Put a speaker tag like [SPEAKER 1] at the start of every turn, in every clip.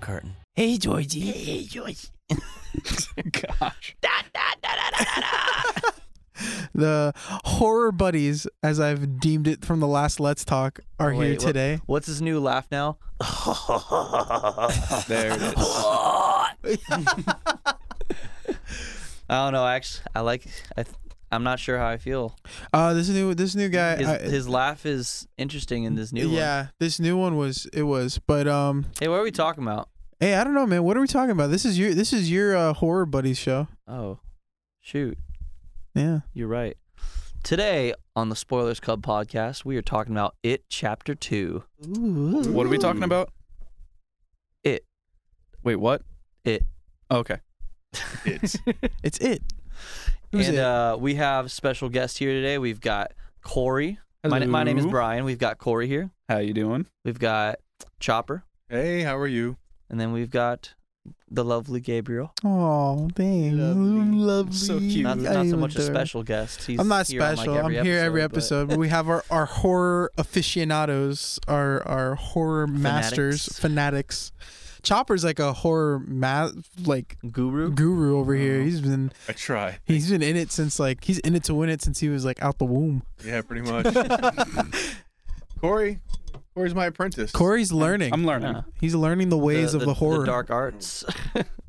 [SPEAKER 1] curtain.
[SPEAKER 2] Hey, Georgie.
[SPEAKER 1] Hey, George.
[SPEAKER 3] Gosh.
[SPEAKER 4] The horror buddies, as I've deemed it from the last Let's Talk, are
[SPEAKER 1] Wait,
[SPEAKER 4] here
[SPEAKER 1] what-
[SPEAKER 4] today.
[SPEAKER 1] What's his new laugh now?
[SPEAKER 3] There it is.
[SPEAKER 1] I don't know. Actually, I like. I th- I'm not sure how I feel.
[SPEAKER 4] Uh, this new this new guy.
[SPEAKER 1] His,
[SPEAKER 4] I-
[SPEAKER 1] his laugh is interesting in this new one.
[SPEAKER 4] yeah, this new one was it was, but um,
[SPEAKER 1] Hey, what are we talking about?
[SPEAKER 4] hey, I don't know, man. What are we talking about? This is your this is your uh, horror buddies show.
[SPEAKER 1] Oh, shoot.
[SPEAKER 4] Yeah,
[SPEAKER 1] You're right. Today on the Spoilers Club podcast, we are talking about It Chapter 2.
[SPEAKER 3] What are we talking about?
[SPEAKER 1] It.
[SPEAKER 3] Wait, what? Oh,
[SPEAKER 1] It.
[SPEAKER 3] Okay. It's
[SPEAKER 4] it's it. Who's
[SPEAKER 1] and
[SPEAKER 4] it?
[SPEAKER 1] Uh, we have special guest here today. We've got Corey. My, na- my name is
[SPEAKER 3] Hello.
[SPEAKER 1] Brian. We've got Corey here.
[SPEAKER 3] How you doing?
[SPEAKER 1] We've got Chopper.
[SPEAKER 5] Hey, how are you?
[SPEAKER 1] And then we've got the lovely Gabriel.
[SPEAKER 4] Oh, thanks.
[SPEAKER 5] Lovely.
[SPEAKER 4] Lovely.
[SPEAKER 5] So cute.
[SPEAKER 1] Not,
[SPEAKER 4] I
[SPEAKER 1] not so
[SPEAKER 4] am
[SPEAKER 1] much a
[SPEAKER 4] adorable.
[SPEAKER 1] special guest. He's
[SPEAKER 4] I'm not
[SPEAKER 1] here on, like,
[SPEAKER 4] special. I'm here every
[SPEAKER 1] but-
[SPEAKER 4] episode. But we have our, our horror aficionados, our our horror masters, fanatics. Chopper's like a horror ma- like
[SPEAKER 1] Guru.
[SPEAKER 4] guru over
[SPEAKER 1] Uh-huh.
[SPEAKER 4] here. He's been
[SPEAKER 5] I try.
[SPEAKER 4] he's been in it since like he's in it to win it since he was like out the womb.
[SPEAKER 5] Yeah, pretty much. Corey, Corey's my apprentice.
[SPEAKER 4] Corey's learning.
[SPEAKER 3] I'm learning.
[SPEAKER 1] Yeah.
[SPEAKER 4] he's learning the ways of the, horror.
[SPEAKER 1] dark arts.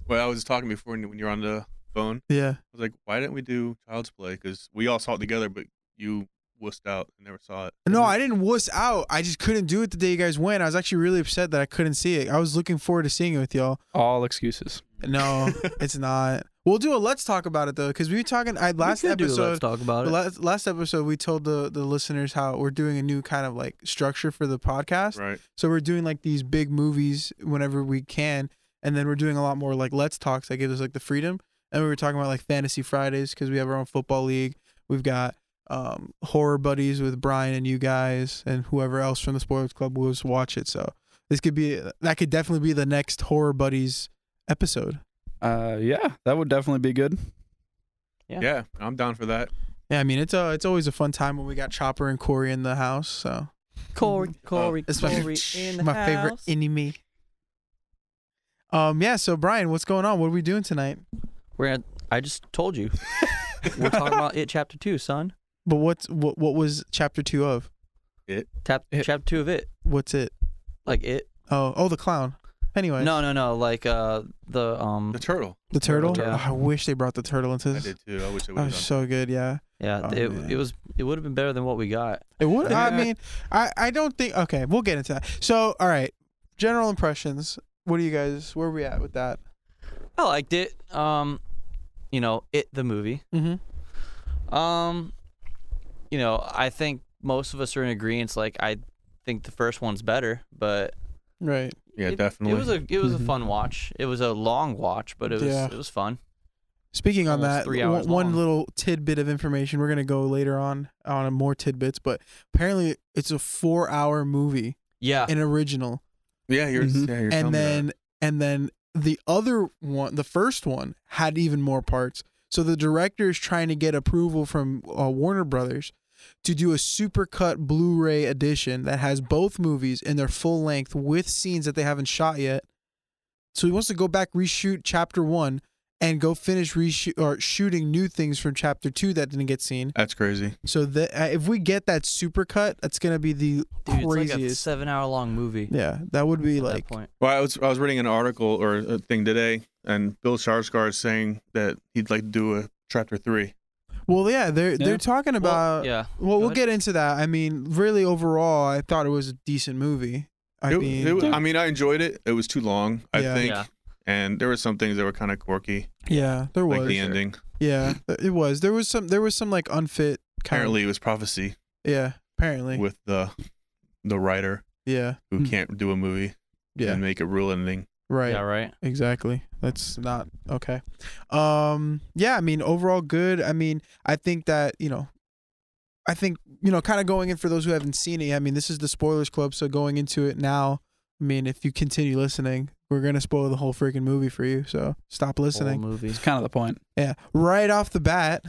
[SPEAKER 5] Well, I was talking before when you were on the phone.
[SPEAKER 4] Yeah.
[SPEAKER 5] I was like, why didn't we do Child's Play? Because we all saw it together, but you wussed out and never saw it.
[SPEAKER 4] No, I didn't wuss out. I just couldn't do it the day you guys went. I was actually really upset that I couldn't see it. I was looking forward to seeing it with y'all.
[SPEAKER 3] All excuses.
[SPEAKER 4] No, it's not. We'll do a let's talk about it though, because we were talking I, last
[SPEAKER 1] we could do,
[SPEAKER 4] episode.
[SPEAKER 1] let's talk about it.
[SPEAKER 4] Last, last episode, we told the, the listeners how we're doing a new kind of like structure for the podcast.
[SPEAKER 5] Right.
[SPEAKER 4] So we're doing like these big movies whenever we can, and then we're doing a lot more like let's talks that gives us like the freedom. And we were talking about like fantasy Fridays because we have our own football league. We've got um, horror buddies with Brian and you guys and whoever else from the Spoilers Club will just watch it. So this could be that could definitely be the next horror buddies episode.
[SPEAKER 3] Uh, yeah, that would definitely be good.
[SPEAKER 1] Yeah.
[SPEAKER 5] Yeah. I'm down for that.
[SPEAKER 4] Yeah, I mean it's uh it's always a fun time when we got Chopper and Corey in the house. So
[SPEAKER 1] Corey, Corey,
[SPEAKER 4] Mm. It's my,
[SPEAKER 1] Corey in the
[SPEAKER 4] my favorite
[SPEAKER 1] house.
[SPEAKER 4] enemy. Um, yeah. So Brian, what's going on? What are we doing tonight?
[SPEAKER 1] We're gonna, I just told you. We're talking about it chapter two, son.
[SPEAKER 4] But what's what? What was chapter two of?
[SPEAKER 1] Tap,
[SPEAKER 3] It-
[SPEAKER 1] chapter two of it.
[SPEAKER 4] What's it?
[SPEAKER 1] Like it.
[SPEAKER 4] Oh, oh, the clown. Anyway,
[SPEAKER 1] No, no, no. Like uh the um
[SPEAKER 5] The turtle.
[SPEAKER 4] the turtle.
[SPEAKER 1] Turtle.
[SPEAKER 4] Oh, I wish they brought the turtle into
[SPEAKER 5] I
[SPEAKER 4] this.
[SPEAKER 5] did too. I wish I would
[SPEAKER 4] Oh,
[SPEAKER 5] have done
[SPEAKER 4] so good. Yeah.
[SPEAKER 1] yeah,
[SPEAKER 4] Oh,
[SPEAKER 1] it,
[SPEAKER 4] man.
[SPEAKER 1] it was it would have been better than what we got.
[SPEAKER 4] It would. I
[SPEAKER 3] Yeah.
[SPEAKER 4] mean, I I don't think. Okay, we'll get into that. So, all right. General impressions. What do you guys? Where are we at with that?
[SPEAKER 1] I liked it. Um you know, it the movie.
[SPEAKER 4] Mm-hmm.
[SPEAKER 1] Um you know, I think most of us are in agreement like I think the first one's better, but
[SPEAKER 4] Right.
[SPEAKER 5] Yeah,
[SPEAKER 1] it,
[SPEAKER 5] definitely.
[SPEAKER 1] It was a it was a
[SPEAKER 4] Mhm.
[SPEAKER 1] fun watch. It was a long watch, but it was
[SPEAKER 4] Yeah.
[SPEAKER 1] it was fun.
[SPEAKER 4] Speaking on
[SPEAKER 1] Almost
[SPEAKER 4] that,
[SPEAKER 1] three
[SPEAKER 4] one,
[SPEAKER 1] hours
[SPEAKER 4] one
[SPEAKER 1] long.
[SPEAKER 4] little tidbit of information. We're gonna go later on on more tidbits, but apparently it's a four-hour movie,
[SPEAKER 1] Yeah.
[SPEAKER 4] an original,
[SPEAKER 5] yeah, you're,
[SPEAKER 3] Mhm.
[SPEAKER 5] yeah, you're telling
[SPEAKER 4] Mm-hmm. and
[SPEAKER 5] me that.
[SPEAKER 4] then and then the other one, the first one, had even more parts. So the director is trying to get approval from uh, Warner Brothers to do a supercut Blu-ray edition that has both movies in their full length with scenes that they haven't shot yet. So he wants to go back reshoot chapter one and go finish reshoot or shooting new things from chapter two that didn't get seen.
[SPEAKER 5] That's crazy.
[SPEAKER 4] So that uh, if we get that supercut, that's gonna be the
[SPEAKER 1] Dude, it's like a
[SPEAKER 4] craziest.
[SPEAKER 1] seven hour long movie.
[SPEAKER 4] yeah, that would be
[SPEAKER 1] at
[SPEAKER 4] like
[SPEAKER 1] that point.
[SPEAKER 5] Well, I was I was reading an article or a thing today, and Bill Skarsgård is saying that he'd like to do a chapter three.
[SPEAKER 4] well, yeah, they're
[SPEAKER 3] Yeah.
[SPEAKER 4] they're talking about.
[SPEAKER 1] yeah.
[SPEAKER 4] Well, we'll
[SPEAKER 1] ahead.
[SPEAKER 4] get into that. I mean, really, overall, I thought it was a decent movie. I
[SPEAKER 5] It-
[SPEAKER 4] mean,
[SPEAKER 5] it- I mean, I enjoyed it. It was too long, I
[SPEAKER 4] Yeah.
[SPEAKER 5] think,
[SPEAKER 1] Yeah.
[SPEAKER 5] and there were some things that were kind of quirky,
[SPEAKER 4] yeah, there was.
[SPEAKER 5] like the ending.
[SPEAKER 4] Yeah, th- it was. There was some. There was some like unfit. Kind
[SPEAKER 5] Apparently, it was prophecy
[SPEAKER 4] Of, yeah. Apparently.
[SPEAKER 5] with the the writer
[SPEAKER 4] yeah.
[SPEAKER 5] who
[SPEAKER 3] Hmm.
[SPEAKER 5] can't do a movie
[SPEAKER 4] Yeah.
[SPEAKER 5] and make a real ending.
[SPEAKER 4] right.
[SPEAKER 1] Yeah, right.
[SPEAKER 4] Exactly. That's not okay. Um yeah, I mean overall good. I mean, I think that, you know, I think, you know, kind of going in for those who haven't seen it, I mean, this is the spoilers club, so going into it now, I mean, if you continue listening, we're going to spoil the whole freaking movie for you. So, stop listening.
[SPEAKER 1] Whole movie.
[SPEAKER 3] It's kind of the point.
[SPEAKER 4] Yeah. Right off the bat,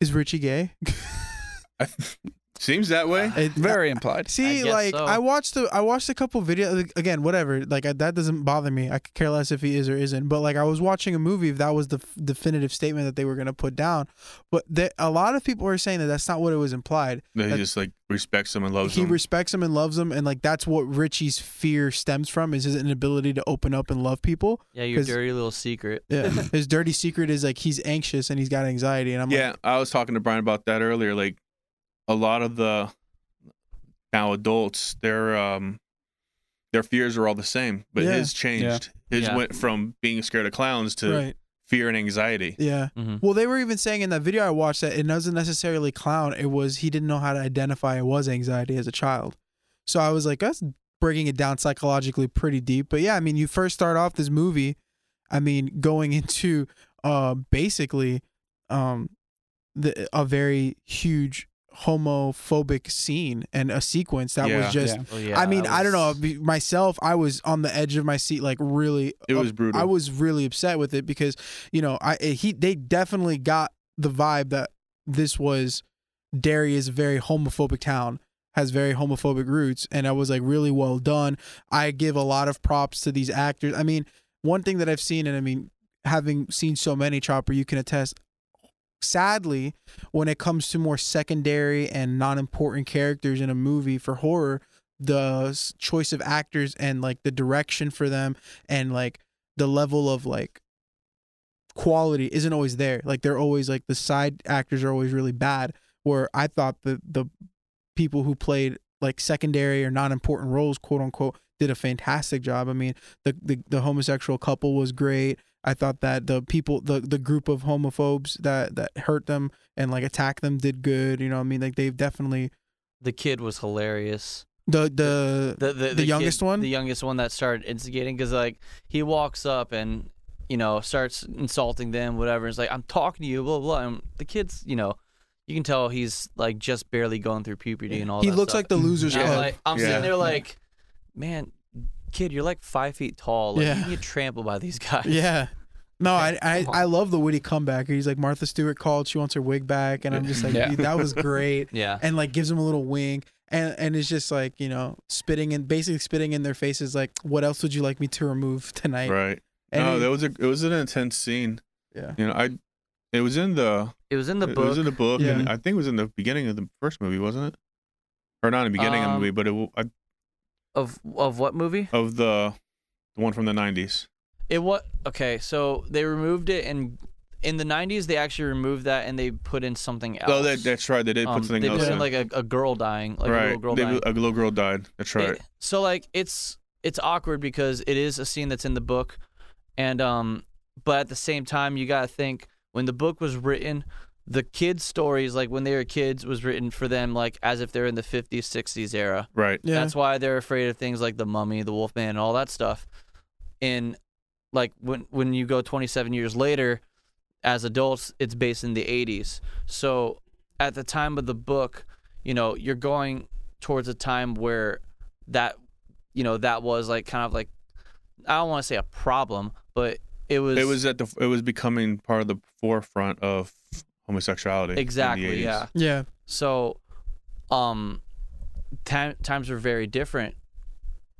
[SPEAKER 4] is Richie gay?
[SPEAKER 5] I th- Seems that way.
[SPEAKER 4] It,
[SPEAKER 3] Very implied.
[SPEAKER 4] See,
[SPEAKER 1] guess
[SPEAKER 4] like
[SPEAKER 1] so.
[SPEAKER 4] I watched the I watched a couple video again, whatever. Like I, that doesn't bother me. I could care less if he is or isn't. But like I was watching a movie, if that was the f- definitive statement that they were gonna put down. But that a lot of people are saying that that's not what it was implied.
[SPEAKER 5] That he
[SPEAKER 4] that-
[SPEAKER 5] just like respects him and loves
[SPEAKER 4] he
[SPEAKER 5] him.
[SPEAKER 4] respects him and loves him, and like that's what Richie's fear stems from is his inability to open up and love people.
[SPEAKER 1] Yeah, your
[SPEAKER 4] 'Cause-
[SPEAKER 1] dirty little secret.
[SPEAKER 4] Yeah. his dirty secret is like he's anxious and he's got anxiety, and I'm
[SPEAKER 5] yeah,
[SPEAKER 4] like,
[SPEAKER 5] I was talking to Brian about that earlier. Like a lot of the now adults, their um their fears are all the same, but
[SPEAKER 4] Yeah.
[SPEAKER 5] his changed. His
[SPEAKER 1] Yeah.
[SPEAKER 5] went from being scared of clowns to
[SPEAKER 4] right,
[SPEAKER 5] fear and anxiety.
[SPEAKER 4] yeah.
[SPEAKER 5] Mm-hmm.
[SPEAKER 1] Mhm.
[SPEAKER 4] Well, they were even saying in that video I watched that it wasn't necessarily clown. It was he didn't know how to identify it was anxiety as a child. So I was like, that's breaking it down psychologically pretty deep. But yeah, I mean, you first start off this movie, I mean, going into uh basically um the a very huge homophobic scene and a sequence that
[SPEAKER 5] Yeah.
[SPEAKER 4] was just
[SPEAKER 3] Yeah.
[SPEAKER 1] Oh, yeah,
[SPEAKER 4] I mean,
[SPEAKER 1] that
[SPEAKER 4] I don't know.
[SPEAKER 1] was-
[SPEAKER 4] be- Myself, I was on the edge of my seat, like really.
[SPEAKER 5] It was brutal.
[SPEAKER 4] I was really upset with it because you know, I it- he they definitely got the vibe that this was Derry is a very homophobic town, has very homophobic roots, and I was like really well done. I give a lot of props to these actors. I mean, one thing that I've seen, and I mean, having seen so many Chopper, you can attest. Sadly, when it comes to more secondary and non-important characters in a movie for horror, the s- choice of actors and like the direction for them and like the level of like quality isn't always there. Like they're always like the side actors are always really bad. Where I thought the the people who played like secondary or non important roles, quote unquote, did a fantastic job. I mean, the, the the homosexual couple was great. I thought that the people the the group of homophobes that that hurt them and like attacked them did good. You know, what I mean, like they've definitely
[SPEAKER 1] the kid was hilarious.
[SPEAKER 4] the the
[SPEAKER 1] The the, kid-
[SPEAKER 4] youngest one?
[SPEAKER 1] the youngest one that started instigating, because like he walks up and you know starts insulting them, whatever. It's like I'm talking to you, blah blah. blah. And the kid's, you know, you can tell he's like just barely going through puberty and all.
[SPEAKER 4] he
[SPEAKER 1] that
[SPEAKER 4] looks
[SPEAKER 1] stuff.
[SPEAKER 4] like the losers
[SPEAKER 1] And I'm
[SPEAKER 4] club.
[SPEAKER 1] like, I'm
[SPEAKER 5] Yeah.
[SPEAKER 1] sitting there like, man, kid, you're like five feet tall. Like,
[SPEAKER 4] Yeah.
[SPEAKER 1] You get trampled by these guys.
[SPEAKER 4] Yeah. No, I, I,
[SPEAKER 1] Come on.
[SPEAKER 4] I love the witty comeback. He's like Martha Stewart called, she wants her wig back, and I'm just like,
[SPEAKER 3] Yeah.
[SPEAKER 4] dude, that was great.
[SPEAKER 1] Yeah.
[SPEAKER 4] And like gives him a little wink, and and it's just like you know spitting and basically spitting in their faces, like, what else would you like me to remove tonight?
[SPEAKER 5] right.
[SPEAKER 4] And
[SPEAKER 5] no,
[SPEAKER 4] he-
[SPEAKER 5] that was a it was an intense scene.
[SPEAKER 4] Yeah.
[SPEAKER 5] You know, I it was in the,
[SPEAKER 1] It was in the
[SPEAKER 5] it
[SPEAKER 1] book.
[SPEAKER 5] was in the book and
[SPEAKER 4] Yeah.
[SPEAKER 5] I think it was in the beginning of the first movie, wasn't it? Or not in the beginning of the
[SPEAKER 1] Um,
[SPEAKER 5] movie, but it, wa- I-
[SPEAKER 1] of of what movie?
[SPEAKER 5] of the the one from the 90s.
[SPEAKER 1] It what? Okay, so they removed it, and in the '90s they actually removed that, and they put in something else.
[SPEAKER 5] Oh, that, that's right. They did put
[SPEAKER 1] Um,
[SPEAKER 5] something
[SPEAKER 1] they
[SPEAKER 5] else
[SPEAKER 1] put in
[SPEAKER 5] in.
[SPEAKER 1] like a, a girl dying, like
[SPEAKER 5] right.
[SPEAKER 1] a little girl
[SPEAKER 5] They-
[SPEAKER 1] dying.
[SPEAKER 5] a little girl died. That's right.
[SPEAKER 1] It- so like it's it's awkward because it is a scene that's in the book, and um, but at the same time you gotta think when the book was written, the kids' stories like when they were kids was written for them like as if they're in the '50s, '60s era.
[SPEAKER 5] right.
[SPEAKER 4] yeah,
[SPEAKER 1] That's why they're afraid of things like the mummy, the wolfman, and all that stuff. And like when when you go 27 years later as adults, it's based in the 80s. So at the time of the book, you know, you're going towards a time where that you know, that was like kind of like I don't want to say a problem, but it was
[SPEAKER 5] It was at the it was becoming part of the forefront of homosexuality. in the
[SPEAKER 1] exactly,
[SPEAKER 5] 80s.
[SPEAKER 1] yeah.
[SPEAKER 4] yeah,
[SPEAKER 1] So, um, time, times were very different.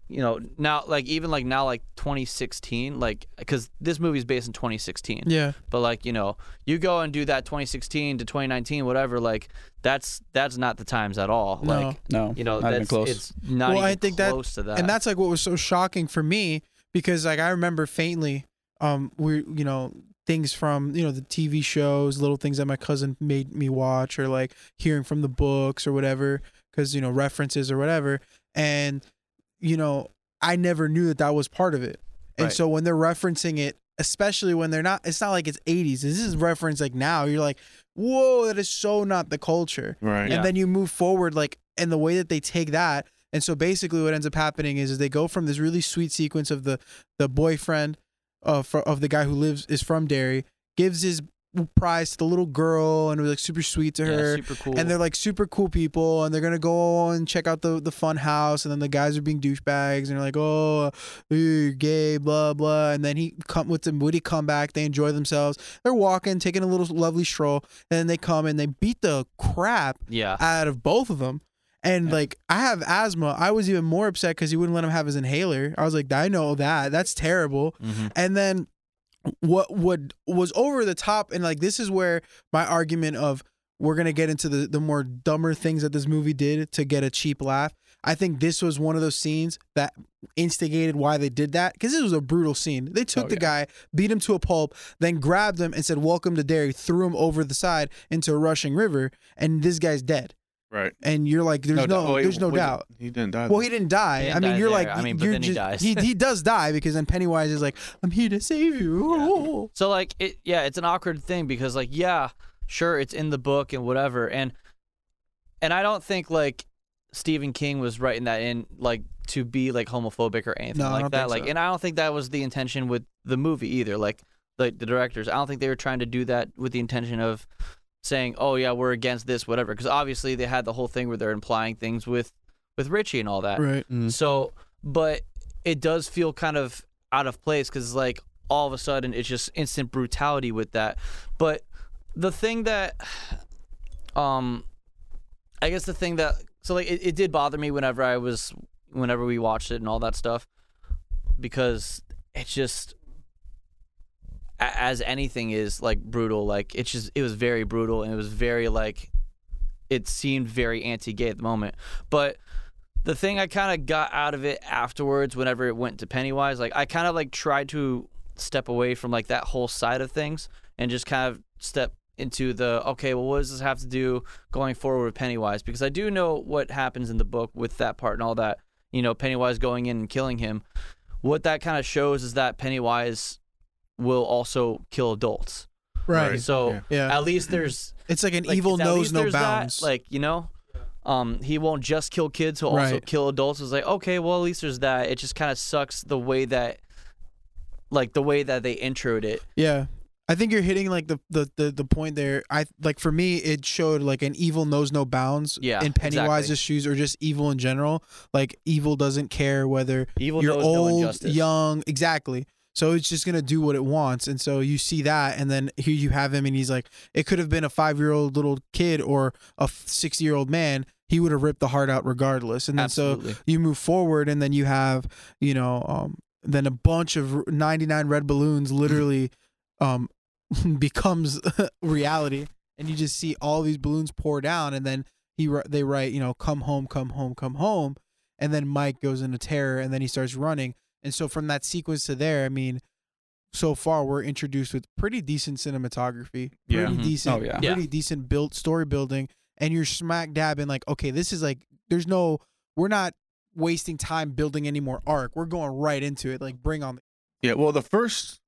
[SPEAKER 1] You know, now like even like now like 2016, like because this movie's based in 2016.
[SPEAKER 4] yeah,
[SPEAKER 1] But like you know, you go and do that 2016 to 2019, whatever. Like that's that's not the times at all.
[SPEAKER 4] No.
[SPEAKER 1] Like
[SPEAKER 3] No,
[SPEAKER 1] you know,
[SPEAKER 3] not
[SPEAKER 1] that's
[SPEAKER 3] even close.
[SPEAKER 1] it's not
[SPEAKER 4] Well,
[SPEAKER 1] even
[SPEAKER 4] I think that-
[SPEAKER 1] close to that.
[SPEAKER 4] and that's like what was so shocking for me because like I remember faintly, um, we you know things from you know the TV shows, little things that my cousin made me watch, or like hearing from the books or whatever, because you know references or whatever, and you know I never knew that that was part of it, and
[SPEAKER 1] Right.
[SPEAKER 4] so when they're referencing it, especially when they're not, it's not like it's '80s. This is referenced like now. You're like, whoa, that is so not the culture
[SPEAKER 5] Right.
[SPEAKER 1] Yeah.
[SPEAKER 4] and then you move forward like and the way that they take that and so basically what ends up happening is, is they go from this really sweet uh, sequence of the the boyfriend of of the guy who lives is from Derry gives his prize to the little girl, and it was like super sweet to her.
[SPEAKER 1] Yeah, super cool.
[SPEAKER 4] And they're like super cool people, and they're gonna go and check out the the fun house, and then the guys are being douchebags, and they're like, oh, you're gay, blah blah. And then he come with the Woody comeback. They enjoy themselves. They're walking, taking a little lovely stroll, and then they come and they beat the crap
[SPEAKER 1] yeah.
[SPEAKER 4] out of both of them. And like I have asthma, I was even more upset because he wouldn't let him have his inhaler. I was like, I know that. That's terrible.
[SPEAKER 1] hmm
[SPEAKER 4] And then what would was over the top and like this is where my argument of we're gonna get into the the more dumber things that this movie did to get a cheap laugh. I think this was one of those scenes that instigated why they did that because this was a brutal scene. They took
[SPEAKER 3] Oh,
[SPEAKER 4] the
[SPEAKER 3] yeah.
[SPEAKER 4] guy, beat him to a pulp, then grabbed him and said, "Welcome to Derry." Threw him over the side into a rushing river, and this guy's dead.
[SPEAKER 5] Right.
[SPEAKER 4] And you're like, "There's no,
[SPEAKER 3] doubt.
[SPEAKER 5] Oh, wait,
[SPEAKER 4] there's no
[SPEAKER 5] was it-
[SPEAKER 4] doubt."
[SPEAKER 5] He didn't die.
[SPEAKER 4] Well, he didn't die.
[SPEAKER 1] He didn't
[SPEAKER 4] I mean,
[SPEAKER 1] die
[SPEAKER 4] you're
[SPEAKER 1] there.
[SPEAKER 4] like,
[SPEAKER 1] I mean, but
[SPEAKER 4] you're
[SPEAKER 1] then he
[SPEAKER 4] just,
[SPEAKER 1] dies.
[SPEAKER 4] he he does die because then Pennywise is like, I'm here to save you.
[SPEAKER 1] So like it yeah, it's an awkward thing because like yeah, sure it's in the book and whatever and and I don't think like Stephen King was writing that in like to be like homophobic or anything
[SPEAKER 4] No, I
[SPEAKER 1] like
[SPEAKER 4] don't
[SPEAKER 1] that
[SPEAKER 4] think
[SPEAKER 1] like
[SPEAKER 4] so.
[SPEAKER 1] and I don't think that was the intention with the movie either like like the directors. I don't think they were trying to do that with the intention of saying, "Oh yeah, we're against this whatever" because obviously they had the whole thing where they're implying things with with Richie and all that.
[SPEAKER 4] Right.
[SPEAKER 3] Mm-hmm.
[SPEAKER 1] So, but it does feel kind of out of place because, like, all of a sudden it's just instant brutality with that. But the thing that, um, I guess the thing that, so like, it, it did bother me whenever I was, whenever we watched it and all that stuff because it's just, a- as anything is like brutal, like, it's just, it was very brutal and it was very, like, it seemed very anti gay at the moment. But, the thing I kind of got out of it afterwards, whenever it went to Pennywise, like I kind of like tried to step away from like that whole side of things and just kind of step into the okay, well, what does this have to do going forward with Pennywise? Because I do know what happens in the book with that part and all that. You know, Pennywise going in and killing him. What that kind of shows is that Pennywise will also kill adults.
[SPEAKER 4] Right.
[SPEAKER 5] Right.
[SPEAKER 1] So
[SPEAKER 5] Yeah.
[SPEAKER 4] Yeah.
[SPEAKER 1] at least there's
[SPEAKER 4] It's like an
[SPEAKER 1] like,
[SPEAKER 4] evil
[SPEAKER 1] it's at
[SPEAKER 4] knows
[SPEAKER 1] least
[SPEAKER 4] no
[SPEAKER 1] there's that,
[SPEAKER 4] bounds.
[SPEAKER 1] like you know, um, he won't just kill kids; he'll also
[SPEAKER 4] Right.
[SPEAKER 1] kill adults. It's like okay, well at least there's that. It just kind of sucks the way that, like the way that they introed it.
[SPEAKER 4] yeah. I think you're hitting like the, the the the point there. I like for me, it showed like an evil knows no bounds.
[SPEAKER 1] Yeah,
[SPEAKER 4] In Pennywise's
[SPEAKER 1] exactly.
[SPEAKER 4] shoes, or just evil in general. Like evil doesn't care whether
[SPEAKER 1] Evil
[SPEAKER 4] you're
[SPEAKER 1] knows no
[SPEAKER 4] old,
[SPEAKER 1] injustice.
[SPEAKER 4] young, exactly. So it's just gonna do what it wants, and so you see that, and then here you have him, and he's like, it could have been a five-year-old little kid or a six-year-old man. He would have ripped the heart out regardless, and then so
[SPEAKER 1] Absolutely.
[SPEAKER 4] you move forward and then you have you know um then a bunch of r- 99 red balloons literally um becomes reality and you just see all these balloons pour down and then he wri- they write you know come home come home come home and then mike goes into terror and then he starts running and so from that sequence to there i mean so far we're introduced with pretty decent cinematography pretty
[SPEAKER 5] Yeah.
[SPEAKER 1] Mhm.
[SPEAKER 4] decent
[SPEAKER 3] Oh, yeah.
[SPEAKER 1] Yeah.
[SPEAKER 4] pretty decent built story building and you're smack dab in like okay this is like there's no we're not wasting time building any more arc we're going right into it like bring on the
[SPEAKER 5] Yeah, well, the first,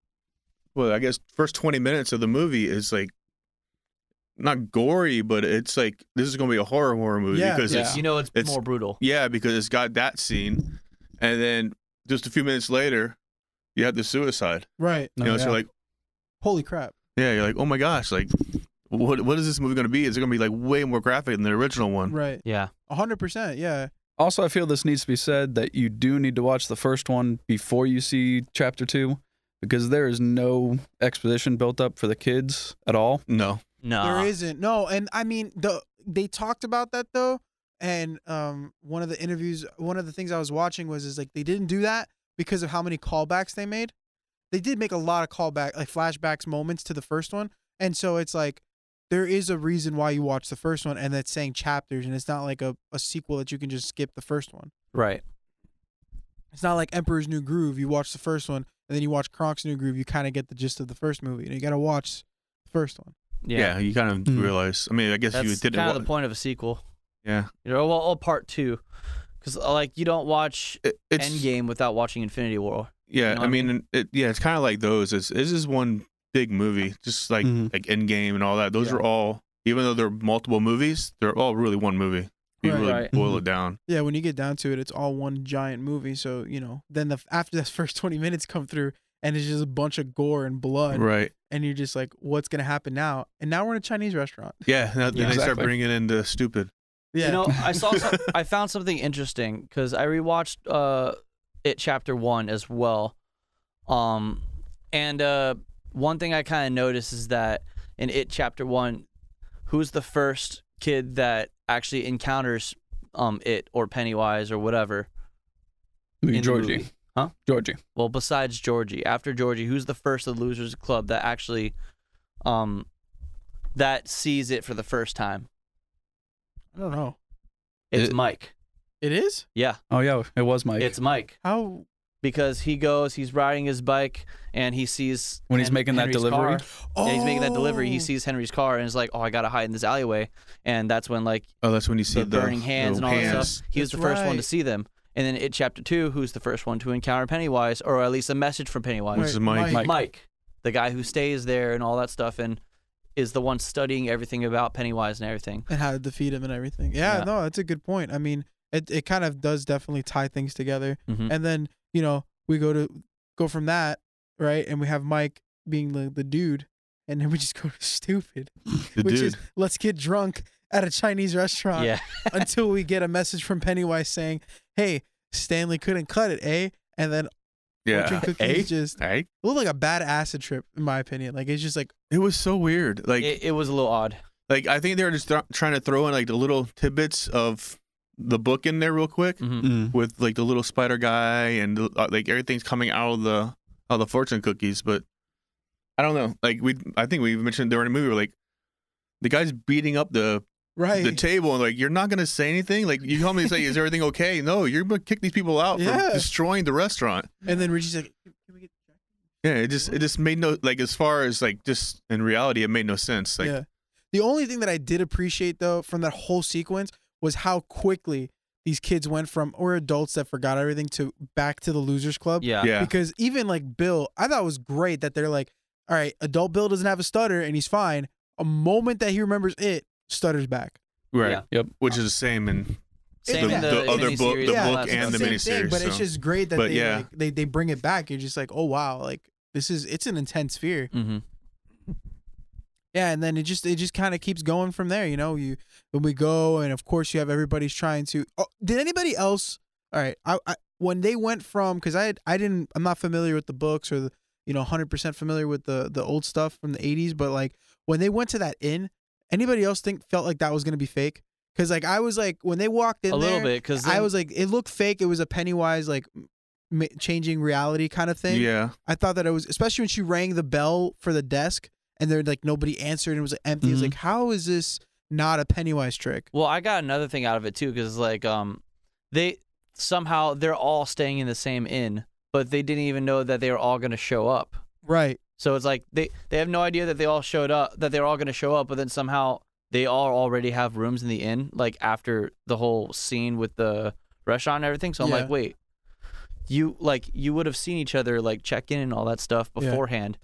[SPEAKER 5] well, I guess first twenty minutes of the movie is like not gory, but it's like this is gonna be a horror horror movie
[SPEAKER 4] Yeah,
[SPEAKER 5] because
[SPEAKER 1] Yeah.
[SPEAKER 5] it's
[SPEAKER 1] you know, it's,
[SPEAKER 5] it's-
[SPEAKER 1] more brutal.
[SPEAKER 5] yeah because it's got that scene, and then just a few minutes later, you have the suicide.
[SPEAKER 4] right
[SPEAKER 5] You know, so you're like
[SPEAKER 4] holy crap
[SPEAKER 5] yeah, you're like oh my gosh, like what what is this movie gonna be? Is it gonna be like way more graphic than the original one?
[SPEAKER 4] right
[SPEAKER 1] Yeah,
[SPEAKER 4] 100% yeah
[SPEAKER 3] Also, I feel this needs to be said that you do need to watch the first one before you see chapter two because there is no exposition built up for the kids at all.
[SPEAKER 5] No,
[SPEAKER 1] no,
[SPEAKER 4] there isn't no and i mean the they talked about that though and um one of the interviews one of the things i was watching was is like they didn't do that because of how many callbacks they made they did make a lot of callback like flashbacks moments to the first one and so it's like there is a reason why you watch the first one and that's saying chapters and it's not like a, a sequel that you can just skip the first one
[SPEAKER 1] right.
[SPEAKER 4] It's not like Emperor's New Groove. You watch the first one, and then you watch Kronk's New Groove. You kind of get the gist of the first movie, and you gotta watch the first one.
[SPEAKER 1] Yeah, Hmm.
[SPEAKER 5] yeah, you kind of
[SPEAKER 3] Mm.
[SPEAKER 5] realize. I mean, I guess
[SPEAKER 1] that's
[SPEAKER 5] you did
[SPEAKER 1] kind of
[SPEAKER 5] it.
[SPEAKER 1] the point of a sequel.
[SPEAKER 5] yeah,
[SPEAKER 1] You know, well, or part two, because like you don't watch
[SPEAKER 5] it, it's
[SPEAKER 1] Endgame without watching Infinity War.
[SPEAKER 5] Yeah,
[SPEAKER 1] You know
[SPEAKER 5] I
[SPEAKER 1] what I
[SPEAKER 5] mean, it, yeah, it's kind of like those. It's this is one big movie, just like
[SPEAKER 3] Mhm.
[SPEAKER 5] like Endgame and all that. Those
[SPEAKER 1] Mm-hmm. Yeah.
[SPEAKER 5] are all, even though they're multiple movies, they're all really one movie. If you
[SPEAKER 4] Right.
[SPEAKER 5] really
[SPEAKER 1] Right. Mm-hmm.
[SPEAKER 5] boil it down.
[SPEAKER 4] Yeah, when you get down to it, it's all one giant movie. So you know, then the after the first twenty minutes come through, and it's just a bunch of gore and blood,
[SPEAKER 5] Right.
[SPEAKER 4] and you're just like, what's gonna happen now? And now we're in a Chinese restaurant.
[SPEAKER 5] Yeah. Now,
[SPEAKER 3] Yeah,
[SPEAKER 5] Then they start
[SPEAKER 3] exactly.
[SPEAKER 5] bringing in the stupid.
[SPEAKER 4] Yeah,
[SPEAKER 1] You know, I saw some, I found something interesting because I rewatched uh it chapter one as well. Um and uh one thing I kinda noticed is that in it chapter one, who's the first kid that actually encounters um it or Pennywise or whatever?
[SPEAKER 3] Maybe
[SPEAKER 1] in the
[SPEAKER 3] Georgie.
[SPEAKER 1] movie? Huh?
[SPEAKER 3] Georgie.
[SPEAKER 1] Well, besides Georgie, after Georgie, who's the first of the losers club that actually um that sees it for the first time?
[SPEAKER 4] I don't know.
[SPEAKER 1] It's
[SPEAKER 3] It-
[SPEAKER 1] Mike.
[SPEAKER 4] It is
[SPEAKER 1] Yeah,
[SPEAKER 3] Oh yeah, it was Mike.
[SPEAKER 1] it's Mike.
[SPEAKER 4] how
[SPEAKER 1] because he goes, he's riding his bike, and he sees
[SPEAKER 3] When he's
[SPEAKER 1] Hen-
[SPEAKER 3] making that
[SPEAKER 1] Henry's
[SPEAKER 3] delivery?
[SPEAKER 1] car. Yeah, he's making that delivery. He
[SPEAKER 4] Oh.
[SPEAKER 1] sees Henry's car and is like, "Oh, I gotta hide in this alleyway." And that's when like
[SPEAKER 5] Oh, that's when you see
[SPEAKER 1] the,
[SPEAKER 5] the,
[SPEAKER 1] burning hands and
[SPEAKER 5] the
[SPEAKER 1] all that
[SPEAKER 5] hands.
[SPEAKER 1] stuff. He was the
[SPEAKER 4] That's
[SPEAKER 1] first one to
[SPEAKER 4] right.
[SPEAKER 1] see them. And then it chapter two, who's the first one to encounter Pennywise, or at least a message from Pennywise?
[SPEAKER 5] Which is Mike.
[SPEAKER 1] Mike. the guy who stays there and all that stuff, and is the one studying everything about Pennywise and everything.
[SPEAKER 4] and how to defeat him and everything. Yeah,
[SPEAKER 1] Yeah.
[SPEAKER 4] no, that's a good point. I mean, it it kind of does definitely tie things together.
[SPEAKER 1] Mhm.
[SPEAKER 4] And then you know we go to go from that right, and we have Mike being the, the dude, and then we just go to stupid,
[SPEAKER 5] The
[SPEAKER 4] which
[SPEAKER 5] dude.
[SPEAKER 4] is let's get drunk at a Chinese restaurant
[SPEAKER 1] yeah,
[SPEAKER 4] until we get a message from Pennywise saying, "Hey, Stanley couldn't cut it, eh?" And then
[SPEAKER 5] yeah. Eh?
[SPEAKER 4] watching cookies just
[SPEAKER 5] Hey.
[SPEAKER 4] it looked like a bad acid trip in my opinion. Like it's just like
[SPEAKER 5] It was so weird. Like,
[SPEAKER 1] it, it was a little odd.
[SPEAKER 5] like I think they were just thro- trying to throw in like the little tidbits of the book in there real quick
[SPEAKER 1] Mhm.
[SPEAKER 3] Mm.
[SPEAKER 5] with like the little spider guy and uh, like everything's coming out of the out of the fortune cookies. But I don't know. Like we, I think we mentioned during the movie, we're like the guy's beating up the
[SPEAKER 4] right.
[SPEAKER 5] the table and like you're not gonna say anything. Like you come and say, is everything okay? No, you're gonna kick these people out
[SPEAKER 4] Yeah.
[SPEAKER 5] for destroying the restaurant.
[SPEAKER 4] and then Richie's like, "Can we get
[SPEAKER 5] Yeah, it just it just made no like as far as like just in reality, it made no sense. Like
[SPEAKER 4] yeah. The only thing that I did appreciate though from that whole sequence was how quickly these kids went from or adults that forgot everything to back to the losers club.
[SPEAKER 1] Yeah,
[SPEAKER 5] yeah,
[SPEAKER 4] Because even like Bill, I thought it was great that they're like, all right, adult Bill doesn't have a stutter and he's fine. A moment that he remembers it, stutters back.
[SPEAKER 5] right.
[SPEAKER 1] Yeah.
[SPEAKER 3] Yep.
[SPEAKER 5] Which is the same in
[SPEAKER 1] Same
[SPEAKER 4] The-
[SPEAKER 1] in
[SPEAKER 5] the other
[SPEAKER 1] miniseries
[SPEAKER 5] book- the
[SPEAKER 1] and all
[SPEAKER 5] book
[SPEAKER 1] that
[SPEAKER 5] and
[SPEAKER 1] stuff.
[SPEAKER 5] the
[SPEAKER 4] same
[SPEAKER 5] miniseries,
[SPEAKER 4] thing, but it's
[SPEAKER 5] so-
[SPEAKER 4] just great that
[SPEAKER 5] but
[SPEAKER 4] they,
[SPEAKER 5] yeah.
[SPEAKER 4] like, they they bring it back. You're just like, oh wow, like this is it's an intense fear.
[SPEAKER 1] Mhm.
[SPEAKER 4] Yeah, and then it just it just kind of keeps going from there. You know, you when we go, and of course you have everybody's trying to. Oh, did anybody else? All right, I, I when they went from because I I didn't I'm not familiar with the books or the you know 100 percent familiar with the the old stuff from the 80s, but like when they went to that inn, anybody else think felt like that was gonna be fake? Because like I was like when they walked in
[SPEAKER 1] a little
[SPEAKER 4] there,
[SPEAKER 1] bit because
[SPEAKER 4] I was like it looked fake. It was a Pennywise like m- changing reality kind of thing.
[SPEAKER 5] yeah.
[SPEAKER 4] I thought that it was, especially when she rang the bell for the desk and there like nobody answered and it was empty. It was
[SPEAKER 1] Mm-hmm.
[SPEAKER 3] Mhm.
[SPEAKER 4] like, how is this not a Pennywise trick?
[SPEAKER 1] Well, I got another thing out of it too, because like um, they somehow they're all staying in the same inn, but they didn't even know that they were all gonna show up.
[SPEAKER 4] Right.
[SPEAKER 1] So it's like they they have no idea that they all showed up, that they're all gonna show up, but then somehow they all already have rooms in the inn. Like after the whole scene with the restaurant and everything, so I'm
[SPEAKER 4] Yeah.
[SPEAKER 1] like, wait, you like you would have seen each other like check in and all that stuff
[SPEAKER 4] Yeah.
[SPEAKER 1] beforehand.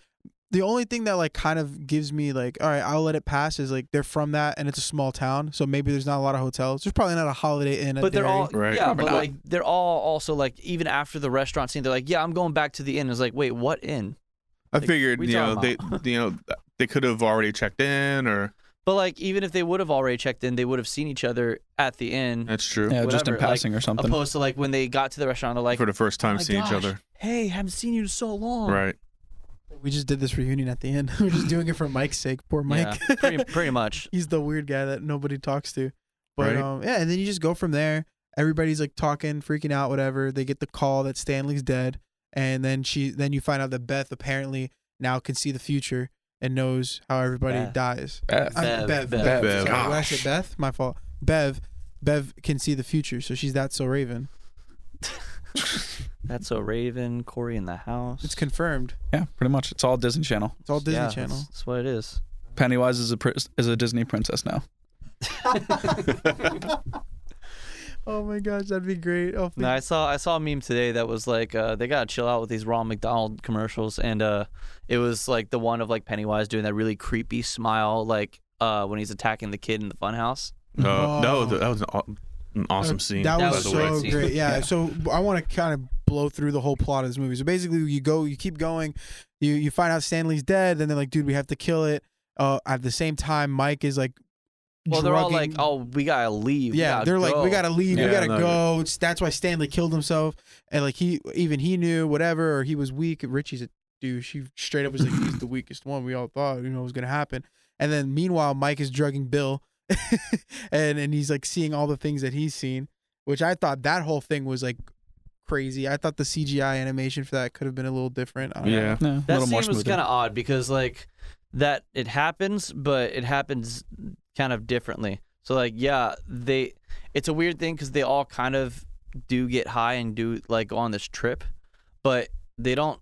[SPEAKER 4] The only thing that like kind of gives me like, all right, I'll let it pass is like they're from that and it's a small town, so maybe there's not a lot of hotels. There's probably not a Holiday Inn. at
[SPEAKER 1] But they're
[SPEAKER 4] Derry.
[SPEAKER 1] all
[SPEAKER 5] Right.
[SPEAKER 1] yeah,
[SPEAKER 5] Probably
[SPEAKER 1] but
[SPEAKER 5] not.
[SPEAKER 1] like they're all also like even after the restaurant scene, they're like, yeah, I'm going back to the inn. It's like, wait, what inn?
[SPEAKER 5] I
[SPEAKER 1] Like,
[SPEAKER 5] figured,
[SPEAKER 1] we
[SPEAKER 5] you know, they,
[SPEAKER 1] talking about?
[SPEAKER 5] you know, they could have already checked in, or
[SPEAKER 1] But like, even if they would have already checked in, they would have seen each other at the inn,
[SPEAKER 5] that's true.
[SPEAKER 3] Yeah, just
[SPEAKER 1] Whatever,
[SPEAKER 3] in
[SPEAKER 1] like,
[SPEAKER 3] passing or something.
[SPEAKER 1] opposed to like when they got to the restaurant, they're like,
[SPEAKER 5] For the first
[SPEAKER 1] "Oh
[SPEAKER 5] time
[SPEAKER 1] my
[SPEAKER 5] seeing
[SPEAKER 1] gosh,
[SPEAKER 5] each other,
[SPEAKER 1] Hey, haven't seen you in so long.
[SPEAKER 5] right?
[SPEAKER 4] We just did this reunion at the end. We're just doing it for Mike's sake. Poor
[SPEAKER 1] Yeah,
[SPEAKER 4] Mike.
[SPEAKER 1] pretty, pretty much.
[SPEAKER 4] He's the weird guy that nobody talks to. But
[SPEAKER 5] Right.
[SPEAKER 4] um, yeah, and then you just go from there. Everybody's like talking, freaking out, whatever. They get the call that Stanley's dead, and then she, then you find out that Beth apparently now can see the future and knows how everybody
[SPEAKER 1] Beth.
[SPEAKER 4] dies.
[SPEAKER 3] Beth.
[SPEAKER 4] I'm- Bev.
[SPEAKER 1] Bev,
[SPEAKER 4] Bev.
[SPEAKER 3] Bev.
[SPEAKER 5] Bev.
[SPEAKER 4] Sorry, when I
[SPEAKER 5] Gosh.
[SPEAKER 4] said Beth, my fault. Bev, Bev can see the future, so she's that so Raven.
[SPEAKER 1] That's a Raven, Corey in the house.
[SPEAKER 4] It's confirmed.
[SPEAKER 3] yeah, pretty much. It's all Disney Channel.
[SPEAKER 4] It's all Disney
[SPEAKER 1] Yeah,
[SPEAKER 4] Channel.
[SPEAKER 1] That's, that's what it is.
[SPEAKER 3] Pennywise is a pr- is a Disney princess now.
[SPEAKER 4] Oh my gosh, that'd be great. Oh,
[SPEAKER 1] No, I saw I saw a meme today that was like uh, they gotta chill out with these Ronald McDonald commercials, and uh, it was like the one of like Pennywise doing that really creepy smile, like uh, when he's attacking the kid in the funhouse.
[SPEAKER 5] Uh, that was
[SPEAKER 4] Oh.
[SPEAKER 5] that was an, aw- an awesome scene.
[SPEAKER 4] That
[SPEAKER 1] That
[SPEAKER 4] was
[SPEAKER 1] was a
[SPEAKER 4] so
[SPEAKER 1] great scene.
[SPEAKER 4] great. Yeah.
[SPEAKER 3] Yeah.
[SPEAKER 4] So I want to kind of blow through the whole plot of this movie. So basically, you go, you keep going, you you find out Stanley's dead, then they're like, dude, we have to kill it. Uh, at the same time, Mike is like,
[SPEAKER 1] Well, they're all like,
[SPEAKER 4] drugging-
[SPEAKER 1] "Oh, we gotta leave." we
[SPEAKER 4] yeah,
[SPEAKER 1] gotta
[SPEAKER 4] they're like, we
[SPEAKER 1] go."
[SPEAKER 4] gotta leave,
[SPEAKER 5] Yeah,
[SPEAKER 4] we gotta
[SPEAKER 5] no,
[SPEAKER 4] go. It's, that's why Stanley killed himself, and like he even he knew whatever, or he was weak. Richie's a dude. She straight up was like, he's the weakest one. We all thought you know was gonna happen, and then meanwhile, Mike is drugging Bill, and and he's like seeing all the things that he's seen, which I thought that whole thing was like crazy. I thought the CGI animation for that could have been a little different. I don't know.
[SPEAKER 5] Yeah.
[SPEAKER 3] No, a
[SPEAKER 1] That
[SPEAKER 3] little
[SPEAKER 1] scene
[SPEAKER 3] more
[SPEAKER 1] was
[SPEAKER 3] smooth.
[SPEAKER 1] kind of odd because like that it happens, but it happens kind of differently. So like yeah, they it's a weird thing because they all kind of do get high and do like go on this trip, but they don't.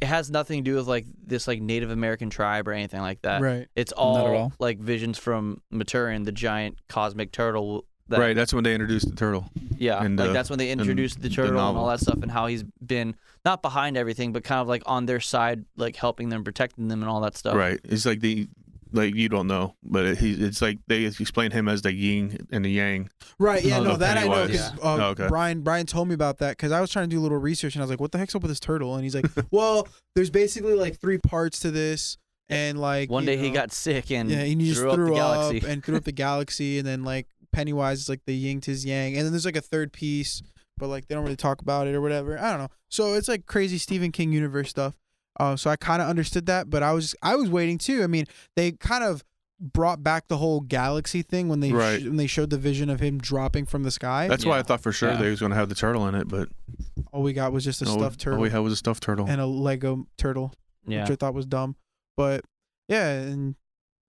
[SPEAKER 1] It has nothing to do with like this like Native American tribe or anything like that.
[SPEAKER 4] Right.
[SPEAKER 1] It's all,
[SPEAKER 3] Not at all.
[SPEAKER 1] like visions from Maturin, the giant cosmic turtle. That,
[SPEAKER 5] right. That's when they introduced the turtle.
[SPEAKER 1] Yeah.
[SPEAKER 5] And,
[SPEAKER 1] like
[SPEAKER 5] uh,
[SPEAKER 1] that's when they
[SPEAKER 5] and
[SPEAKER 1] introduced the
[SPEAKER 5] the
[SPEAKER 1] turtle and all
[SPEAKER 5] novel.
[SPEAKER 1] that stuff and how he's been not behind everything, but kind of like on their side, like helping them, protecting them, and all that stuff.
[SPEAKER 5] Right. It's like the like you don't know, but it, he's it's like they explain him as the yin and the yang.
[SPEAKER 4] Right. Yeah.
[SPEAKER 5] Oh,
[SPEAKER 4] No,
[SPEAKER 5] the
[SPEAKER 4] that I know
[SPEAKER 5] Pennywise.
[SPEAKER 4] because uh,
[SPEAKER 5] Oh, okay.
[SPEAKER 4] Brian Brian told me about that because I was trying to do a little research and I was like, "What the heck's up with this turtle?" And he's like, "Well, there's basically like three parts to this, and like
[SPEAKER 1] One
[SPEAKER 4] you
[SPEAKER 1] day he
[SPEAKER 4] know,
[SPEAKER 1] got sick and,
[SPEAKER 4] yeah, and he just
[SPEAKER 1] threw,
[SPEAKER 4] threw,
[SPEAKER 1] up the
[SPEAKER 4] up,
[SPEAKER 1] galaxy.
[SPEAKER 4] and threw up the galaxy, and then like Pennywise is like the yin to his yang, and then there's like a third piece, but like they don't really talk about it or whatever. I don't know. So it's like crazy Stephen King universe stuff. Uh, so I kind of understood that, but I was I was waiting too. I mean, they kind of brought back the whole galaxy thing when they
[SPEAKER 5] Right.
[SPEAKER 4] sh- when they showed the vision of him dropping from the sky.
[SPEAKER 5] That's why
[SPEAKER 1] Yeah.
[SPEAKER 5] I thought for sure
[SPEAKER 3] Yeah.
[SPEAKER 5] they was gonna have the turtle in it, but oh,
[SPEAKER 4] all we got was just a
[SPEAKER 5] no,
[SPEAKER 4] stuffed turtle
[SPEAKER 5] all we had was a stuffed turtle.
[SPEAKER 4] and a Lego turtle,
[SPEAKER 1] yeah.
[SPEAKER 4] which I thought was dumb. But yeah, and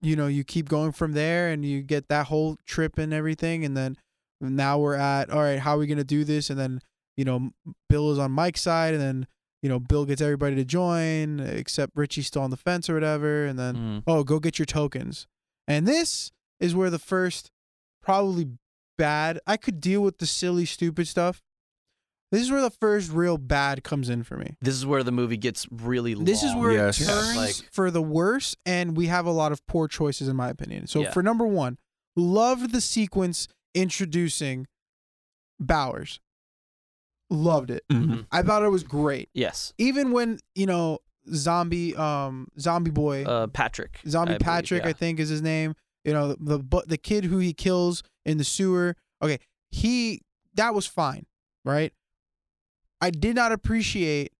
[SPEAKER 4] you know, you keep going from there and you get that whole trip and everything. And then now we're at, all right, how are we going to do this? And then, you know, Bill is on Mike's side. And then, you know, Bill gets everybody to join except Richie's still on the fence or whatever. And then,
[SPEAKER 1] Mm.
[SPEAKER 4] oh, go get your tokens. And this is where the first probably bad, I could deal with the silly, stupid stuff. This is where the first real bad comes in for me.
[SPEAKER 1] This is where the movie gets really long.
[SPEAKER 4] This is where
[SPEAKER 5] Yes.
[SPEAKER 4] it
[SPEAKER 5] Yeah,
[SPEAKER 4] turns
[SPEAKER 1] like-
[SPEAKER 4] for the worse, and we have a lot of poor choices, in my opinion. So,
[SPEAKER 1] Yeah.
[SPEAKER 4] for number one, loved the sequence introducing Bowers. Loved it.
[SPEAKER 3] Mm-hmm.
[SPEAKER 5] Mm-hmm.
[SPEAKER 1] Mhm.
[SPEAKER 4] I thought it was great.
[SPEAKER 1] Yes.
[SPEAKER 4] Even when you know zombie, um, zombie boy,
[SPEAKER 1] Uh, Patrick.
[SPEAKER 4] zombie
[SPEAKER 1] I believe,
[SPEAKER 4] Patrick,
[SPEAKER 1] yeah.
[SPEAKER 4] I think is his name. You know the but the kid who he kills in the sewer. Okay, he that was fine, right? I did not appreciate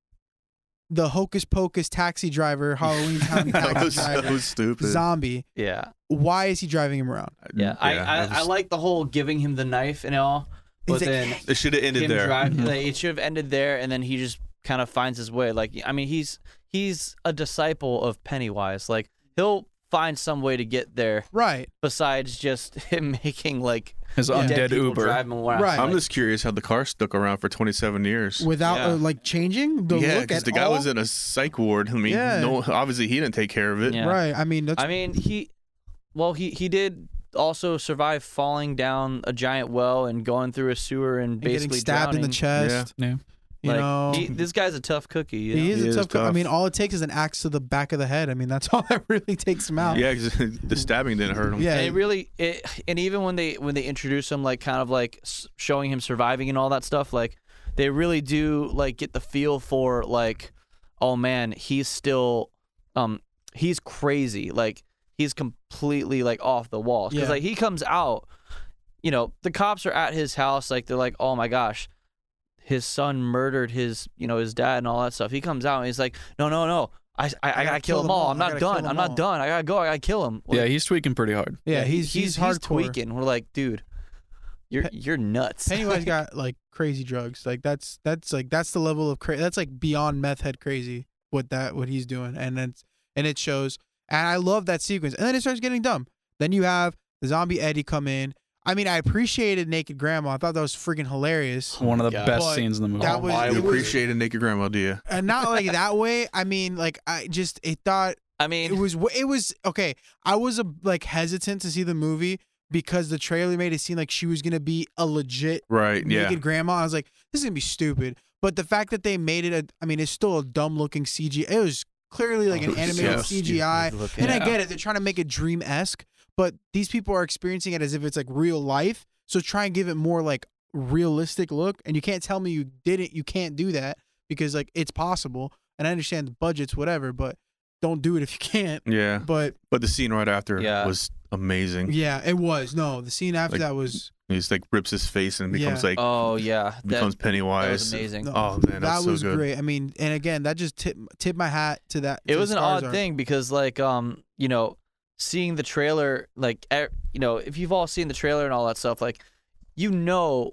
[SPEAKER 4] the hocus pocus taxi driver Halloween town
[SPEAKER 5] that
[SPEAKER 4] taxi
[SPEAKER 5] was
[SPEAKER 4] driver
[SPEAKER 5] so stupid.
[SPEAKER 4] zombie.
[SPEAKER 1] Yeah.
[SPEAKER 4] Why is he driving him around?
[SPEAKER 5] Mm,
[SPEAKER 1] Yeah. I, I,
[SPEAKER 5] that was-
[SPEAKER 1] I like the whole giving him the knife and all, but
[SPEAKER 4] He's like,
[SPEAKER 1] then
[SPEAKER 5] it should have ended
[SPEAKER 1] him
[SPEAKER 5] there. Mm-hmm.
[SPEAKER 1] drive-
[SPEAKER 3] Mhm.
[SPEAKER 1] like, it should have ended there, and then he just kind of finds his way. Like, I mean, he's he's a disciple of Pennywise. Like, he'll find some way to get there
[SPEAKER 4] Right,
[SPEAKER 1] besides just him making like
[SPEAKER 3] His
[SPEAKER 4] Yeah.
[SPEAKER 3] undead
[SPEAKER 1] people
[SPEAKER 3] Uber.
[SPEAKER 1] drive him around.
[SPEAKER 4] Right.
[SPEAKER 5] I'm
[SPEAKER 1] Like,
[SPEAKER 5] just curious how the car stuck around for 27 years.
[SPEAKER 4] without
[SPEAKER 1] Yeah.
[SPEAKER 4] uh, like changing the
[SPEAKER 5] yeah,
[SPEAKER 4] look at
[SPEAKER 5] the guy
[SPEAKER 4] all.
[SPEAKER 5] was in a psych ward. I mean,
[SPEAKER 4] Yeah.
[SPEAKER 5] no, obviously he didn't take care of it.
[SPEAKER 1] Yeah.
[SPEAKER 4] Right, I mean that's
[SPEAKER 1] I mean, he, well, he he did also survive falling down a giant well and going through a sewer and
[SPEAKER 4] and getting
[SPEAKER 1] basically
[SPEAKER 4] stabbed in the
[SPEAKER 1] drowning.
[SPEAKER 4] chest.
[SPEAKER 3] Yeah.
[SPEAKER 4] You
[SPEAKER 1] Like,
[SPEAKER 4] know,
[SPEAKER 1] he- this guy's a tough cookie. You know?
[SPEAKER 4] He is
[SPEAKER 5] He
[SPEAKER 4] a
[SPEAKER 5] is
[SPEAKER 4] tough, guy. I
[SPEAKER 5] tough.
[SPEAKER 4] mean, all it takes is an axe to the back of the head. I mean, that's all that really takes him out.
[SPEAKER 5] Yeah, 'cause the stabbing didn't hurt him.
[SPEAKER 4] Yeah.
[SPEAKER 1] And it really, it, and even when they when they introduce him, like kind of like s- showing him surviving and all that stuff, like they really do like get the feel for like, oh man, he's still, um, he's crazy. Like he's completely like off the walls because
[SPEAKER 4] Yeah.
[SPEAKER 1] like he comes out, you know, the cops are at his house. Like they're like, oh my gosh. His son murdered his, you know, his dad and all that stuff. He comes out and he's like, "No, no, no! I, I, I, gotta, kill, them all. I'm
[SPEAKER 4] I
[SPEAKER 1] not
[SPEAKER 4] gotta kill
[SPEAKER 1] done.
[SPEAKER 4] them
[SPEAKER 1] I'm
[SPEAKER 4] all."
[SPEAKER 1] not done. I gotta go. I gotta kill him." Like,
[SPEAKER 3] Yeah, he's tweaking pretty hard.
[SPEAKER 4] yeah. He's he's, hardcore.
[SPEAKER 1] tweaking. We're like, dude, you're you're nuts.
[SPEAKER 4] Pennywise got like crazy drugs. Like that's that's like that's the level of crazy. That's like beyond meth head crazy. What that what he's doing, and it's and it shows. And I love that sequence. And then it starts getting dumb. Then you have the zombie Eddie come in. I mean, I appreciated Naked Grandma. I thought that was freaking hilarious.
[SPEAKER 1] Oh
[SPEAKER 3] One of the
[SPEAKER 1] Yeah.
[SPEAKER 3] best
[SPEAKER 4] But
[SPEAKER 3] scenes in the movie.
[SPEAKER 4] that was-
[SPEAKER 5] I
[SPEAKER 4] it
[SPEAKER 5] would
[SPEAKER 4] was-
[SPEAKER 5] appreciate a naked grandma, do you?
[SPEAKER 4] And not like that way. I mean, like I just it thought
[SPEAKER 1] I
[SPEAKER 4] it
[SPEAKER 1] mean,
[SPEAKER 4] was it was okay. I was a, like hesitant to see the movie because the trailer made it seem like she was gonna be a legit
[SPEAKER 5] Right. Yeah.
[SPEAKER 4] naked grandma. I was like, this is gonna be stupid. But the fact that they made it, a, I mean, it's still a dumb looking CG. It was clearly like an
[SPEAKER 5] Oh,
[SPEAKER 4] animated
[SPEAKER 5] so
[SPEAKER 4] CGI.
[SPEAKER 5] stupid
[SPEAKER 4] And I
[SPEAKER 3] Yeah.
[SPEAKER 4] get it; they're trying to make it dream esque, but these people are experiencing it as if it's like real life. So try and give it more like realistic look. And you can't tell me you didn't. You can't do that because like it's possible. And I understand the budgets, whatever, but don't do it if you can't.
[SPEAKER 5] Yeah,
[SPEAKER 4] But
[SPEAKER 5] but the scene right after
[SPEAKER 1] Yeah.
[SPEAKER 5] was amazing.
[SPEAKER 4] yeah, it was no. The scene after
[SPEAKER 5] Like,
[SPEAKER 4] that was
[SPEAKER 5] He just like rips his face and becomes
[SPEAKER 4] Yeah.
[SPEAKER 5] like
[SPEAKER 1] Oh yeah,
[SPEAKER 5] becomes
[SPEAKER 1] that, that was
[SPEAKER 5] Pennywise.
[SPEAKER 1] amazing.
[SPEAKER 4] no,
[SPEAKER 5] Oh
[SPEAKER 4] that
[SPEAKER 5] man, that's so
[SPEAKER 4] was
[SPEAKER 5] good.
[SPEAKER 4] great. I mean, and again, that just tip tip my hat to that.
[SPEAKER 1] it
[SPEAKER 4] to
[SPEAKER 1] was an
[SPEAKER 4] Skarsgård.
[SPEAKER 1] odd thing because like um you know seeing the trailer like e- you know if you've all seen the trailer and all that stuff like you know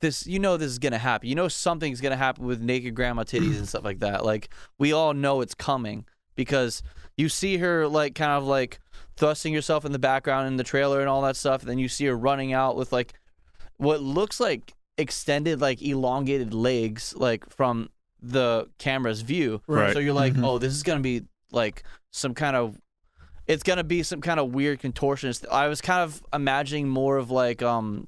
[SPEAKER 1] this you know this is gonna happen you know something's gonna happen with naked grandma titties and stuff like that like we all know it's coming because you see her like kind of like thrusting herself in the background in the trailer and all that stuff and then you see her running out with like what looks like extended like elongated legs like from the camera's view
[SPEAKER 5] Right.
[SPEAKER 1] so you're like,
[SPEAKER 4] Mm-hmm.
[SPEAKER 3] Mhm.
[SPEAKER 1] oh, this is gonna be like some kind of, it's gonna be some kind of weird contortionist. I was kind of imagining more of like um,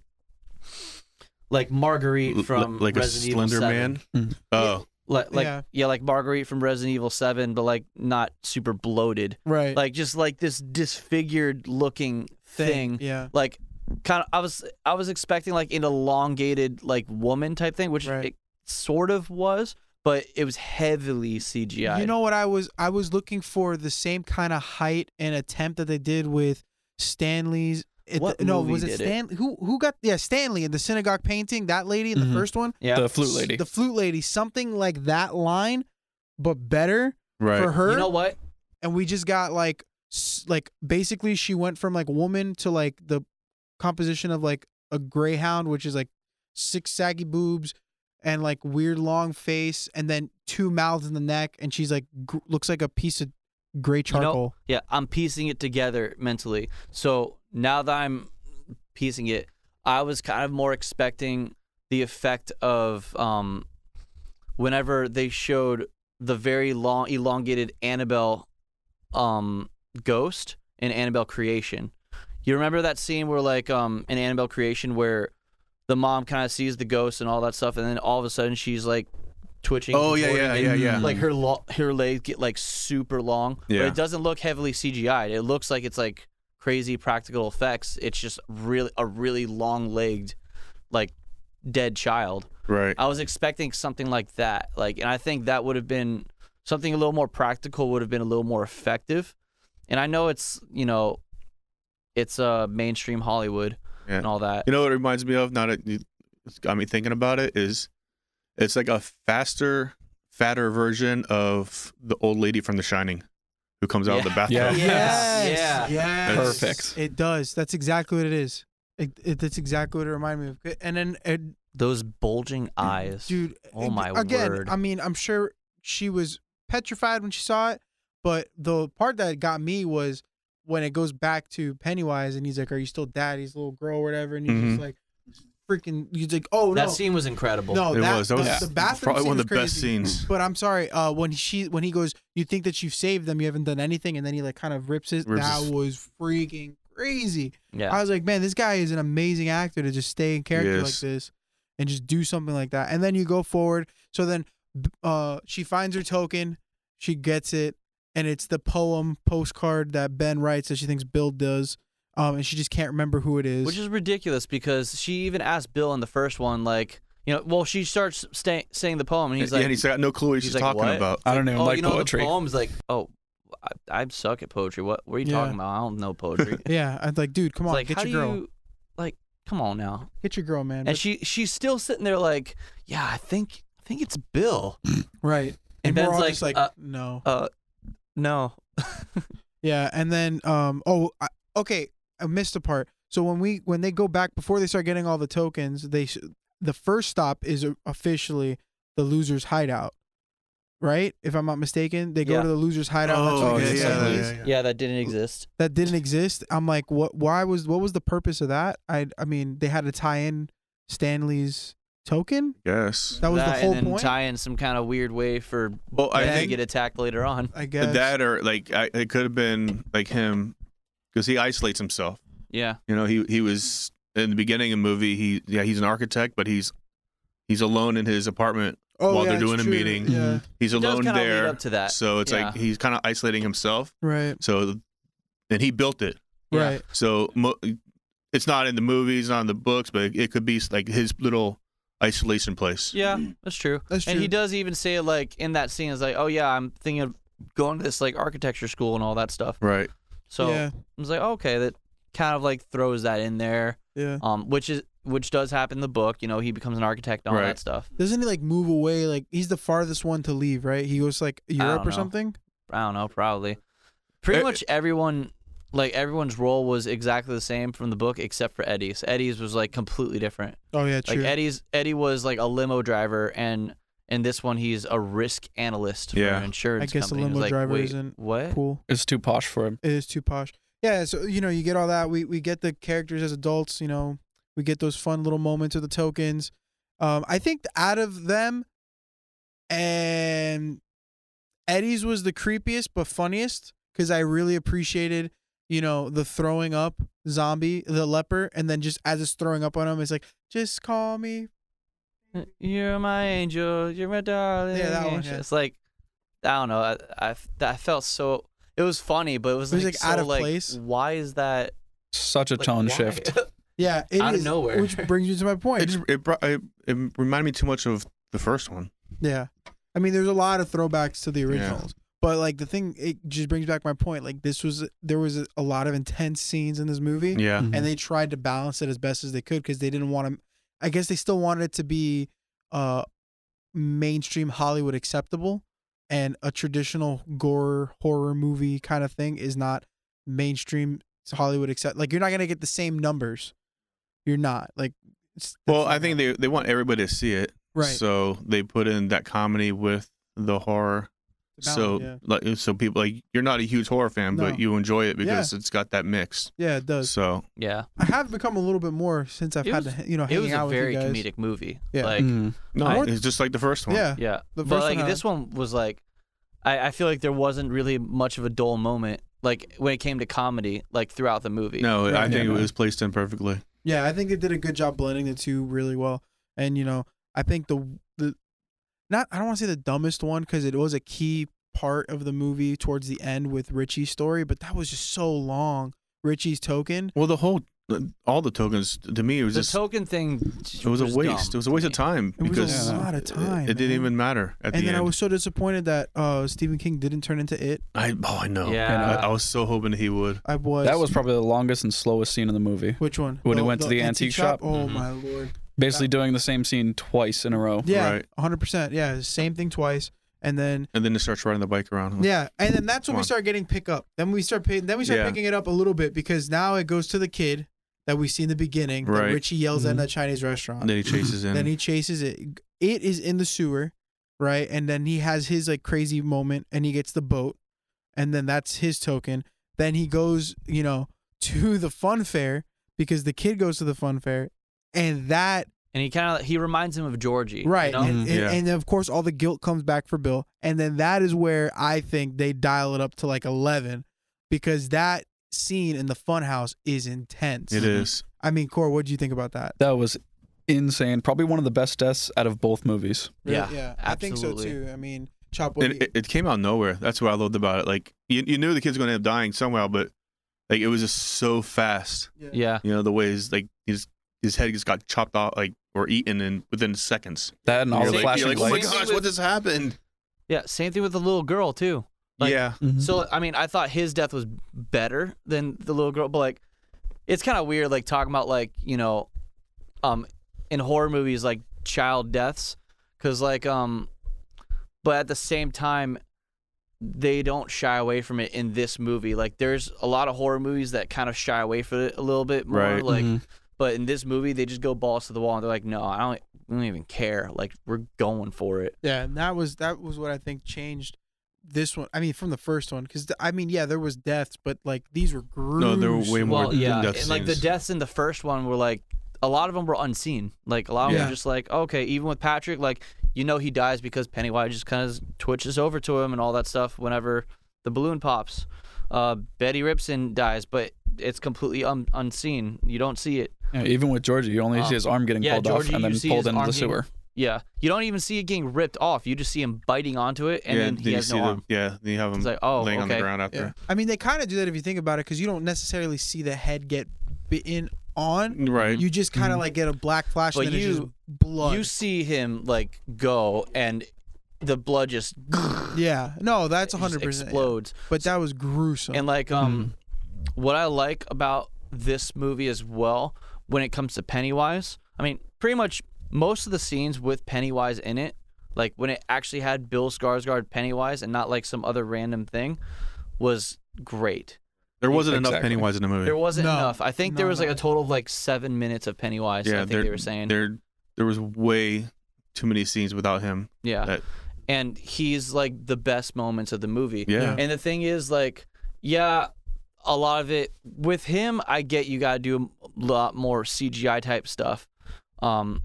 [SPEAKER 1] like
[SPEAKER 5] L-
[SPEAKER 1] Marguerite from
[SPEAKER 5] l- like a
[SPEAKER 1] Resident Evil
[SPEAKER 5] Slender
[SPEAKER 1] 7.
[SPEAKER 5] Man.
[SPEAKER 4] Mm-hmm.
[SPEAKER 3] Mm.
[SPEAKER 5] Oh,
[SPEAKER 1] like, like
[SPEAKER 4] Yeah.
[SPEAKER 1] yeah. like Marguerite from Resident Evil Seven, but like not super bloated,
[SPEAKER 4] right?
[SPEAKER 1] like just like this disfigured looking thing,
[SPEAKER 4] Yeah.
[SPEAKER 1] like kind of. I was I was expecting like an elongated like woman type thing, which
[SPEAKER 4] Right.
[SPEAKER 1] it sort of was, but it was heavily CGI.
[SPEAKER 4] You know what I was I was looking for the same kind of height and attempt that they did with Stanley's it-
[SPEAKER 1] What
[SPEAKER 4] no,
[SPEAKER 1] movie
[SPEAKER 4] was it
[SPEAKER 1] did it?
[SPEAKER 4] Stanley? Who who got yeah Stanley in the synagogue painting? That lady in
[SPEAKER 3] Mhm.
[SPEAKER 1] Mm-hmm.
[SPEAKER 4] the first one,
[SPEAKER 1] yeah.
[SPEAKER 3] The flute lady.
[SPEAKER 4] the flute lady, something like that line, but better
[SPEAKER 5] right.
[SPEAKER 4] for her.
[SPEAKER 1] You know what?
[SPEAKER 4] and we just got like s- like basically she went from like woman to like the composition of like a greyhound, which is like six saggy boobs and like weird long face, and then two mouths in the neck, and she's like gr- looks like a piece of gray
[SPEAKER 1] You know-
[SPEAKER 4] charcoal.
[SPEAKER 1] Yeah, I'm piecing it together mentally. So now that I'm piecing it, I was kind of more expecting the effect of um, whenever they showed the very long, elongated Annabelle um, ghost in Annabelle Creation. You remember that scene where, like, um, in Annabelle Creation, where the mom kind of sees the ghost and all that stuff, and then all of a sudden she's like twitching.
[SPEAKER 5] Oh, yeah,
[SPEAKER 1] contorting,
[SPEAKER 5] yeah,
[SPEAKER 1] and
[SPEAKER 5] yeah, yeah.
[SPEAKER 1] Like her lo- her legs get like super long,
[SPEAKER 5] Yeah.
[SPEAKER 1] but it doesn't look heavily CGI. It looks like it's like crazy practical effects. It's just really a really long legged, like dead child.
[SPEAKER 5] Right.
[SPEAKER 1] I was expecting something like that. Like, and I think that would have been something a little more practical. Would have been a little more effective. And I know it's you know, it's uh mainstream Hollywood
[SPEAKER 5] Yeah.
[SPEAKER 1] and all that.
[SPEAKER 5] You know what it reminds me of? Not a, it's got me thinking about it. Is it's like a faster, fatter version of the old lady from The Shining, who comes out of the
[SPEAKER 1] Yeah.
[SPEAKER 5] bathtub.
[SPEAKER 3] Yeah.
[SPEAKER 1] Yeah.
[SPEAKER 4] Yes.
[SPEAKER 3] Perfect.
[SPEAKER 4] It does. That's exactly what it is. It, it, that's exactly what it reminded me of. And then, it,
[SPEAKER 1] Those bulging eyes.
[SPEAKER 4] dude.
[SPEAKER 1] Oh my
[SPEAKER 4] again,
[SPEAKER 1] word.
[SPEAKER 4] I mean, I'm sure she was petrified when she saw it, but the part that got me was when it goes back to Pennywise and he's like, "Are you still daddy's little girl, or whatever?" And he's
[SPEAKER 5] Mhm.
[SPEAKER 4] just like, freaking. He's like, "Oh no,
[SPEAKER 1] that scene was incredible.
[SPEAKER 4] no,
[SPEAKER 5] It
[SPEAKER 4] that,
[SPEAKER 5] was. Oh, That
[SPEAKER 4] the,
[SPEAKER 5] was
[SPEAKER 4] the bathroom
[SPEAKER 5] probably
[SPEAKER 4] scene
[SPEAKER 5] one of
[SPEAKER 4] was
[SPEAKER 5] the best
[SPEAKER 4] crazy.
[SPEAKER 5] scenes.
[SPEAKER 4] But I'm sorry. Uh, when she when he goes, you think that you've saved them, you haven't done anything, and then he like kind of rips it.
[SPEAKER 5] Rips
[SPEAKER 4] that
[SPEAKER 5] his-
[SPEAKER 4] was freaking crazy.
[SPEAKER 1] Yeah.
[SPEAKER 4] I was like, man, this guy is an amazing actor to just stay in character
[SPEAKER 5] Yes.
[SPEAKER 4] like this and just do something like that. And then you go forward. So then b- uh, she finds her token, she gets it, and it's the poem postcard that Ben writes that she thinks Bill does. Um, and she just can't remember who it is.
[SPEAKER 1] Which is ridiculous because she even asked Bill in the first one, like, you know, well, she starts sta- saying the poem, and he's
[SPEAKER 5] yeah,
[SPEAKER 1] like,
[SPEAKER 5] and he's got no clue what
[SPEAKER 1] he's
[SPEAKER 5] she's
[SPEAKER 1] like,
[SPEAKER 5] talking
[SPEAKER 1] what?
[SPEAKER 5] about.
[SPEAKER 3] I don't even
[SPEAKER 1] oh,
[SPEAKER 3] like
[SPEAKER 1] you know,
[SPEAKER 3] poetry.
[SPEAKER 1] the poem's like, oh, I, I suck at poetry. What, what are you
[SPEAKER 4] Yeah.
[SPEAKER 1] talking about? I don't know poetry. It's
[SPEAKER 4] yeah, I'm like, dude, come on,
[SPEAKER 1] like,
[SPEAKER 4] get
[SPEAKER 1] how
[SPEAKER 4] your
[SPEAKER 1] do
[SPEAKER 4] girl,
[SPEAKER 1] you, like, come on now.
[SPEAKER 4] get your girl, man.
[SPEAKER 1] And she she's still sitting there like, yeah, I think I think it's Bill.
[SPEAKER 4] right? And,
[SPEAKER 1] And
[SPEAKER 4] we're
[SPEAKER 1] Ben's
[SPEAKER 4] all
[SPEAKER 1] like,
[SPEAKER 4] just like,
[SPEAKER 1] uh,
[SPEAKER 4] no,
[SPEAKER 1] Uh, no,
[SPEAKER 4] Yeah, and then um oh I, okay, I missed a part. So when we when they go back before they start getting all the tokens, they s- the first stop is officially the loser's hideout. Right? If I'm not mistaken, they go
[SPEAKER 1] Yeah.
[SPEAKER 4] to the loser's hideout. that's
[SPEAKER 5] Oh,
[SPEAKER 4] where
[SPEAKER 5] yeah,
[SPEAKER 4] they
[SPEAKER 3] it's
[SPEAKER 4] get
[SPEAKER 5] yeah,
[SPEAKER 3] like-
[SPEAKER 5] yeah,
[SPEAKER 4] tokens.
[SPEAKER 5] yeah, yeah.
[SPEAKER 1] yeah, that didn't exist.
[SPEAKER 4] That didn't exist. I'm like, what why was what was the purpose of that? I I mean, they had to tie in Stanley's token?
[SPEAKER 5] Yes.
[SPEAKER 4] That was
[SPEAKER 1] That
[SPEAKER 4] the whole
[SPEAKER 1] and then
[SPEAKER 4] point.
[SPEAKER 1] tie in some kind of weird way for
[SPEAKER 5] Well, I
[SPEAKER 1] Ben to
[SPEAKER 5] think
[SPEAKER 1] get attacked later on.
[SPEAKER 4] I guess.
[SPEAKER 5] that or like I, it could have been like him because he isolates himself.
[SPEAKER 1] Yeah,
[SPEAKER 5] You know, he he was in the beginning of the movie. He yeah, he's an architect, but he's he's alone in his apartment.
[SPEAKER 4] oh,
[SPEAKER 5] while
[SPEAKER 4] yeah,
[SPEAKER 5] they're
[SPEAKER 4] it's
[SPEAKER 5] doing a
[SPEAKER 4] true.
[SPEAKER 5] meeting. Mm-hmm.
[SPEAKER 4] Yeah.
[SPEAKER 5] He's
[SPEAKER 1] it does
[SPEAKER 5] alone
[SPEAKER 1] kind of lead
[SPEAKER 5] there.
[SPEAKER 1] up to that.
[SPEAKER 5] So it's like
[SPEAKER 1] Yeah.
[SPEAKER 5] he's kind of isolating himself.
[SPEAKER 4] Right.
[SPEAKER 5] So and he built it.
[SPEAKER 1] Yeah.
[SPEAKER 4] Right.
[SPEAKER 5] So mo- it's not in the movies, not in the books, but it could be like his little isolation place.
[SPEAKER 1] Yeah, that's true.
[SPEAKER 4] That's
[SPEAKER 1] And he
[SPEAKER 4] true.
[SPEAKER 1] does even say like in that scene is like, oh yeah, I'm thinking of going to this like architecture school and all that stuff.
[SPEAKER 5] Right.
[SPEAKER 1] So
[SPEAKER 4] yeah,
[SPEAKER 1] I was like, "Oh, okay, that kind of like throws that in there,
[SPEAKER 4] yeah.
[SPEAKER 1] um, which is which does happen in the book. You know, he becomes an architect and all
[SPEAKER 5] Right.
[SPEAKER 1] that stuff.
[SPEAKER 4] Doesn't he like move away? Like he's the farthest one to leave, right? He goes to, like Europe or
[SPEAKER 1] know.
[SPEAKER 4] something.
[SPEAKER 1] I don't know, probably. Pretty
[SPEAKER 5] Eh,
[SPEAKER 1] much everyone, like everyone's role was exactly the same from the book except for Eddie's. Eddie's was like completely different.
[SPEAKER 4] Oh yeah,
[SPEAKER 1] Like
[SPEAKER 4] true.
[SPEAKER 1] Eddie's Eddie was like a limo driver, and in this one he's a risk analyst for
[SPEAKER 5] Yeah.
[SPEAKER 1] an insurance
[SPEAKER 4] I guess a
[SPEAKER 1] company. It's
[SPEAKER 4] limo
[SPEAKER 1] like,
[SPEAKER 4] driver
[SPEAKER 1] wait,
[SPEAKER 4] isn't
[SPEAKER 1] what?
[SPEAKER 4] cool.
[SPEAKER 3] It's too posh for him.
[SPEAKER 4] It is too posh. Yeah, so you know, you get all that. We we get the characters as adults. You know, we get those fun little moments of the tokens. Um, I think out of them, and Eddie's was the creepiest but funniest because I really appreciated, you know, the throwing up zombie, the leper, and then just as it's throwing up on him, it's like, just call me.
[SPEAKER 1] You're my angel. You're my darling.
[SPEAKER 4] Yeah, that one,
[SPEAKER 1] angel."
[SPEAKER 4] yeah.
[SPEAKER 1] It's like I don't know. I, I that felt so. It was funny, but it was,
[SPEAKER 4] It was,
[SPEAKER 1] like,
[SPEAKER 4] like,
[SPEAKER 1] so,
[SPEAKER 4] out of
[SPEAKER 1] like,
[SPEAKER 4] place.
[SPEAKER 1] Why is that?
[SPEAKER 3] Such a
[SPEAKER 1] like,
[SPEAKER 3] tone
[SPEAKER 1] why?
[SPEAKER 3] shift.
[SPEAKER 4] Yeah, it
[SPEAKER 1] Out of
[SPEAKER 4] is-
[SPEAKER 1] nowhere.
[SPEAKER 4] which brings me to my point.
[SPEAKER 5] It just it brought it, it reminded me too much of the first one.
[SPEAKER 4] Yeah. I mean, there's a lot of throwbacks to the
[SPEAKER 5] Yeah.
[SPEAKER 4] originals. But like the thing, it just brings back my point. Like this was there was a lot of intense scenes in this movie,
[SPEAKER 5] Yeah.
[SPEAKER 1] Mm.
[SPEAKER 3] Mhm.
[SPEAKER 4] and they tried to balance it as best as they could because they didn't want to. I guess they still wanted it to be, uh, mainstream Hollywood acceptable, and a traditional gore horror movie kind of thing is not mainstream Hollywood accept. Like you're not gonna get the same numbers. You're not like. it's-
[SPEAKER 5] Well,
[SPEAKER 4] that's
[SPEAKER 5] I
[SPEAKER 4] not
[SPEAKER 5] think they they want everybody to see it.
[SPEAKER 4] right.
[SPEAKER 5] So they put in that comedy with the horror.
[SPEAKER 4] the balance,
[SPEAKER 5] so
[SPEAKER 4] yeah.
[SPEAKER 5] like so people like you're not a huge horror fan,
[SPEAKER 4] No.
[SPEAKER 5] but you enjoy it because it's got that mix.
[SPEAKER 4] yeah, it does.
[SPEAKER 5] So
[SPEAKER 1] Yeah,
[SPEAKER 4] I have become a little bit more since I've
[SPEAKER 1] It
[SPEAKER 4] had
[SPEAKER 1] was-
[SPEAKER 4] to, you know,
[SPEAKER 1] it
[SPEAKER 4] Oh, hanging
[SPEAKER 1] was
[SPEAKER 4] out
[SPEAKER 1] a
[SPEAKER 4] with
[SPEAKER 1] very
[SPEAKER 4] you guys.
[SPEAKER 1] comedic movie.
[SPEAKER 4] Yeah.
[SPEAKER 1] like
[SPEAKER 3] Mm.
[SPEAKER 5] no,
[SPEAKER 1] I-
[SPEAKER 5] it's just like the first one.
[SPEAKER 4] yeah,
[SPEAKER 1] yeah.
[SPEAKER 4] The
[SPEAKER 1] but
[SPEAKER 4] first
[SPEAKER 1] like
[SPEAKER 4] one I-
[SPEAKER 1] this one was like, I I feel like there wasn't really much of a dull moment. Like when it came to comedy, like throughout the movie.
[SPEAKER 5] No,
[SPEAKER 4] Yeah.
[SPEAKER 5] I think
[SPEAKER 3] Yeah.
[SPEAKER 5] it was placed in perfectly.
[SPEAKER 4] yeah. I think they did a good job blending the two really well, and you know, I think the the not I don't want to say the dumbest one because it was a key part of the movie towards the end with Richie's story, but that was just so long. Richie's token.
[SPEAKER 5] Well, the whole all the tokens to me it was
[SPEAKER 1] the
[SPEAKER 5] just
[SPEAKER 1] token thing.
[SPEAKER 5] it was, a waste.
[SPEAKER 1] dumb
[SPEAKER 5] It was a waste
[SPEAKER 1] to
[SPEAKER 5] of time
[SPEAKER 4] It was
[SPEAKER 5] because
[SPEAKER 4] a lot of time.
[SPEAKER 5] it, it didn't
[SPEAKER 4] man.
[SPEAKER 5] even matter at
[SPEAKER 4] And
[SPEAKER 5] the
[SPEAKER 4] then
[SPEAKER 5] end.
[SPEAKER 4] I was so disappointed that uh, Stephen King didn't turn into it.
[SPEAKER 5] I oh I know.
[SPEAKER 1] Yeah.
[SPEAKER 5] I, I was so hoping he would.
[SPEAKER 4] I was.
[SPEAKER 3] That was probably the longest and slowest scene in the movie.
[SPEAKER 4] which one?
[SPEAKER 3] When he went to the antique shop?
[SPEAKER 4] Oh
[SPEAKER 1] Mhm.
[SPEAKER 5] Mm-hmm.
[SPEAKER 4] my lord.
[SPEAKER 3] Basically doing the same scene twice in a row.
[SPEAKER 4] Yeah,
[SPEAKER 5] Oh, Right.
[SPEAKER 4] 100%. Yeah, same thing twice. And then
[SPEAKER 5] And then it starts riding the bike around.
[SPEAKER 4] Yeah, and then that's when
[SPEAKER 5] Mm. Come
[SPEAKER 4] we
[SPEAKER 5] on.
[SPEAKER 4] start getting pickup. Then we start picking. Then we start
[SPEAKER 5] Yeah.
[SPEAKER 4] picking it up a little bit because now it goes to the kid that we see in the beginning. That
[SPEAKER 5] Right.
[SPEAKER 4] Richie yells at in
[SPEAKER 3] Mhm.
[SPEAKER 4] a Chinese restaurant.
[SPEAKER 5] And then he chases in.
[SPEAKER 4] then he chases it. It is in the sewer, right? And then he has his like crazy moment, and he gets the boat, and then that's his token. Then he goes, you know, to the fun fair because the kid goes to the fun fair, and that
[SPEAKER 1] And he kind of he reminds him of Georgie,
[SPEAKER 4] Right.
[SPEAKER 1] You know?
[SPEAKER 4] And, and,
[SPEAKER 5] Yeah.
[SPEAKER 4] and of course, all the guilt comes back for Bill. And then that is where I think they dial it up to like 11 because that scene in the funhouse is intense.
[SPEAKER 5] it is.
[SPEAKER 4] I mean, Core, what do you think about that?
[SPEAKER 3] That was insane. Probably one of the best deaths out of both movies.
[SPEAKER 1] Yeah,
[SPEAKER 4] Yeah. I think so
[SPEAKER 1] absolutely.
[SPEAKER 4] too. I mean, Chop, what
[SPEAKER 5] And
[SPEAKER 4] do you-
[SPEAKER 5] it, it came out of nowhere. That's what I loved about it. Like you, you knew the kid's going to end up dying somehow, but like it was just so fast.
[SPEAKER 1] Yeah.
[SPEAKER 5] You know the way his like his his head just got chopped off like or eaten in within seconds.
[SPEAKER 3] That and all
[SPEAKER 5] You're
[SPEAKER 3] the
[SPEAKER 5] like,
[SPEAKER 3] flashing
[SPEAKER 5] you're like, oh my
[SPEAKER 3] lights.
[SPEAKER 5] gosh, what just happened?
[SPEAKER 1] Yeah. Same thing with the little girl too. Like,
[SPEAKER 5] yeah,
[SPEAKER 3] Mhm.
[SPEAKER 1] So I mean, I thought his death was better than the little girl, but like, it's kind of weird, like talking about like you know, um, in horror movies like child deaths, because like um, but at the same time, they don't shy away from it in this movie. Like, there's a lot of horror movies that kind of shy away from it a little bit more.
[SPEAKER 5] Right.
[SPEAKER 1] Like,
[SPEAKER 3] Mhm.
[SPEAKER 1] but in this movie, they just go balls to the wall and they're like, no, I don't, we don't even care. Like, we're going for it.
[SPEAKER 4] Yeah, and that was that was what I think changed this one. I mean, from the first one, because I mean, yeah, there was deaths, but like these were gruesome.
[SPEAKER 5] there were way more
[SPEAKER 1] Well, yeah,
[SPEAKER 5] death
[SPEAKER 1] and like the
[SPEAKER 5] scenes.
[SPEAKER 1] deaths in the first one were like a lot of them were unseen. Like a lot of them
[SPEAKER 4] Yeah.
[SPEAKER 1] were just like okay, even with Patrick, like you know he dies because Pennywise just kind of twitches over to him and all that stuff whenever the balloon pops. Uh, Betty Ripson dies, but it's completely un- unseen. You don't see it.
[SPEAKER 3] Yeah, even with Georgie, you only
[SPEAKER 1] Um,
[SPEAKER 3] see his arm getting
[SPEAKER 1] yeah,
[SPEAKER 3] pulled
[SPEAKER 1] Georgie,
[SPEAKER 3] off and
[SPEAKER 1] you
[SPEAKER 3] then
[SPEAKER 1] see
[SPEAKER 3] pulled
[SPEAKER 1] his
[SPEAKER 3] into
[SPEAKER 1] arm
[SPEAKER 3] the
[SPEAKER 1] getting-
[SPEAKER 3] sewer.
[SPEAKER 1] Yeah, you don't even see it getting ripped off. You just see him biting onto it, and
[SPEAKER 5] yeah.
[SPEAKER 1] then he
[SPEAKER 5] you
[SPEAKER 1] has
[SPEAKER 5] see
[SPEAKER 1] no
[SPEAKER 5] the-
[SPEAKER 1] arm.
[SPEAKER 5] Yeah, then you have him
[SPEAKER 1] It's like, oh,
[SPEAKER 5] laying on the
[SPEAKER 1] okay.
[SPEAKER 5] ground after.
[SPEAKER 4] Yeah. I mean, they kind of do that if you think about it, because you don't necessarily see the head get bitten on,
[SPEAKER 5] right.
[SPEAKER 4] you just kind of
[SPEAKER 3] Mhm.
[SPEAKER 4] like get a black flash
[SPEAKER 1] Mm-hmm. But
[SPEAKER 4] and then it's just
[SPEAKER 1] you-
[SPEAKER 4] blood.
[SPEAKER 1] You see him like go, and the blood just
[SPEAKER 4] yeah, no, that's
[SPEAKER 1] it just
[SPEAKER 4] 100%. yeah.
[SPEAKER 1] explodes.
[SPEAKER 4] But that was gruesome.
[SPEAKER 5] Mm-hmm.
[SPEAKER 1] And like um what I like about this movie as well when it comes to Pennywise, I mean, pretty much most of the scenes with Pennywise in it, like when it actually had Bill Skarsgård Pennywise and not like some other random thing was great.
[SPEAKER 5] There wasn't enough
[SPEAKER 3] Exactly.
[SPEAKER 5] Pennywise in the movie.
[SPEAKER 1] There wasn't
[SPEAKER 4] No.
[SPEAKER 1] enough. I think there
[SPEAKER 4] No,
[SPEAKER 1] was like
[SPEAKER 4] no.
[SPEAKER 1] a total of like 7 minutes of Pennywise, I
[SPEAKER 5] there-
[SPEAKER 1] think they were saying.
[SPEAKER 5] there there was way too many scenes without him.
[SPEAKER 1] Yeah.
[SPEAKER 5] That-
[SPEAKER 1] and he's like the best moments of the movie.
[SPEAKER 5] Yeah.
[SPEAKER 1] And the thing is, like, yeah, a lot of it with him, I get you got to do a lot more CGI type stuff. Um,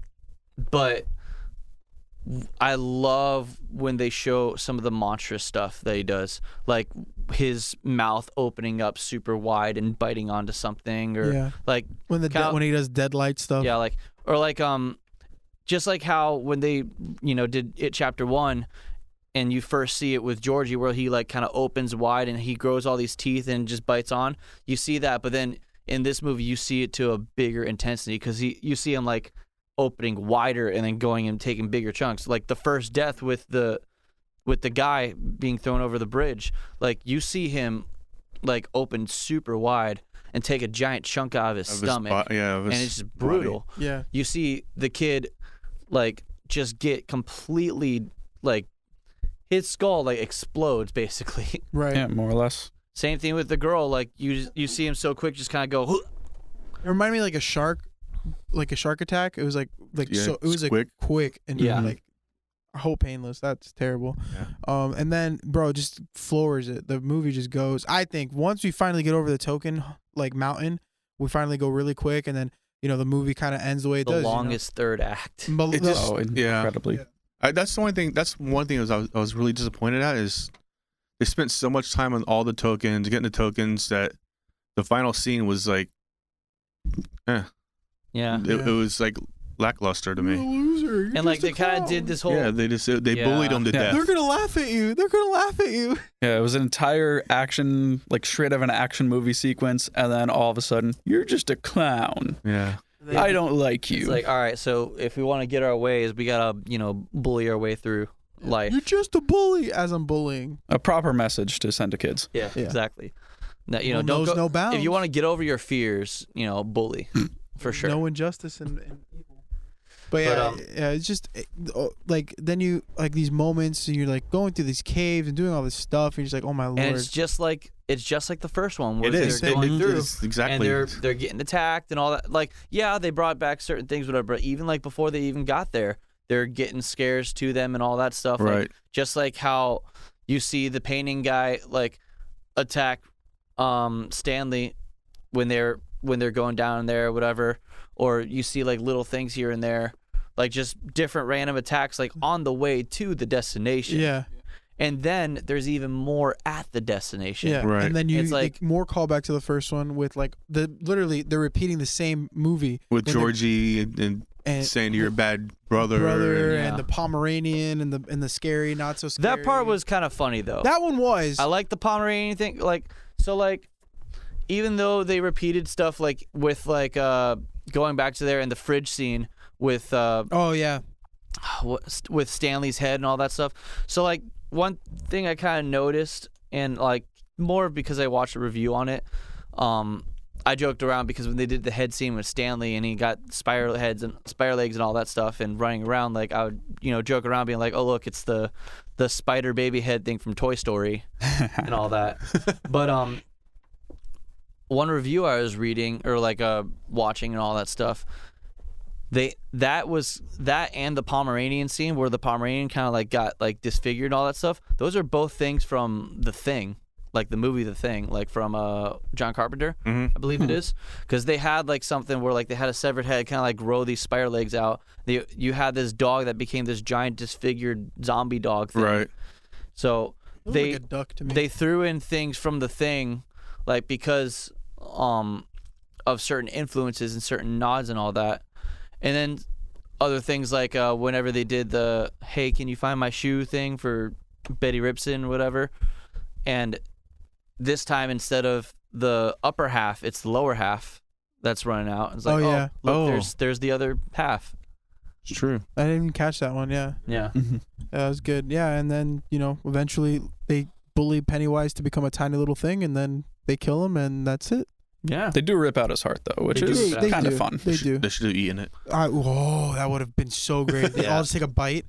[SPEAKER 1] but I love when they show some of the monstrous stuff that he does, like his mouth opening up super wide and biting onto something, or
[SPEAKER 4] yeah.
[SPEAKER 1] like
[SPEAKER 4] When the de-
[SPEAKER 1] Cal-
[SPEAKER 4] when he does deadlight stuff.
[SPEAKER 1] yeah, like or like um, just like how when they you know did it chapter one, and you first see it with Georgie where he like kind of opens wide and he grows all these teeth and just bites on. You see that, but then in this movie you see it to a bigger intensity because he you see him like opening wider and then going and taking bigger chunks. Like the first death with the with the guy being thrown over the bridge, like you see him like open super wide and take a giant chunk out of his
[SPEAKER 5] Of his
[SPEAKER 1] stomach
[SPEAKER 5] bo- yeah, of his
[SPEAKER 1] and it's just
[SPEAKER 5] body.
[SPEAKER 1] brutal.
[SPEAKER 4] Yeah.
[SPEAKER 1] You see the kid like just get completely like his skull like explodes basically.
[SPEAKER 4] Right.
[SPEAKER 3] Yeah, more or less.
[SPEAKER 1] Same thing with the girl like you you see him so quick just kind of go
[SPEAKER 4] It reminded me like a shark, like a shark attack. It was like like
[SPEAKER 5] Yeah,
[SPEAKER 4] so. It
[SPEAKER 5] it's
[SPEAKER 4] was like
[SPEAKER 5] quick.
[SPEAKER 4] quick and
[SPEAKER 1] Yeah.
[SPEAKER 4] like whole painless. That's terrible.
[SPEAKER 5] Yeah.
[SPEAKER 4] Um, and then bro just floors it. The movie just goes. I think once we finally get over the token like mountain, we finally go really quick, and then you know the movie kind of ends the way it
[SPEAKER 1] the
[SPEAKER 4] does.
[SPEAKER 1] longest third act.
[SPEAKER 4] You know? But
[SPEAKER 5] It
[SPEAKER 4] the-
[SPEAKER 5] just-
[SPEAKER 3] Oh, and
[SPEAKER 5] yeah.
[SPEAKER 3] incredibly.
[SPEAKER 4] Yeah.
[SPEAKER 5] I, that's the only thing. That's one thing I was, I was I was really disappointed at is they spent so much time on all the tokens, getting the tokens that the final scene was like
[SPEAKER 1] Yeah.
[SPEAKER 5] it,
[SPEAKER 4] Yeah.
[SPEAKER 5] it was like lackluster to
[SPEAKER 4] You're a
[SPEAKER 5] me.
[SPEAKER 4] loser. You're
[SPEAKER 1] And like
[SPEAKER 4] just a
[SPEAKER 1] they kind
[SPEAKER 4] clown.
[SPEAKER 1] of did this whole
[SPEAKER 5] Yeah, they just they
[SPEAKER 1] Yeah.
[SPEAKER 5] bullied him to
[SPEAKER 3] Yeah.
[SPEAKER 5] death.
[SPEAKER 4] They're gonna laugh at you. They're gonna laugh at you.
[SPEAKER 3] Yeah, it was an entire action, like straight of an action movie sequence, and then all of a sudden, you're just a clown.
[SPEAKER 5] Yeah,
[SPEAKER 3] I don't like you.
[SPEAKER 1] It's like all right, so if we want to get our ways, we gotta you know bully our way through life.
[SPEAKER 4] You're just a bully. As I'm bullying.
[SPEAKER 3] a proper message to send to kids.
[SPEAKER 1] Yeah,
[SPEAKER 4] Yeah.
[SPEAKER 1] exactly. Now, you know,
[SPEAKER 4] Well,
[SPEAKER 1] don't
[SPEAKER 4] knows
[SPEAKER 1] go,
[SPEAKER 4] no bounds.
[SPEAKER 1] if you want to get over your fears, you know, bully for sure.
[SPEAKER 4] No injustice and, and evil. But yeah,
[SPEAKER 1] um,
[SPEAKER 4] yeah, it's just it- oh, like then you like these moments and you're like going through these caves and doing all this stuff. And you're just like, oh my lord.
[SPEAKER 1] and it's just like it's just like the first one where
[SPEAKER 5] it is.
[SPEAKER 1] they're
[SPEAKER 5] It,
[SPEAKER 1] going
[SPEAKER 5] it
[SPEAKER 1] through
[SPEAKER 5] is exactly.
[SPEAKER 1] and they're they're getting attacked and all that. Like yeah, they brought back certain things, whatever. But even like before they even got there, they're getting scares to them and all that stuff. Like,
[SPEAKER 5] Right.
[SPEAKER 1] just like how you see the painting guy like attack um, Stanley when they're when they're going down there or whatever, or you see like little things here and there, like just different random attacks like on the way to the destination.
[SPEAKER 4] yeah,
[SPEAKER 1] And then there's even more at the destination.
[SPEAKER 4] yeah.
[SPEAKER 5] Right.
[SPEAKER 4] And then you
[SPEAKER 1] It's
[SPEAKER 4] it's like,
[SPEAKER 1] like-
[SPEAKER 4] more callback to the first one with like the literally they're repeating the same movie
[SPEAKER 5] with
[SPEAKER 4] the-
[SPEAKER 5] Georgie and, and
[SPEAKER 4] and
[SPEAKER 5] saying you're a bad brother.
[SPEAKER 4] brother
[SPEAKER 1] Yeah.
[SPEAKER 4] and the Pomeranian and the and the scary not so scary.
[SPEAKER 1] That part was kind of funny though.
[SPEAKER 4] that one was
[SPEAKER 1] I like the Pomeranian thing. Like so, like even though they repeated stuff like with like uh going back to there and the fridge scene with uh
[SPEAKER 4] oh yeah
[SPEAKER 1] what- with Stanley's head and all that stuff. So like one thing I kind of noticed and like more because I watched a review on it. Um, I joked around because when they did the head scene with Stanley and he got spiral heads and spiral legs and all that stuff and running around, like I would you know joke around being like, oh look, it's the the spider baby head thing from Toy Story and all that. but um, one review I was reading or like uh watching and all that stuff they that was that and the Pomeranian scene where the Pomeranian kind of like got like disfigured and all that stuff. Those are both things from The Thing, like the movie The Thing, like from uh John Carpenter, I believe it is, because they had like something where like they had a severed head kind of like grow these spider legs out. They, you had this dog that became this giant disfigured zombie dog thing.
[SPEAKER 5] Right.
[SPEAKER 4] It
[SPEAKER 1] So
[SPEAKER 4] was
[SPEAKER 1] they
[SPEAKER 4] like a duck to me.
[SPEAKER 1] they threw in things from the thing like because um of certain influences and certain nods and all that and then other things like uh whenever they did the hey can you find my shoe thing for betty ripson whatever and this time instead of the upper half it's the lower half that's running out. It's like,
[SPEAKER 4] Oh,
[SPEAKER 1] oh,
[SPEAKER 4] yeah.
[SPEAKER 1] look,
[SPEAKER 5] Oh.
[SPEAKER 1] there's there's the other half.
[SPEAKER 5] It's true.
[SPEAKER 4] I didn't catch that one. Yeah.
[SPEAKER 1] Yeah.
[SPEAKER 5] Mm-hmm.
[SPEAKER 4] That was good. Yeah, and then you know, eventually they bully Pennywise to become a tiny little thing, and then they kill him, and that's it.
[SPEAKER 1] Yeah.
[SPEAKER 3] They do rip out his heart though, which
[SPEAKER 1] They do
[SPEAKER 3] is
[SPEAKER 1] rip out his
[SPEAKER 3] kind of
[SPEAKER 4] do.
[SPEAKER 3] fun.
[SPEAKER 4] They do.
[SPEAKER 5] They should have eaten it.
[SPEAKER 4] I, whoa, that would have been so great. They
[SPEAKER 1] Yeah.
[SPEAKER 4] all just take a bite.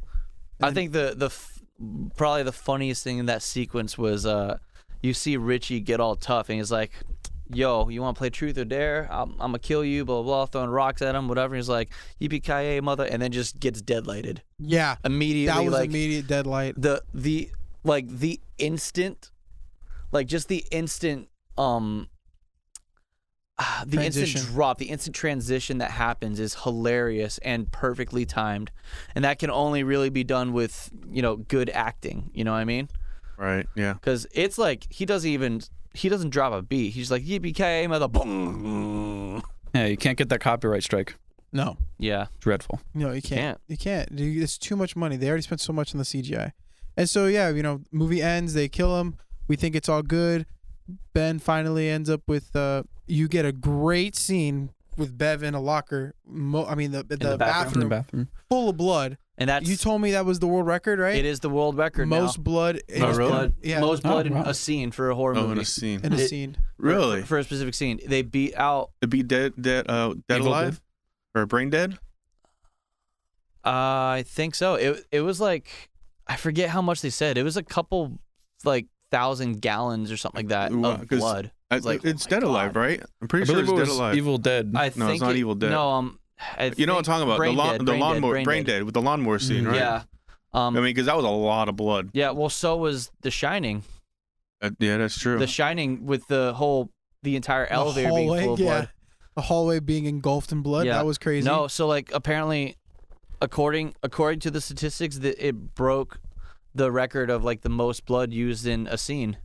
[SPEAKER 4] and
[SPEAKER 1] I
[SPEAKER 4] then-
[SPEAKER 1] think the the f- probably the funniest thing in that sequence was uh, you see Richie get all tough and he's like, "Yo, you want to play truth or dare? I'm, I'm gonna kill you." Blah blah, blah throwing rocks at him, whatever. He's like, "Yippee mother!" and then just gets deadlighted
[SPEAKER 4] Yeah,
[SPEAKER 1] immediately.
[SPEAKER 4] that was
[SPEAKER 1] like
[SPEAKER 4] immediate deadlight.
[SPEAKER 1] the the like the instant, like just the instant um. ah, The
[SPEAKER 4] Transition.
[SPEAKER 1] instant drop, the instant transition that happens is hilarious and perfectly timed, and that can only really be done with you know good acting. You know what I mean?
[SPEAKER 5] Right. Yeah.
[SPEAKER 1] Because it's like he doesn't even he doesn't drop a beat. He's like yippee ki mother boom.
[SPEAKER 3] Yeah, you can't get that copyright strike.
[SPEAKER 4] No,
[SPEAKER 1] Yeah,
[SPEAKER 3] Dreadful.
[SPEAKER 4] no, you can't.
[SPEAKER 1] Can't.
[SPEAKER 4] You can't. Dude, It's too much money. They already spent so much on the CGI, and so yeah, you know, movie ends. They kill him. We think it's all good. Ben finally ends up with. Uh, you get a great scene with Bev in a locker. Mo- I mean, the the,
[SPEAKER 1] the bathroom.
[SPEAKER 3] In the
[SPEAKER 4] bathroom
[SPEAKER 3] bathroom.
[SPEAKER 4] full of blood.
[SPEAKER 1] and that's
[SPEAKER 4] you told me that was the world record, right?
[SPEAKER 1] it is the world record now.
[SPEAKER 4] most blood. in-
[SPEAKER 1] most
[SPEAKER 5] really?
[SPEAKER 1] blood,
[SPEAKER 4] Yeah.
[SPEAKER 1] most
[SPEAKER 3] Oh,
[SPEAKER 1] blood in
[SPEAKER 3] wow.
[SPEAKER 1] a scene for a horror
[SPEAKER 5] Oh, in
[SPEAKER 1] movie.
[SPEAKER 5] a scene.
[SPEAKER 4] in a
[SPEAKER 1] It-
[SPEAKER 4] scene.
[SPEAKER 5] Really?
[SPEAKER 1] for a specific scene. They beat out.
[SPEAKER 5] It'd be dead, dead, uh, dead
[SPEAKER 3] Evil
[SPEAKER 5] alive, or brain dead.
[SPEAKER 1] Uh, I think so. It it was like I forget how much they said. It was a couple like thousand gallons or something like that
[SPEAKER 5] Wow,
[SPEAKER 1] of
[SPEAKER 5] uh, 'cause
[SPEAKER 1] blood.
[SPEAKER 5] I,
[SPEAKER 1] It's like,
[SPEAKER 5] it's
[SPEAKER 1] oh my
[SPEAKER 5] dead
[SPEAKER 1] God.
[SPEAKER 5] alive, right? I'm
[SPEAKER 3] I
[SPEAKER 5] pretty sure
[SPEAKER 3] believe
[SPEAKER 5] it's
[SPEAKER 3] it
[SPEAKER 5] dead
[SPEAKER 3] was
[SPEAKER 5] alive.
[SPEAKER 3] Evil Dead.
[SPEAKER 1] I
[SPEAKER 5] No,
[SPEAKER 1] think
[SPEAKER 5] it's not
[SPEAKER 1] it-
[SPEAKER 5] Evil Dead.
[SPEAKER 1] No, um, I
[SPEAKER 5] you know what I'm
[SPEAKER 1] think
[SPEAKER 5] talking about?
[SPEAKER 1] Brain
[SPEAKER 5] the lawn,
[SPEAKER 1] Dead,
[SPEAKER 5] the
[SPEAKER 1] Brain Dead,
[SPEAKER 5] lawnmower,
[SPEAKER 1] Brain
[SPEAKER 5] brain, dead. with the lawnmower scene,
[SPEAKER 3] Mm.
[SPEAKER 5] right?
[SPEAKER 1] Yeah. Um,
[SPEAKER 5] I mean, because that was a lot of blood.
[SPEAKER 1] yeah. Well, so was The Shining.
[SPEAKER 5] Uh, yeah, that's true.
[SPEAKER 1] The Shining with the whole the entire
[SPEAKER 4] The
[SPEAKER 1] elevator being full of blood.
[SPEAKER 4] The hallway being engulfed in blood.
[SPEAKER 1] Yeah.
[SPEAKER 4] That was crazy.
[SPEAKER 1] No, so like apparently, according according to the statistics, that it broke the record of like the most blood used in a scene.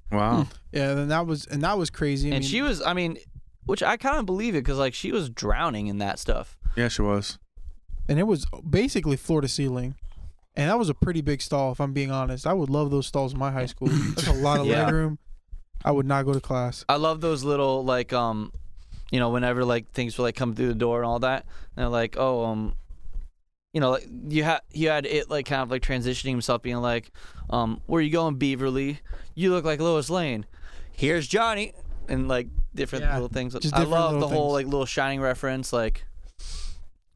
[SPEAKER 1] Hmm.
[SPEAKER 5] wow.
[SPEAKER 4] Yeah, then that was and that was crazy. I
[SPEAKER 1] and
[SPEAKER 4] mean,
[SPEAKER 1] she was, I mean, which I kind of believe it because like she was drowning in that stuff.
[SPEAKER 5] yeah, she was.
[SPEAKER 4] and it was basically floor to ceiling. And that was a pretty big stall, if I'm being honest. I would love those stalls in my high school. That's a lot of
[SPEAKER 1] Yeah.
[SPEAKER 4] leg room. I would not go to class.
[SPEAKER 1] I love those little like um, you know, whenever like things will like come through the door and all that, and they're like, oh um. You know, like you had you had it like kind of like transitioning himself, being like, um, "Where you going, Beaverly? You look like Lois Lane. Here's Johnny," and like different
[SPEAKER 4] Yeah,
[SPEAKER 1] little things.
[SPEAKER 4] just
[SPEAKER 1] I
[SPEAKER 4] different
[SPEAKER 1] love the
[SPEAKER 4] little
[SPEAKER 1] whole
[SPEAKER 4] things.
[SPEAKER 1] like little Shining reference, like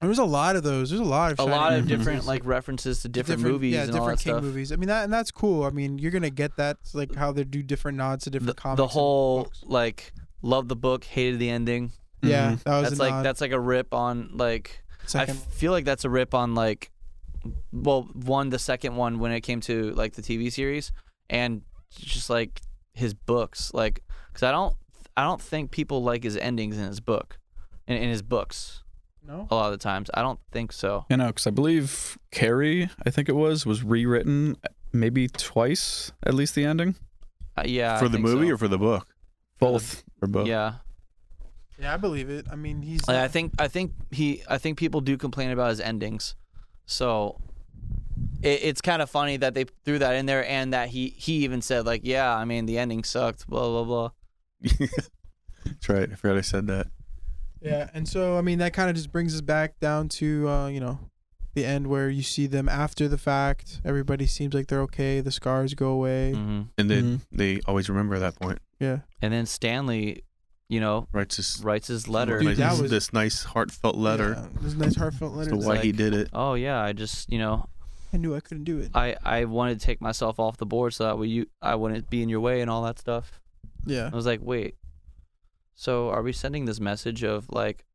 [SPEAKER 4] There was a lot of those. There's a lot of
[SPEAKER 1] a
[SPEAKER 4] Shining
[SPEAKER 1] lot of
[SPEAKER 4] movies.
[SPEAKER 1] different like references to different, movies
[SPEAKER 4] yeah,
[SPEAKER 1] and
[SPEAKER 4] different
[SPEAKER 1] all that
[SPEAKER 4] King
[SPEAKER 1] stuff.
[SPEAKER 4] movies. I mean, that and that's cool. I mean, you're gonna get that it's like how they do different nods to
[SPEAKER 1] The,
[SPEAKER 4] different comics.
[SPEAKER 1] the
[SPEAKER 4] and
[SPEAKER 1] whole
[SPEAKER 4] books.
[SPEAKER 1] like love the book, hated the ending.
[SPEAKER 4] yeah, that
[SPEAKER 3] Mhm.
[SPEAKER 4] was
[SPEAKER 1] Mm-hmm. that's
[SPEAKER 4] a
[SPEAKER 1] like
[SPEAKER 4] nod.
[SPEAKER 1] that's like a rip on like
[SPEAKER 4] Second-
[SPEAKER 1] I feel like that's a rip on like well one the second one when it came to like the TV series and just like his books like cuz I don't I don't think people like his endings in his book in, in his books
[SPEAKER 4] no,
[SPEAKER 1] a lot of the times I don't think so
[SPEAKER 3] You know, because I believe Carrie, I think it was, was rewritten maybe twice, at least the ending.
[SPEAKER 1] uh, yeah
[SPEAKER 5] for the movie or for the book?
[SPEAKER 3] Both.
[SPEAKER 5] For both.
[SPEAKER 1] yeah
[SPEAKER 4] yeah, I believe it. I mean, he's
[SPEAKER 1] Like, I think I think he I think people do complain about his endings, so it, it's kind of funny that they threw that in there and that he he even said like yeah I mean the ending sucked blah blah blah
[SPEAKER 5] That's right. I forgot I said that.
[SPEAKER 4] Yeah, and so I mean that kind of just brings us back down to uh, you know the end where you see them after the fact. Everybody seems like they're okay. The scars go away.
[SPEAKER 1] mm-hmm.
[SPEAKER 5] And then
[SPEAKER 3] Mhm.
[SPEAKER 5] they always remember that point.
[SPEAKER 4] Yeah,
[SPEAKER 1] and then Stanley, you know,
[SPEAKER 5] Writes this
[SPEAKER 1] writes his letter.
[SPEAKER 4] Dude,
[SPEAKER 5] like,
[SPEAKER 4] that
[SPEAKER 5] this,
[SPEAKER 4] was-
[SPEAKER 5] this nice heartfelt letter.
[SPEAKER 4] Yeah, it was a nice heartfelt
[SPEAKER 5] as
[SPEAKER 4] letter.
[SPEAKER 5] to
[SPEAKER 4] It's
[SPEAKER 5] why
[SPEAKER 4] like,
[SPEAKER 5] he did it.
[SPEAKER 1] Oh yeah, I just you know
[SPEAKER 4] I knew I couldn't do it.
[SPEAKER 1] I I wanted to take myself off the board so that way you I wouldn't be in your way and all that stuff.
[SPEAKER 4] Yeah,
[SPEAKER 1] I was like, wait. So are we sending this message of like,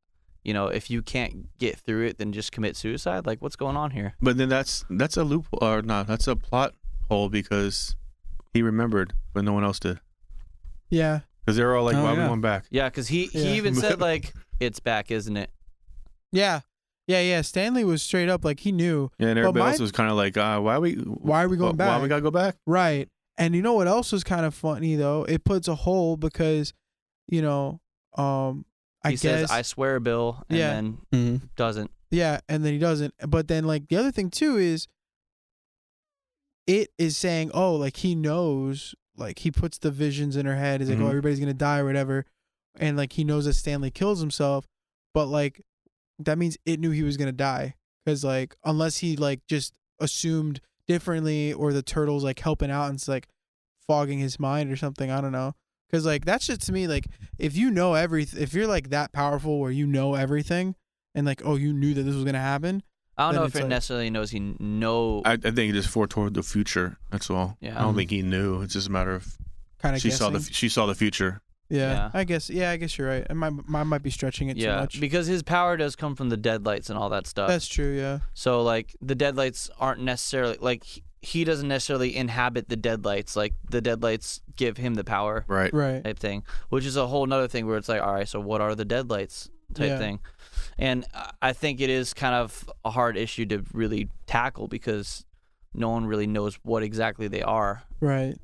[SPEAKER 1] you know, if you can't get through it, then just commit suicide? Like, what's going on here?
[SPEAKER 5] But then that's that's a loophole, or not? That's a plot hole because he remembered, but no one else did.
[SPEAKER 4] yeah,
[SPEAKER 5] Because they're all like,
[SPEAKER 3] Oh,
[SPEAKER 5] "Why we
[SPEAKER 3] yeah.
[SPEAKER 5] going back?"
[SPEAKER 1] Yeah, because he,
[SPEAKER 4] Yeah.
[SPEAKER 1] he even said like it's back, isn't it?
[SPEAKER 4] yeah, yeah, yeah. Stanley was straight up like he knew
[SPEAKER 5] Yeah, and
[SPEAKER 4] But
[SPEAKER 5] everybody
[SPEAKER 4] my-
[SPEAKER 5] else was kind of like, uh, "Why we?
[SPEAKER 4] why are we going
[SPEAKER 5] Why
[SPEAKER 4] back?
[SPEAKER 5] we gotta go back?"
[SPEAKER 4] Right. And you know what else was kind of funny though? It puts a hole because, you know, um, I
[SPEAKER 1] He
[SPEAKER 4] guess
[SPEAKER 1] says I swear, Bill, and
[SPEAKER 4] Yeah.
[SPEAKER 1] then
[SPEAKER 3] Mm-hmm.
[SPEAKER 1] doesn't.
[SPEAKER 4] yeah, and then he doesn't. But then like the other thing too is, it is saying oh like he knows like he puts the visions in her head. He's like oh
[SPEAKER 5] Mhm.
[SPEAKER 4] everybody's gonna die or whatever, and like he knows that Stanley kills himself. but like that means it knew he was gonna die because like unless he like just assumed differently or the turtles like helping out and it's like fogging his mind or something i don't know because like that's just to me like if you know everything if you're like that powerful where you know everything and like oh you knew that this was gonna happen
[SPEAKER 1] I don't
[SPEAKER 4] Then
[SPEAKER 1] know if
[SPEAKER 4] it's
[SPEAKER 1] it
[SPEAKER 4] like-
[SPEAKER 1] necessarily knows he know.
[SPEAKER 5] I, I think he just foretold the future. That's all.
[SPEAKER 1] Yeah.
[SPEAKER 5] I don't
[SPEAKER 3] Mhm.
[SPEAKER 5] think he knew. It's just a matter of
[SPEAKER 4] kind of
[SPEAKER 5] she saw the she saw the future.
[SPEAKER 4] yeah,
[SPEAKER 1] Yeah.
[SPEAKER 4] i guess yeah i guess you're right i might, I might be stretching it too
[SPEAKER 1] yeah, uh,
[SPEAKER 4] much
[SPEAKER 1] because his power does come from the deadlights and all that stuff.
[SPEAKER 4] that's true yeah
[SPEAKER 1] So like the deadlights aren't necessarily like he- he doesn't necessarily inhabit the deadlights. Like the deadlights give him the power
[SPEAKER 5] Right.
[SPEAKER 4] right
[SPEAKER 1] type thing, which is a whole nother thing where it's like, all right, so what are the deadlights type
[SPEAKER 4] Yeah.
[SPEAKER 1] thing? And I- I think it is kind of a hard issue to really tackle because no one really knows what exactly they are.
[SPEAKER 4] Right.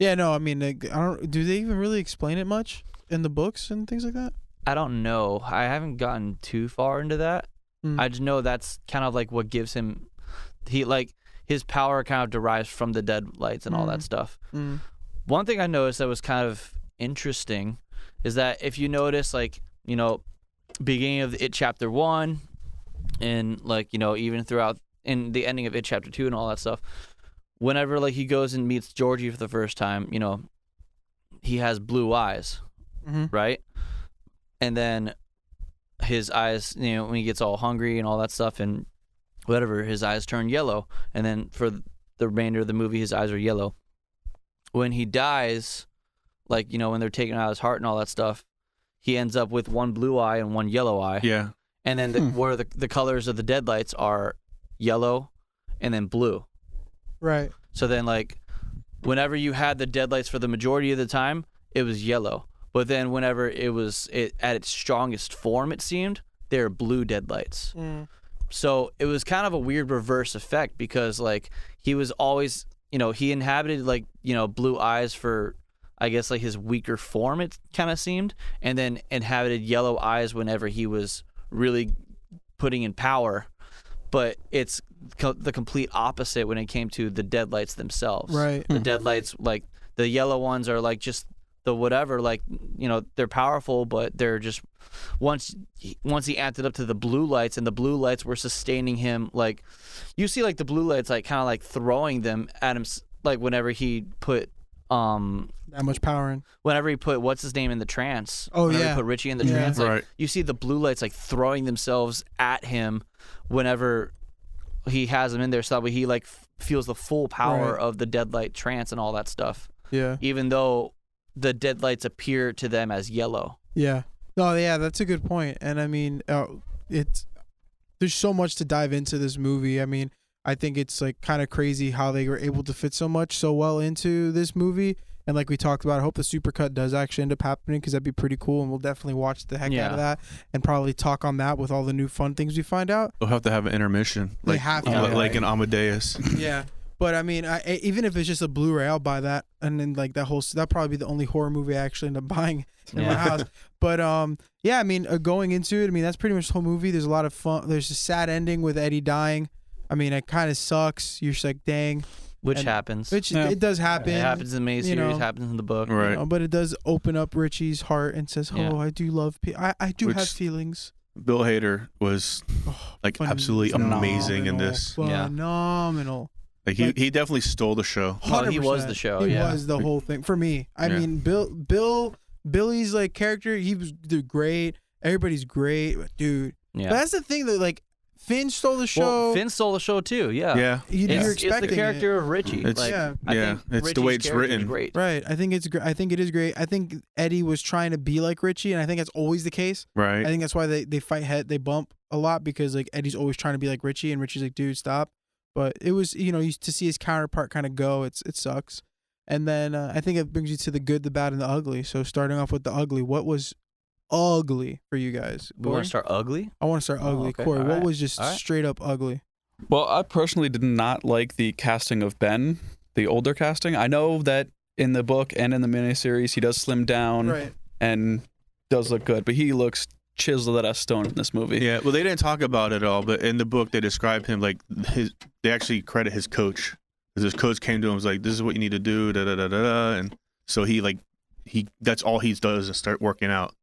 [SPEAKER 4] Yeah, no, I mean, like, I don't. Do they even really explain it much in the books and things like that?
[SPEAKER 1] I don't know. I haven't gotten too far into that.
[SPEAKER 4] Mm.
[SPEAKER 1] I just know that's kind of like what gives him he like his power kind of derives from the deadlights and all that
[SPEAKER 4] Mm.
[SPEAKER 1] stuff.
[SPEAKER 4] Mm.
[SPEAKER 1] One thing I noticed that was kind of interesting is that if you notice, like, you know, beginning of it chapter one, and like, you know, even throughout in the ending of it chapter two and all that stuff, whenever like he goes and meets Georgie for the first time, you know, he has blue eyes,
[SPEAKER 4] hmm
[SPEAKER 1] right? And then his eyes, you know, when he gets all hungry and all that stuff and whatever, his eyes turn yellow. And then for the remainder of the movie, his eyes are yellow. When he dies, like, you know, when they're taking out his heart and all that stuff, he ends up with one blue eye and one yellow eye.
[SPEAKER 5] Yeah.
[SPEAKER 1] And then the,
[SPEAKER 4] Hmm.
[SPEAKER 1] where the, the colors of the deadlights are yellow and then blue.
[SPEAKER 4] Right.
[SPEAKER 1] So then, like, whenever you had the deadlights for the majority of the time, it was yellow. But then, whenever it was it, at its strongest form, it seemed they're blue deadlights.
[SPEAKER 4] Mm.
[SPEAKER 1] So it was kind of a weird reverse effect because, like, he was always, you know, he inhabited like you know blue eyes for, I guess, like his weaker form. It kind of seemed, and then inhabited yellow eyes whenever he was really putting in power. But it's co- the complete opposite when it came to the deadlights themselves
[SPEAKER 4] Right.
[SPEAKER 1] the deadlights like the yellow ones are like just the whatever like you know they're powerful but they're just once he- once he acted up to the blue lights and the blue lights were sustaining him like you see like the blue lights like kind of like throwing them at him s- like whenever he put um
[SPEAKER 4] That much power in.
[SPEAKER 1] whenever he put what's his name in the trance
[SPEAKER 4] Oh,
[SPEAKER 1] whenever
[SPEAKER 4] yeah.
[SPEAKER 1] he put richie in the
[SPEAKER 4] Yeah.
[SPEAKER 1] trance like,
[SPEAKER 5] Right.
[SPEAKER 1] you see the blue lights like throwing themselves at him whenever he has him in there so that way he like f- feels the full power
[SPEAKER 4] Right.
[SPEAKER 1] of the deadlight trance and all that stuff
[SPEAKER 4] Yeah.
[SPEAKER 1] even though the deadlights appear to them as yellow.
[SPEAKER 4] Yeah. No. Yeah. That's a good point. And I mean, uh, it's there's so much to dive into this movie. I mean, I think it's like kind of crazy how they were able to fit so much so well into this movie. And like we talked about, I hope the supercut does actually end up happening because that'd be pretty cool, and we'll definitely watch the heck out
[SPEAKER 1] Yeah.
[SPEAKER 4] of that, and probably talk on that with all the new fun things we find out.
[SPEAKER 5] They'll have to have an intermission.
[SPEAKER 4] They
[SPEAKER 5] Like
[SPEAKER 4] have to,
[SPEAKER 5] li-
[SPEAKER 1] yeah.
[SPEAKER 5] like an Amadeus.
[SPEAKER 4] Yeah, but I mean, I, I- even if it's just a Blu-ray, I'll buy that, and then like that whole that probably be the only horror movie I actually end up buying in my
[SPEAKER 1] Yeah.
[SPEAKER 4] house. But um, yeah, I mean, uh, going into it, I mean that's pretty much the whole movie. There's a lot of fun. There's a sad ending with Eddie dying. I mean, it kind of sucks. You're just like, dang,
[SPEAKER 1] Which
[SPEAKER 4] And-
[SPEAKER 1] happens.
[SPEAKER 4] which
[SPEAKER 3] Yeah.
[SPEAKER 4] it does
[SPEAKER 1] it
[SPEAKER 4] happen.
[SPEAKER 1] happens in the main
[SPEAKER 4] you
[SPEAKER 1] series,
[SPEAKER 4] know.
[SPEAKER 1] happens in the book.
[SPEAKER 4] you
[SPEAKER 5] Right.
[SPEAKER 4] know, but it does open up Richie's heart and says, "Oh,
[SPEAKER 1] Yeah.
[SPEAKER 4] I do love. Pe- I I do have
[SPEAKER 5] Which-
[SPEAKER 4] feelings."
[SPEAKER 5] Bill Hader was like absolutely
[SPEAKER 4] Oh, Phenomenal,
[SPEAKER 5] amazing in this.
[SPEAKER 1] Yeah.
[SPEAKER 4] Phenomenal.
[SPEAKER 5] Like he,
[SPEAKER 4] Like-
[SPEAKER 5] he definitely stole the show.
[SPEAKER 1] Well, he was
[SPEAKER 4] 100%.
[SPEAKER 1] the show,
[SPEAKER 4] He
[SPEAKER 1] yeah.
[SPEAKER 4] was the whole thing for me. I
[SPEAKER 5] Yeah.
[SPEAKER 4] mean, Bill, Bill, Billy's like character. He was dude, great. Everybody's great, but dude. But
[SPEAKER 1] Yeah.
[SPEAKER 4] that's the thing that like Finn stole the show.
[SPEAKER 1] Well, Finn stole the show too. Yeah.
[SPEAKER 5] Yeah.
[SPEAKER 4] you,
[SPEAKER 1] It's,
[SPEAKER 4] are
[SPEAKER 1] it's
[SPEAKER 4] expecting
[SPEAKER 1] the character of Richie.
[SPEAKER 5] It's-
[SPEAKER 1] like,
[SPEAKER 4] Yeah.
[SPEAKER 1] I
[SPEAKER 5] Yeah,
[SPEAKER 1] think
[SPEAKER 5] it's the way
[SPEAKER 1] Richie's character
[SPEAKER 5] it's
[SPEAKER 1] is
[SPEAKER 5] written.
[SPEAKER 4] it.
[SPEAKER 1] Great.
[SPEAKER 4] Right, I think it's gr- I think it is great. I think Eddie was trying to be like Richie, and I think that's always the case.
[SPEAKER 5] Right.
[SPEAKER 4] I think that's why they, they fight head, they bump a lot because like Eddie's always trying to be like Richie, and Richie's like, dude, stop. But it was you know you, to see his counterpart kind of go, it's it sucks. And then uh, I think it brings you to the good, the bad, and the ugly. So starting off with the ugly, what was ugly for you guys?
[SPEAKER 1] We want
[SPEAKER 4] Corey?
[SPEAKER 1] to start ugly.
[SPEAKER 4] I want to start
[SPEAKER 1] Oh,
[SPEAKER 4] ugly,
[SPEAKER 1] okay.
[SPEAKER 4] Corey.
[SPEAKER 1] All
[SPEAKER 4] what
[SPEAKER 1] right.
[SPEAKER 4] was just
[SPEAKER 1] All right.
[SPEAKER 4] straight up ugly?
[SPEAKER 3] Well, I personally did not like the casting of Ben, the older casting. I know that in the book and in the miniseries, he does slim down and does look good, but he looks chiseled out of stone in this movie.
[SPEAKER 5] Yeah, well, they didn't talk about it all, but in the book they described him like his. They actually credit his coach because his coach came to him and was like, "This is what you need to do." Da da da da da, and so he like he that's all he does is start working out,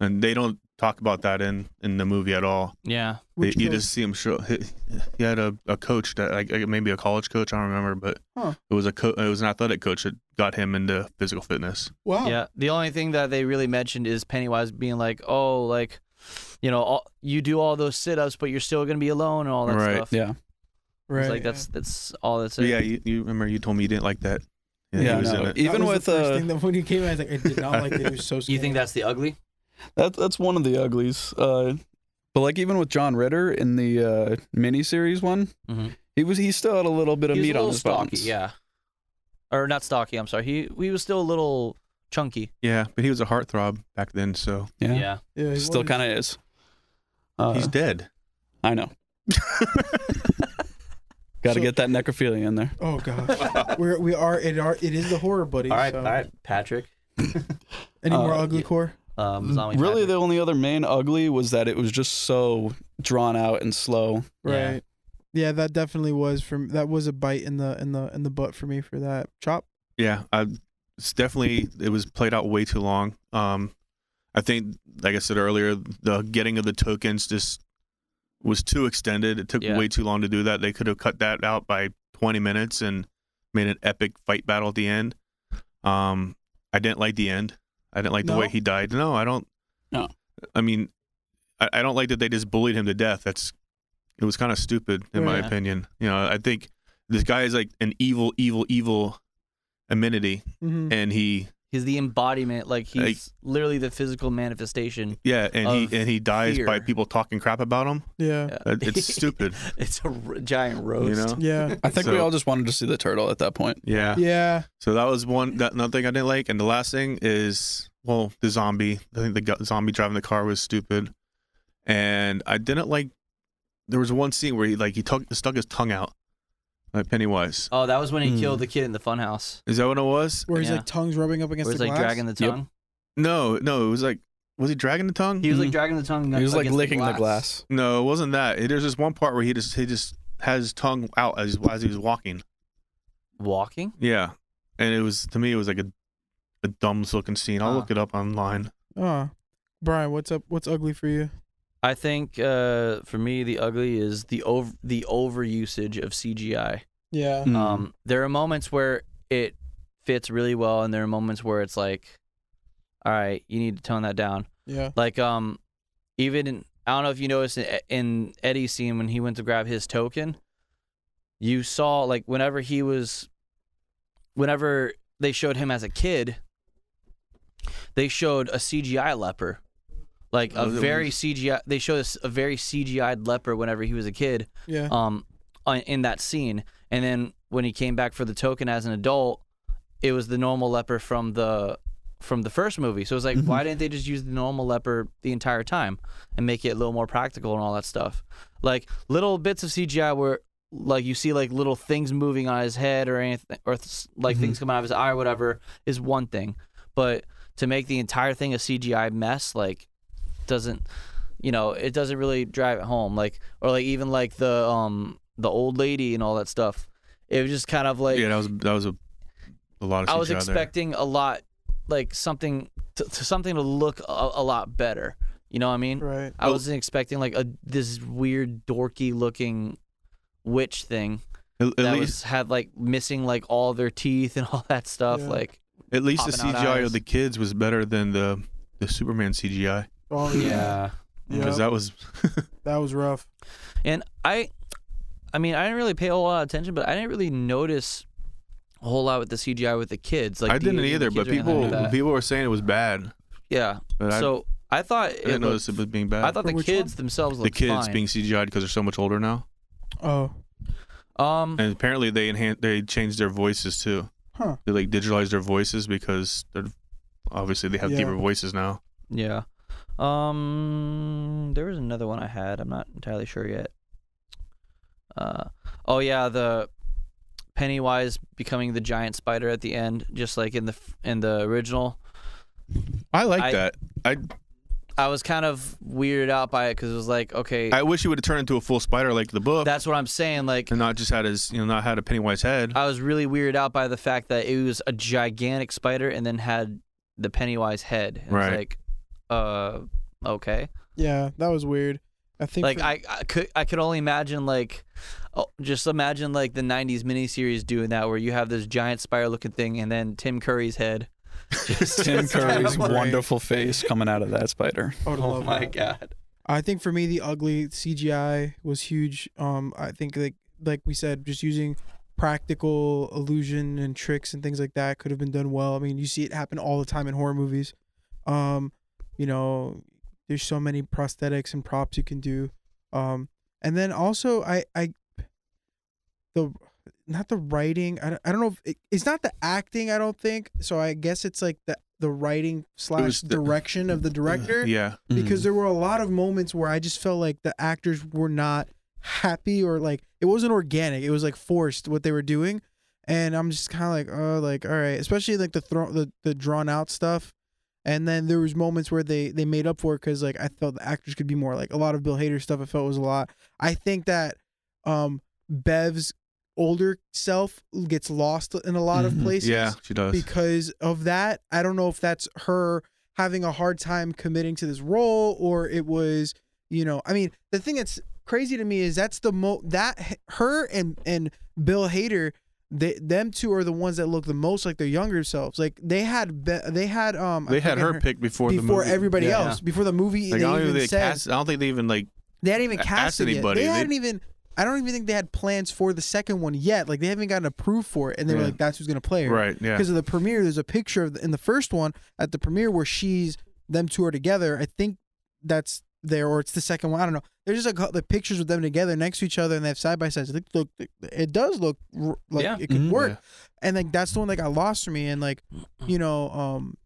[SPEAKER 5] and they don't talk about that in in the movie at all.
[SPEAKER 1] Yeah.
[SPEAKER 5] They-
[SPEAKER 4] Which
[SPEAKER 5] you
[SPEAKER 4] goes-
[SPEAKER 5] just see him show. He, he had a, a coach that like like, maybe a college coach. I don't remember, but
[SPEAKER 4] Huh.
[SPEAKER 5] it was a co- it was an athletic coach that got him into physical fitness.
[SPEAKER 4] wow.
[SPEAKER 1] Yeah. The only thing that they really mentioned is Pennywise being like, "Oh, like, you know, all, you do all those sit-ups, but you're still gonna be alone and all that
[SPEAKER 5] Right.
[SPEAKER 1] stuff."
[SPEAKER 3] Yeah.
[SPEAKER 1] It's
[SPEAKER 4] Right.
[SPEAKER 1] like that's that's all that's
[SPEAKER 5] But
[SPEAKER 1] it.
[SPEAKER 5] yeah, you, you remember you told me you didn't like that. he
[SPEAKER 3] Yeah,
[SPEAKER 5] was
[SPEAKER 3] no.
[SPEAKER 5] in it.
[SPEAKER 3] It- Even
[SPEAKER 2] that was
[SPEAKER 3] with,
[SPEAKER 2] the first
[SPEAKER 3] uh,
[SPEAKER 2] thing that when you came, I was like, I did not like it. It was so. Scary.
[SPEAKER 1] You think that's the ugly?
[SPEAKER 3] That that's one of the uglies. Uh, but like even with John Ritter in the uh, miniseries one,
[SPEAKER 1] Mm-hmm.
[SPEAKER 3] he was he still had a little bit of
[SPEAKER 1] he was
[SPEAKER 3] meat
[SPEAKER 1] a little
[SPEAKER 3] on his
[SPEAKER 1] stocky,
[SPEAKER 3] bones.
[SPEAKER 1] yeah. Or not stocky. I'm sorry. He he was still a little chunky.
[SPEAKER 5] Yeah, but he was a heartthrob back then, so
[SPEAKER 3] yeah,
[SPEAKER 1] yeah.
[SPEAKER 2] Yeah, he
[SPEAKER 3] Still
[SPEAKER 2] wanted-
[SPEAKER 3] kind of is. Uh,
[SPEAKER 5] he's dead.
[SPEAKER 3] I know. Got to
[SPEAKER 2] So-
[SPEAKER 3] get that necrophilia in there.
[SPEAKER 2] Oh gosh, we're we are it are it is the horror buddy.
[SPEAKER 1] All right,
[SPEAKER 2] so.
[SPEAKER 1] all right, Patrick.
[SPEAKER 2] Any more
[SPEAKER 3] Uh,
[SPEAKER 2] ugly
[SPEAKER 1] yeah.
[SPEAKER 2] core?
[SPEAKER 1] Um,
[SPEAKER 5] Mm,
[SPEAKER 1] Zombie
[SPEAKER 3] really,
[SPEAKER 1] Patrick.
[SPEAKER 3] the only other main ugly was that it was just so drawn out and slow.
[SPEAKER 1] Yeah.
[SPEAKER 2] Right. Yeah, that definitely was from that was a bite in the in the in the butt for me for that chop.
[SPEAKER 5] Yeah, I, it's definitely it was played out way too long. Um, I think, like I said earlier, the getting of the tokens just was too extended. It took
[SPEAKER 1] Yeah.
[SPEAKER 5] way too long to do that. They could have cut that out by 20 minutes and made an epic fight battle at the end. Um, I didn't like the end. I didn't like the way
[SPEAKER 2] No?
[SPEAKER 5] he died. No, I don't.
[SPEAKER 3] No.
[SPEAKER 5] I mean, I, I don't like that they just bullied him to death. That's it was kind of stupid in my
[SPEAKER 1] Yeah.
[SPEAKER 5] opinion. You know, I think this guy is like an evil, evil, evil amenity,
[SPEAKER 1] Hmm.
[SPEAKER 2] Mm-hmm.
[SPEAKER 5] and he
[SPEAKER 1] he's the embodiment. Like he's
[SPEAKER 5] Like-
[SPEAKER 1] literally the physical manifestation.
[SPEAKER 5] yeah, and
[SPEAKER 1] Of
[SPEAKER 5] he and he dies by
[SPEAKER 1] fear.
[SPEAKER 5] people talking crap about him.
[SPEAKER 2] Yeah.
[SPEAKER 1] Yeah.
[SPEAKER 5] Uh, It's stupid,
[SPEAKER 1] it's a r- giant roast.
[SPEAKER 5] you know.
[SPEAKER 2] Yeah.
[SPEAKER 3] I think we
[SPEAKER 5] So-
[SPEAKER 3] all just wanted to see the turtle at that point.
[SPEAKER 5] Yeah.
[SPEAKER 2] Yeah.
[SPEAKER 5] So that was one that another thing I didn't like, and the last thing is well, the zombie. I think the gu- zombie driving the car was stupid, and I didn't like. There was one scene where he like he tuck, stuck his tongue out, like Pennywise.
[SPEAKER 1] Oh, that was when he
[SPEAKER 3] Hmm.
[SPEAKER 1] killed the kid in the funhouse.
[SPEAKER 5] Is that what it was?
[SPEAKER 2] Where he's
[SPEAKER 1] Yeah.
[SPEAKER 2] like tongues rubbing up against
[SPEAKER 1] Where he's
[SPEAKER 2] the
[SPEAKER 1] like
[SPEAKER 2] glass.
[SPEAKER 1] dragging the
[SPEAKER 3] Yep.
[SPEAKER 1] tongue.
[SPEAKER 5] No, no, it was like was he dragging the tongue?
[SPEAKER 1] He was like
[SPEAKER 3] Mhm.
[SPEAKER 1] dragging the tongue.
[SPEAKER 3] He was like
[SPEAKER 1] against
[SPEAKER 3] licking the glass.
[SPEAKER 5] No, it wasn't that. It- There's this one part where he just he just had his tongue out as as he was walking.
[SPEAKER 1] Walking.
[SPEAKER 5] Yeah, and it was to me it was like a a dumb looking scene. I'll
[SPEAKER 1] Huh.
[SPEAKER 5] look it up online.
[SPEAKER 2] Oh. Brian, what's up? What's ugly for you?
[SPEAKER 1] I think uh, for me the ugly is the over the overusage of CGI.
[SPEAKER 2] Yeah.
[SPEAKER 3] Mm.
[SPEAKER 1] Um, there are moments where it fits really well, and there are moments where it's like, all right, you need to tone that down.
[SPEAKER 2] Yeah.
[SPEAKER 1] Like, um, even in, I don't know if you noticed in, in Eddie's scene when he went to grab his token, you saw like whenever he was, whenever they showed him as a kid, they showed a CGI leper, like a
[SPEAKER 5] Oh, that
[SPEAKER 1] very
[SPEAKER 5] was-
[SPEAKER 1] CGI. They showed us a very CGI leper whenever he was a kid
[SPEAKER 2] Yeah.
[SPEAKER 1] um on- in that scene and then when he came back for the token as an adult it was the normal leper from the from the first movie so it's like why didn't they just use the normal leper the entire time and make it a little more practical and all that stuff like little bits of cgi where like you see like little things moving on his head or anything or th- like
[SPEAKER 5] Mm-hmm.
[SPEAKER 1] things coming out of his eye or whatever is one thing but to make the entire thing a cgi mess like doesn't you know, it doesn't really drive it home. Like or like even like the um the old lady and all that stuff. It was just kind of like
[SPEAKER 5] yeah, that was that was a a lot of.
[SPEAKER 1] I was
[SPEAKER 5] CGI there.
[SPEAKER 1] expecting a lot like something to, to something to look a, a lot better. You know what I mean?
[SPEAKER 2] Right.
[SPEAKER 1] I
[SPEAKER 5] Well-
[SPEAKER 1] wasn't expecting like a this weird dorky looking witch thing
[SPEAKER 5] At, at
[SPEAKER 1] that
[SPEAKER 5] least
[SPEAKER 1] was had like missing like all their teeth and all that stuff.
[SPEAKER 2] Yeah.
[SPEAKER 1] Like
[SPEAKER 5] at least the
[SPEAKER 1] popping out
[SPEAKER 5] CGI
[SPEAKER 1] eyes.
[SPEAKER 5] of the kids was better than the the Superman CGI
[SPEAKER 2] Oh
[SPEAKER 1] yeah.
[SPEAKER 2] Yeah.
[SPEAKER 5] because
[SPEAKER 2] That,
[SPEAKER 5] that was
[SPEAKER 2] was rough.
[SPEAKER 1] And I, I mean, I didn't really pay a whole lot of attention, but I didn't really notice a whole lot with the CGI with the kids. Like
[SPEAKER 5] I
[SPEAKER 1] the-
[SPEAKER 5] didn't
[SPEAKER 1] the
[SPEAKER 5] either, but
[SPEAKER 1] kids or anything
[SPEAKER 5] people
[SPEAKER 1] like that.
[SPEAKER 5] people were saying it was bad.
[SPEAKER 1] yeah.
[SPEAKER 5] But I,
[SPEAKER 1] so I thought
[SPEAKER 5] I
[SPEAKER 1] it
[SPEAKER 5] didn't
[SPEAKER 1] looked,
[SPEAKER 5] notice it was being bad.
[SPEAKER 1] I thought
[SPEAKER 2] For
[SPEAKER 1] the
[SPEAKER 2] which
[SPEAKER 1] kids themselves
[SPEAKER 5] the
[SPEAKER 1] looked
[SPEAKER 5] kids
[SPEAKER 1] fine.
[SPEAKER 5] being CGI because they're so much older now,
[SPEAKER 2] Oh.
[SPEAKER 1] um
[SPEAKER 5] and apparently they enhan they changed their voices too.
[SPEAKER 2] Huh.
[SPEAKER 5] They like digitalized their voices because they're obviously they have
[SPEAKER 2] Yeah.
[SPEAKER 5] deeper voices now.
[SPEAKER 1] yeah um there was another one I had I'm not entirely sure yet. Uh oh yeah the Pennywise becoming the giant spider at the end just like in the f- in the original
[SPEAKER 5] I like
[SPEAKER 1] I-
[SPEAKER 5] that. I
[SPEAKER 1] I was kind of weirded out by it because it was like okay
[SPEAKER 5] I wish he would have turned into a full spider like the book,
[SPEAKER 1] that's what I'm saying like
[SPEAKER 5] and not just had his you know not had a Pennywise head.
[SPEAKER 1] I was really weirded out by the fact that it was a gigantic spider and then had the Pennywise head. And it's
[SPEAKER 5] Right.
[SPEAKER 1] like, uh, okay.
[SPEAKER 4] Yeah, that was weird. I think
[SPEAKER 1] Like
[SPEAKER 4] for-
[SPEAKER 1] I, I could I could only imagine like, oh, just imagine like the '90s miniseries doing that where you have this giant spiral looking thing and then Tim Curry's head. Just,
[SPEAKER 3] Tim Curry's
[SPEAKER 1] terrible.
[SPEAKER 3] wonderful face coming out of that spider.
[SPEAKER 4] I would
[SPEAKER 1] Oh
[SPEAKER 4] love
[SPEAKER 1] my
[SPEAKER 4] that.
[SPEAKER 1] god.
[SPEAKER 4] I think for me the ugly CGI was huge. Um, I think like like we said, just using practical illusion and tricks and things like that could have been done well. I mean, you see it happen all the time in horror movies. Um, you know, there's so many prosthetics and props you can do. Um, and then also I I the not the writing. I don't, I don't know if it, it's not the acting. I don't think so. I guess it's like the the writing slash
[SPEAKER 5] was the-
[SPEAKER 4] direction of the director
[SPEAKER 5] Yeah.
[SPEAKER 4] because
[SPEAKER 3] Mm.
[SPEAKER 4] there were a lot of moments where I just felt like the actors were not happy or like it wasn't organic. It was like forced what they were doing, and I'm just kind of like, oh, like all right, especially like the throw the, the drawn out stuff. And then there was moments where they they made up for it because like I felt the actors could be more like a lot of Bill Hader stuff. I felt was a lot. I think that um Bev's older self gets lost in a lot
[SPEAKER 3] Mhm.
[SPEAKER 4] of places
[SPEAKER 5] Yeah, she does.
[SPEAKER 4] because of that. I don't know if that's her having a hard time committing to this role or it was, you know, I mean, the thing that's crazy to me is that's the mo that her and and Bill Hader, they, them two are the ones that look the most like their younger selves. Like they had be, they had um I
[SPEAKER 5] they had
[SPEAKER 4] forget
[SPEAKER 5] her picked before the
[SPEAKER 4] before
[SPEAKER 5] movie.
[SPEAKER 4] everybody
[SPEAKER 5] Yeah.
[SPEAKER 4] else before the movie
[SPEAKER 5] Like, I
[SPEAKER 4] they
[SPEAKER 5] don't
[SPEAKER 4] even
[SPEAKER 5] even think they
[SPEAKER 4] said
[SPEAKER 5] cast, I don't think they even like
[SPEAKER 4] they hadn't even
[SPEAKER 5] a-
[SPEAKER 4] cast
[SPEAKER 5] asked
[SPEAKER 4] it yet.
[SPEAKER 5] anybody.
[SPEAKER 4] They
[SPEAKER 5] They-
[SPEAKER 4] hadn't even. I don't even think they had plans for the second one yet. Like they haven't gotten approved for it, and they were
[SPEAKER 5] Yeah.
[SPEAKER 4] like, "That's who's gonna play her."
[SPEAKER 5] right. Yeah.
[SPEAKER 4] because of the premiere. There's a picture of the, in the first one at the premiere where she's them two are together. I think that's there, or it's the second one. I don't know. There's just a couple the pictures with them together next to each other, and they have side by sides. Look, look, it does look r- like
[SPEAKER 1] Yeah.
[SPEAKER 4] it could
[SPEAKER 3] Mhm.
[SPEAKER 4] work,
[SPEAKER 5] Mm-hmm. Yeah.
[SPEAKER 4] and like that's the one that got lost for me. And like, you know, um,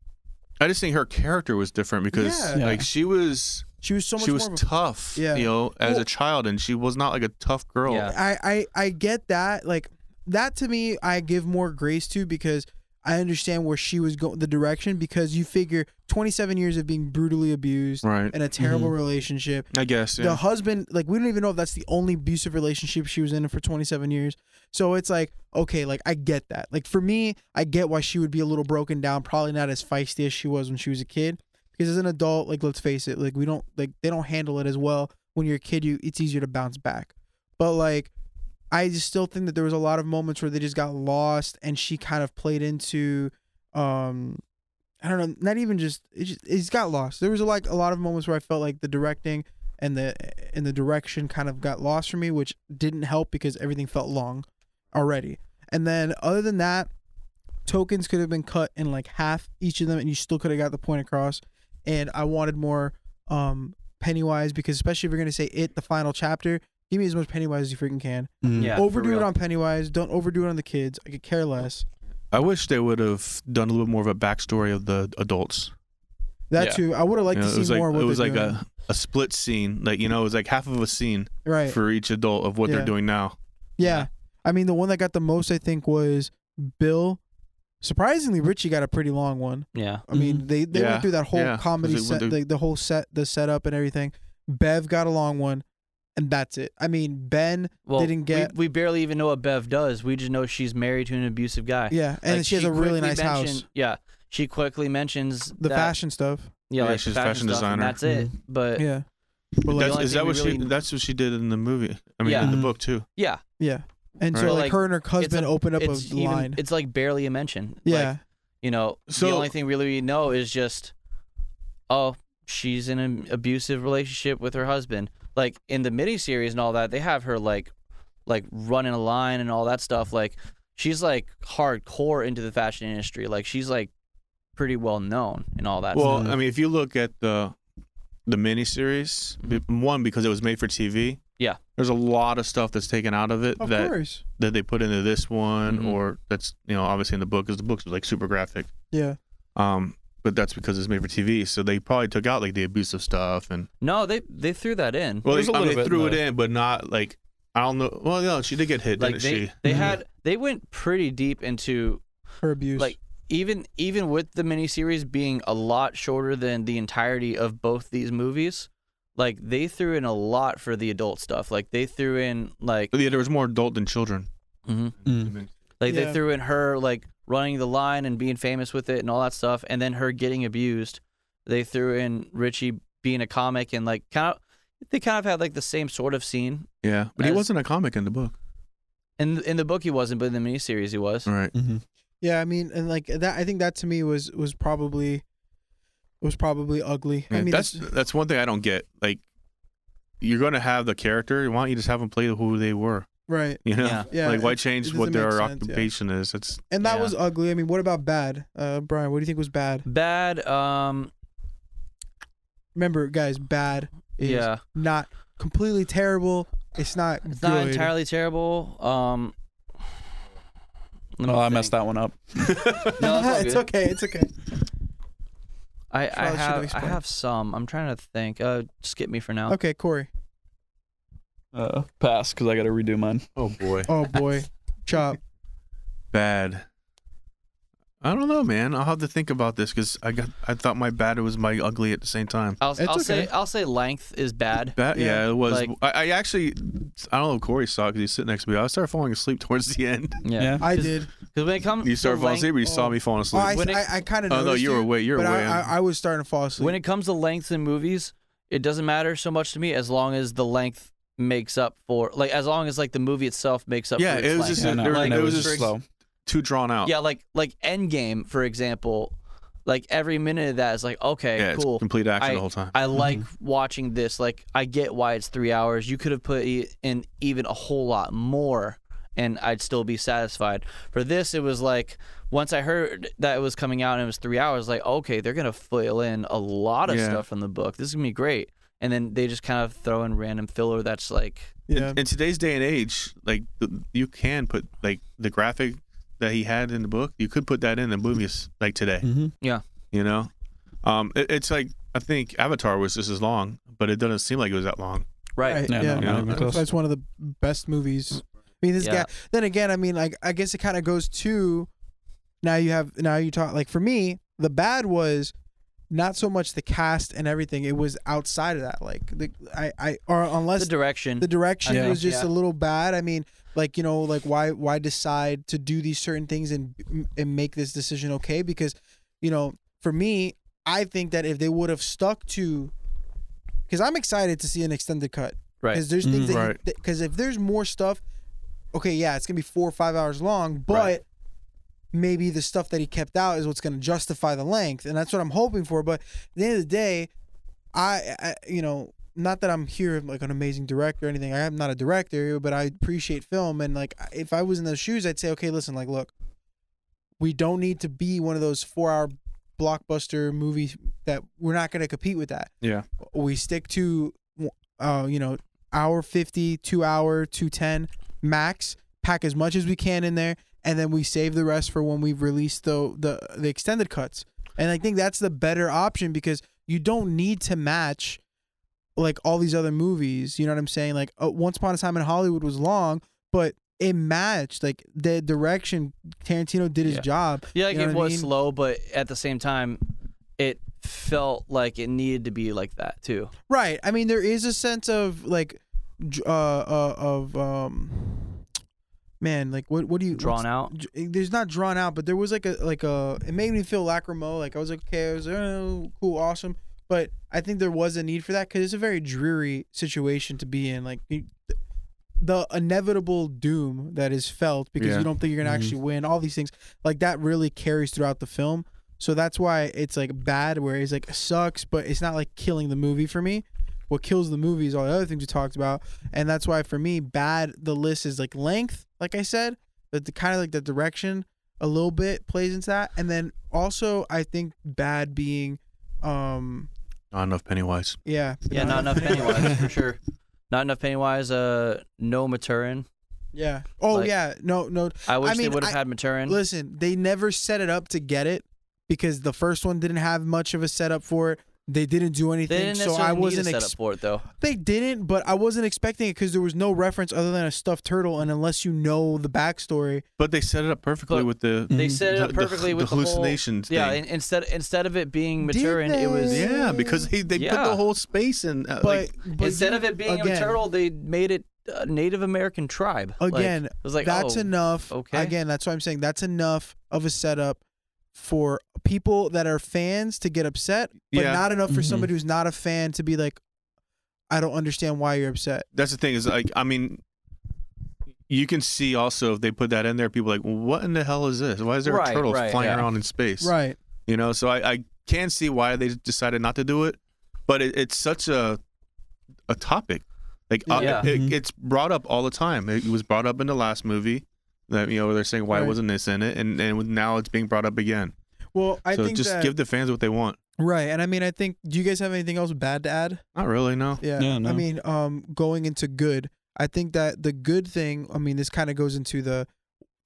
[SPEAKER 5] I just think her character was different because
[SPEAKER 4] Yeah.
[SPEAKER 3] Yeah.
[SPEAKER 5] like she was
[SPEAKER 4] she was so much
[SPEAKER 5] she was
[SPEAKER 4] more. Of a,
[SPEAKER 5] tough,
[SPEAKER 4] Yeah.
[SPEAKER 5] you know, as
[SPEAKER 4] Well-
[SPEAKER 5] a child, and she was not like a tough girl.
[SPEAKER 1] Yeah.
[SPEAKER 4] I, I I get that. Like that to me, I give more grace to because. I understand where she was going, the direction, because you figure 27 years of being brutally abused
[SPEAKER 5] Right.
[SPEAKER 4] in a terrible relationship,
[SPEAKER 5] I guess.
[SPEAKER 4] the
[SPEAKER 5] Yeah.
[SPEAKER 4] husband like we don't even know if that's the only abusive relationship she was in for 27 years so it's like okay like i get that like for me i get why she would be a little broken down probably not as feisty as she was when she was a kid because as an adult like let's face it like we don't like they don't handle it as well when you're a kid you it's easier to bounce back but like i just still think that there was a lot of moments where they just got lost and she kind of played into um i don't know not even just it just it's got lost there was like a lot of moments where i felt like the directing and the and the direction kind of got lost for me, which didn't help because everything felt long already. And then other than that, tokens could have been cut in like half each of them, and you still could have got the point across. And I wanted more um Pennywise because especially if you're gonna say it, the final chapter, give me as much Pennywise as you freaking can.
[SPEAKER 5] Mm.
[SPEAKER 1] Yeah. for
[SPEAKER 4] overdo it
[SPEAKER 1] real.
[SPEAKER 4] on Pennywise. Don't overdo it on the kids. I could care less.
[SPEAKER 5] I wish they would have done a little bit more of a backstory of the adults.
[SPEAKER 4] That
[SPEAKER 3] Yeah.
[SPEAKER 4] too. I would have liked
[SPEAKER 5] You
[SPEAKER 4] to
[SPEAKER 5] know, it
[SPEAKER 4] see
[SPEAKER 5] was like
[SPEAKER 4] more. Of what
[SPEAKER 5] it was
[SPEAKER 4] they're
[SPEAKER 5] like
[SPEAKER 4] doing.
[SPEAKER 5] a, a split scene, like you know, it was like half of a scene
[SPEAKER 4] right.
[SPEAKER 5] for each adult of what
[SPEAKER 4] Yeah.
[SPEAKER 5] they're doing now.
[SPEAKER 4] Yeah. I mean, the one that got the most, I think, was Bill. Surprisingly, Richie got a pretty long one.
[SPEAKER 1] Yeah.
[SPEAKER 4] I mean, they, they
[SPEAKER 5] Mm-hmm. Yeah,
[SPEAKER 4] went through that whole
[SPEAKER 5] yeah, 'cause
[SPEAKER 4] comedy
[SPEAKER 5] they
[SPEAKER 4] set,
[SPEAKER 5] went
[SPEAKER 4] the,
[SPEAKER 5] through-
[SPEAKER 4] the whole set, the setup and everything. Bev got a long one, and that's it. I mean, Ben
[SPEAKER 1] Well,
[SPEAKER 4] didn't get.
[SPEAKER 1] we, we barely even know what Bev does. We just know she's married to an abusive guy.
[SPEAKER 4] yeah, and
[SPEAKER 1] Like,
[SPEAKER 4] she has a really
[SPEAKER 1] quickly
[SPEAKER 4] nice house.
[SPEAKER 1] mentioned- Yeah, she quickly mentions
[SPEAKER 4] The
[SPEAKER 1] that-
[SPEAKER 4] fashion stuff.
[SPEAKER 1] Yeah,
[SPEAKER 5] Yeah,
[SPEAKER 1] like
[SPEAKER 5] she's
[SPEAKER 1] the
[SPEAKER 5] a
[SPEAKER 1] fashion,
[SPEAKER 5] fashion
[SPEAKER 1] stuff, and
[SPEAKER 5] designer.
[SPEAKER 1] That's it. But
[SPEAKER 4] Yeah,
[SPEAKER 1] But the
[SPEAKER 5] That's-
[SPEAKER 1] only
[SPEAKER 5] is
[SPEAKER 1] thing
[SPEAKER 5] that
[SPEAKER 1] we
[SPEAKER 5] what she?
[SPEAKER 1] really-
[SPEAKER 5] That's what she did in the movie. I mean, in the
[SPEAKER 4] Yeah.
[SPEAKER 5] book too.
[SPEAKER 1] yeah,
[SPEAKER 4] yeah. And so,
[SPEAKER 5] Right.
[SPEAKER 4] like,
[SPEAKER 1] Like,
[SPEAKER 4] her and her husband
[SPEAKER 1] a-
[SPEAKER 4] opened up a
[SPEAKER 1] it's even,
[SPEAKER 4] line.
[SPEAKER 1] it's like barely a mention. Like,
[SPEAKER 4] yeah,
[SPEAKER 1] you know, the
[SPEAKER 5] So-
[SPEAKER 1] only thing really we know is just, oh, she's in an abusive relationship with her husband. Like in the miniseries and all that, they have her like, like running a line and all that stuff. Like she's like hardcore into the fashion industry. Like she's like pretty well known and all that.
[SPEAKER 5] well,
[SPEAKER 1] stuff.
[SPEAKER 5] I mean, if you look at the the miniseries, b- one because it was made for TV.
[SPEAKER 1] Yeah.
[SPEAKER 5] there's a lot of stuff that's taken out of it
[SPEAKER 4] of
[SPEAKER 5] that
[SPEAKER 4] course.
[SPEAKER 5] that they put into this one,
[SPEAKER 1] Mhm.
[SPEAKER 5] or that's you know obviously in the book because the book's like super graphic.
[SPEAKER 4] Yeah,
[SPEAKER 5] Um, but that's because it's made for TV, so they probably took out like the abusive stuff and
[SPEAKER 1] no, they they threw that in.
[SPEAKER 5] well, they,
[SPEAKER 3] There's a
[SPEAKER 5] I
[SPEAKER 3] little
[SPEAKER 5] mean, they
[SPEAKER 3] bit in
[SPEAKER 5] threw it
[SPEAKER 3] the-
[SPEAKER 5] in, but not like I don't know. Well, no, she did get hit,
[SPEAKER 1] like
[SPEAKER 5] didn't
[SPEAKER 1] they
[SPEAKER 5] she? Mm-hmm.
[SPEAKER 1] they
[SPEAKER 4] Mhm.
[SPEAKER 1] had they went pretty deep into
[SPEAKER 4] her abuse.
[SPEAKER 1] Like, even even with the miniseries being a lot shorter than the entirety of both these movies, like they threw in a lot for the adult stuff. Like they threw in like
[SPEAKER 5] But yeah, there was more adult than children.
[SPEAKER 1] Mhm.
[SPEAKER 3] Mm.
[SPEAKER 1] like
[SPEAKER 4] Yeah.
[SPEAKER 1] they threw in her like running the line and being famous with it and all that stuff, and then her getting abused. They threw in Richie being a comic and like kind of they kind of had like the same sort of scene.
[SPEAKER 5] Yeah, but he
[SPEAKER 1] As-
[SPEAKER 5] wasn't a comic in the book.
[SPEAKER 1] In in the book he wasn't, but in the miniseries he was.
[SPEAKER 5] All right.
[SPEAKER 4] Yeah, I mean, and like that, I think that to me was was probably was probably ugly. I
[SPEAKER 5] Yeah,
[SPEAKER 4] mean,
[SPEAKER 5] that's
[SPEAKER 4] it's-
[SPEAKER 5] that's one thing I don't get. Like, you're gonna have the character. Why don't you just have them play who they were?
[SPEAKER 4] right,
[SPEAKER 5] You know,
[SPEAKER 1] Yeah.
[SPEAKER 4] Yeah,
[SPEAKER 5] like why
[SPEAKER 4] it-
[SPEAKER 5] change
[SPEAKER 4] it
[SPEAKER 5] what
[SPEAKER 4] doesn't make
[SPEAKER 5] their
[SPEAKER 4] sense, yeah.
[SPEAKER 5] occupation is? It's
[SPEAKER 4] and that
[SPEAKER 1] Yeah.
[SPEAKER 4] was ugly. I mean, what about bad, uh, Brian? What do you think was bad?
[SPEAKER 1] Bad. Um.
[SPEAKER 4] Remember, guys, bad is
[SPEAKER 1] yeah.
[SPEAKER 4] not completely terrible. It's not
[SPEAKER 1] It's not
[SPEAKER 4] good.
[SPEAKER 1] entirely terrible. Um. let me
[SPEAKER 3] Oh, I
[SPEAKER 1] think.
[SPEAKER 3] messed that one up.
[SPEAKER 1] No,
[SPEAKER 4] it's
[SPEAKER 1] it's all good.
[SPEAKER 4] okay. It's okay.
[SPEAKER 1] I, I
[SPEAKER 4] Charlotte should have
[SPEAKER 1] have I
[SPEAKER 4] explained.
[SPEAKER 1] have some. I'm trying to think. Uh, skip me for now.
[SPEAKER 4] Okay, Corey.
[SPEAKER 3] Uh, pass because I got to redo mine.
[SPEAKER 5] oh boy,
[SPEAKER 4] Oh boy, chop.
[SPEAKER 5] bad. I don't know, man. I'll have to think about this because I got I thought my bad was my ugly at the same time.
[SPEAKER 1] I'll
[SPEAKER 4] It's
[SPEAKER 1] I'll say
[SPEAKER 4] okay.
[SPEAKER 1] I'll say length is bad.
[SPEAKER 5] That yeah,
[SPEAKER 4] Yeah,
[SPEAKER 5] it was.
[SPEAKER 1] like-
[SPEAKER 5] I, I actually I don't know if Corey saw because he's sitting next to me. I started falling asleep towards the end.
[SPEAKER 1] Yeah.
[SPEAKER 3] Yeah.
[SPEAKER 4] I
[SPEAKER 1] 'Cause-
[SPEAKER 4] did.
[SPEAKER 1] Because when it comes
[SPEAKER 5] You started
[SPEAKER 1] to
[SPEAKER 5] falling
[SPEAKER 1] length,
[SPEAKER 5] asleep, or you saw
[SPEAKER 4] oh.
[SPEAKER 5] me falling
[SPEAKER 4] Oh,
[SPEAKER 5] asleep.
[SPEAKER 4] I,
[SPEAKER 1] when it-
[SPEAKER 4] I, I kind of.
[SPEAKER 5] Oh no, you were
[SPEAKER 4] you,
[SPEAKER 5] way. You're
[SPEAKER 4] But
[SPEAKER 5] way.
[SPEAKER 4] I, I, I was starting to fall asleep.
[SPEAKER 1] when it comes to length in movies, it doesn't matter so much to me as long as the length makes up for like as long as like the movie itself makes up.
[SPEAKER 5] Yeah,
[SPEAKER 1] for
[SPEAKER 5] it
[SPEAKER 1] its
[SPEAKER 5] was
[SPEAKER 1] length.
[SPEAKER 5] just-
[SPEAKER 3] Yeah, no,
[SPEAKER 5] there was-
[SPEAKER 3] and
[SPEAKER 5] there
[SPEAKER 3] it
[SPEAKER 5] was
[SPEAKER 3] was
[SPEAKER 5] just-
[SPEAKER 3] slow.
[SPEAKER 5] too drawn out.
[SPEAKER 1] yeah, like like Endgame for example, like every minute of that is like okay,
[SPEAKER 5] yeah,
[SPEAKER 1] cool.
[SPEAKER 5] it's complete action
[SPEAKER 1] I-
[SPEAKER 5] the whole time.
[SPEAKER 1] I like watching this. Like, I get why it's three hours. You could have put e- in even a whole lot more, and I'd still be satisfied. For this, it was like once I heard that it was coming out and it was three hours, like, okay, they're gonna fill in a lot of
[SPEAKER 5] Yeah.
[SPEAKER 1] stuff from the book. This is gonna be great. And then they just kind of throw in random filler that's like,
[SPEAKER 4] yeah.
[SPEAKER 5] in today's day and age, like the, you can put like the graphic that he had in the book, you could put that in the movies like today.
[SPEAKER 3] Mhm.
[SPEAKER 1] Yeah.
[SPEAKER 5] you know, um, it, it's like I think Avatar was just as long, but it doesn't seem like it was that long.
[SPEAKER 1] right,
[SPEAKER 4] Right.
[SPEAKER 3] Yeah,
[SPEAKER 4] Yeah.
[SPEAKER 3] no, not
[SPEAKER 5] Yeah.
[SPEAKER 3] even
[SPEAKER 4] That's
[SPEAKER 3] close.
[SPEAKER 4] why it's one of the best movies. I mean, this
[SPEAKER 1] Yeah.
[SPEAKER 4] guy. Then again, I mean, like, I guess it kind of goes to now you have now you talk like for me, the bad was not so much the cast and everything; it was outside of that. Like, the, I, I, or
[SPEAKER 1] the
[SPEAKER 4] unless the,
[SPEAKER 1] direction.
[SPEAKER 4] direction
[SPEAKER 3] Yeah.
[SPEAKER 4] was just
[SPEAKER 1] Yeah.
[SPEAKER 4] a little bad. I mean, like you know, like why why decide to do these certain things and and make this decision okay? Because you know, for me, I think that if they would have stuck to, because I'm excited to see an extended cut
[SPEAKER 1] right.
[SPEAKER 4] because there's
[SPEAKER 3] Mm.
[SPEAKER 4] things that
[SPEAKER 5] Right.
[SPEAKER 4] because if there's more stuff, okay, yeah, it's gonna be four or five hours long, but
[SPEAKER 5] Right.
[SPEAKER 4] maybe the stuff that he kept out is what's gonna justify the length, and that's what I'm hoping for. But at the end of the day, I, I you know, not that I'm here like an amazing director or anything. I am not a director, but I appreciate film, and like if I was in those shoes, I'd say, okay, listen, like look, we don't need to be one of those four hour blockbuster movies that we're not gonna compete with that
[SPEAKER 5] Yeah,
[SPEAKER 4] we stick to uh you know hour 50 two hour 210 max pack as much as we can in there and then we save the rest for when we've released the the, the extended cuts and i think that's the better option because you don't need to match like all these other movies you know what i'm saying like uh, once upon a time in hollywood was long but it matched like the direction tarantino did his
[SPEAKER 1] Yeah.
[SPEAKER 4] job
[SPEAKER 1] Yeah, like
[SPEAKER 4] You know
[SPEAKER 1] it
[SPEAKER 4] what I
[SPEAKER 1] was
[SPEAKER 4] mean?
[SPEAKER 1] slow, but at the same time, it felt like it needed to be like that too.
[SPEAKER 4] Right. I mean, there is a sense of like, j- uh, uh of um, man, like what what do you
[SPEAKER 1] Drawn out.
[SPEAKER 4] what's- j- There's not drawn out, but there was like a like a. It made me feel lacrymo. Like I was like, okay, I was oh, cool, awesome. But I think there was a need for that because it's a very dreary situation to be in. Like you, the inevitable doom that is felt because
[SPEAKER 5] Yeah.
[SPEAKER 4] you don't think you're gonna actually win. All these things like that really carries throughout the film. So that's why it's like bad, where it's like sucks, but it's not like killing the movie for me. What kills the movie is all the other things we talked about, and that's why for me, bad the list is like length, like I said, but the kind of like the direction a little bit plays into that, and then also I think bad being, um,
[SPEAKER 5] not enough Pennywise.
[SPEAKER 4] yeah,
[SPEAKER 1] Yeah, not enough Pennywise for sure. Not enough Pennywise. Uh, no Maturin.
[SPEAKER 4] yeah. Oh
[SPEAKER 1] Like-
[SPEAKER 4] yeah, no, no.
[SPEAKER 1] I wish they
[SPEAKER 4] mean,
[SPEAKER 1] would have
[SPEAKER 4] I-
[SPEAKER 1] had Maturin.
[SPEAKER 4] Listen, they never set it up to get it because the first one didn't have much of a setup for it. They didn't do
[SPEAKER 1] they
[SPEAKER 4] anything,
[SPEAKER 1] didn't
[SPEAKER 4] so
[SPEAKER 1] necessarily
[SPEAKER 4] I
[SPEAKER 1] need a
[SPEAKER 4] wasn't
[SPEAKER 1] setup
[SPEAKER 4] expecting.
[SPEAKER 1] for it though.
[SPEAKER 4] They didn't, but I wasn't expecting it because there was no reference other than a stuffed turtle, and unless you know the backstory,
[SPEAKER 5] But they set it up perfectly
[SPEAKER 1] But
[SPEAKER 5] with the
[SPEAKER 4] Mm-hmm.
[SPEAKER 1] They set it
[SPEAKER 5] the-
[SPEAKER 1] up
[SPEAKER 5] the-
[SPEAKER 1] perfectly
[SPEAKER 5] the,
[SPEAKER 1] with the whole-
[SPEAKER 5] hallucinations.
[SPEAKER 1] Yeah,
[SPEAKER 5] thing.
[SPEAKER 1] in, instead instead of it being
[SPEAKER 4] Did
[SPEAKER 1] Maturin, it was
[SPEAKER 4] they?
[SPEAKER 5] yeah, because they, they put
[SPEAKER 1] Yeah.
[SPEAKER 5] the whole space in. Uh,
[SPEAKER 4] but,
[SPEAKER 5] like,
[SPEAKER 4] but
[SPEAKER 1] instead
[SPEAKER 4] you-
[SPEAKER 1] of it being
[SPEAKER 4] again,
[SPEAKER 1] a turtle, they made it a Native American tribe. Like,
[SPEAKER 4] Again,
[SPEAKER 1] it was like
[SPEAKER 4] that's
[SPEAKER 1] oh,
[SPEAKER 4] enough.
[SPEAKER 1] okay.
[SPEAKER 4] Again, that's why I'm saying that's enough of a setup for people that are fans to get upset, but
[SPEAKER 5] Yeah.
[SPEAKER 4] not enough for
[SPEAKER 3] Mhm.
[SPEAKER 1] Mm-hmm.
[SPEAKER 4] somebody who's not a fan to be like, I don't understand why you're upset.
[SPEAKER 5] That's the thing is like I mean, you can see also if they put that in there, people are like, what in the hell is this? Why is there
[SPEAKER 1] Right,
[SPEAKER 5] a turtle
[SPEAKER 1] right,
[SPEAKER 5] flying
[SPEAKER 3] yeah.
[SPEAKER 5] around in space?
[SPEAKER 4] Right.
[SPEAKER 5] You know, so I, I can see why they decided not to do it, but it, it's such a a topic. Like uh,
[SPEAKER 1] Yeah.
[SPEAKER 5] it,
[SPEAKER 4] Mm-hmm.
[SPEAKER 3] Mhm.
[SPEAKER 5] it's brought up all the time. It was brought up in the last movie. That you know they're saying why
[SPEAKER 4] Right.
[SPEAKER 5] wasn't this in it, and and now it's being brought up again.
[SPEAKER 4] Well, I
[SPEAKER 5] so
[SPEAKER 4] think
[SPEAKER 5] just
[SPEAKER 4] that,
[SPEAKER 5] give the fans what they want.
[SPEAKER 4] right, and I mean, I think. Do you guys have anything else bad to add?
[SPEAKER 5] Not really, no.
[SPEAKER 4] Yeah.
[SPEAKER 3] Yeah,
[SPEAKER 4] I
[SPEAKER 3] no.
[SPEAKER 4] mean, um, going into good, I think that the good thing, I mean, this kind of goes into the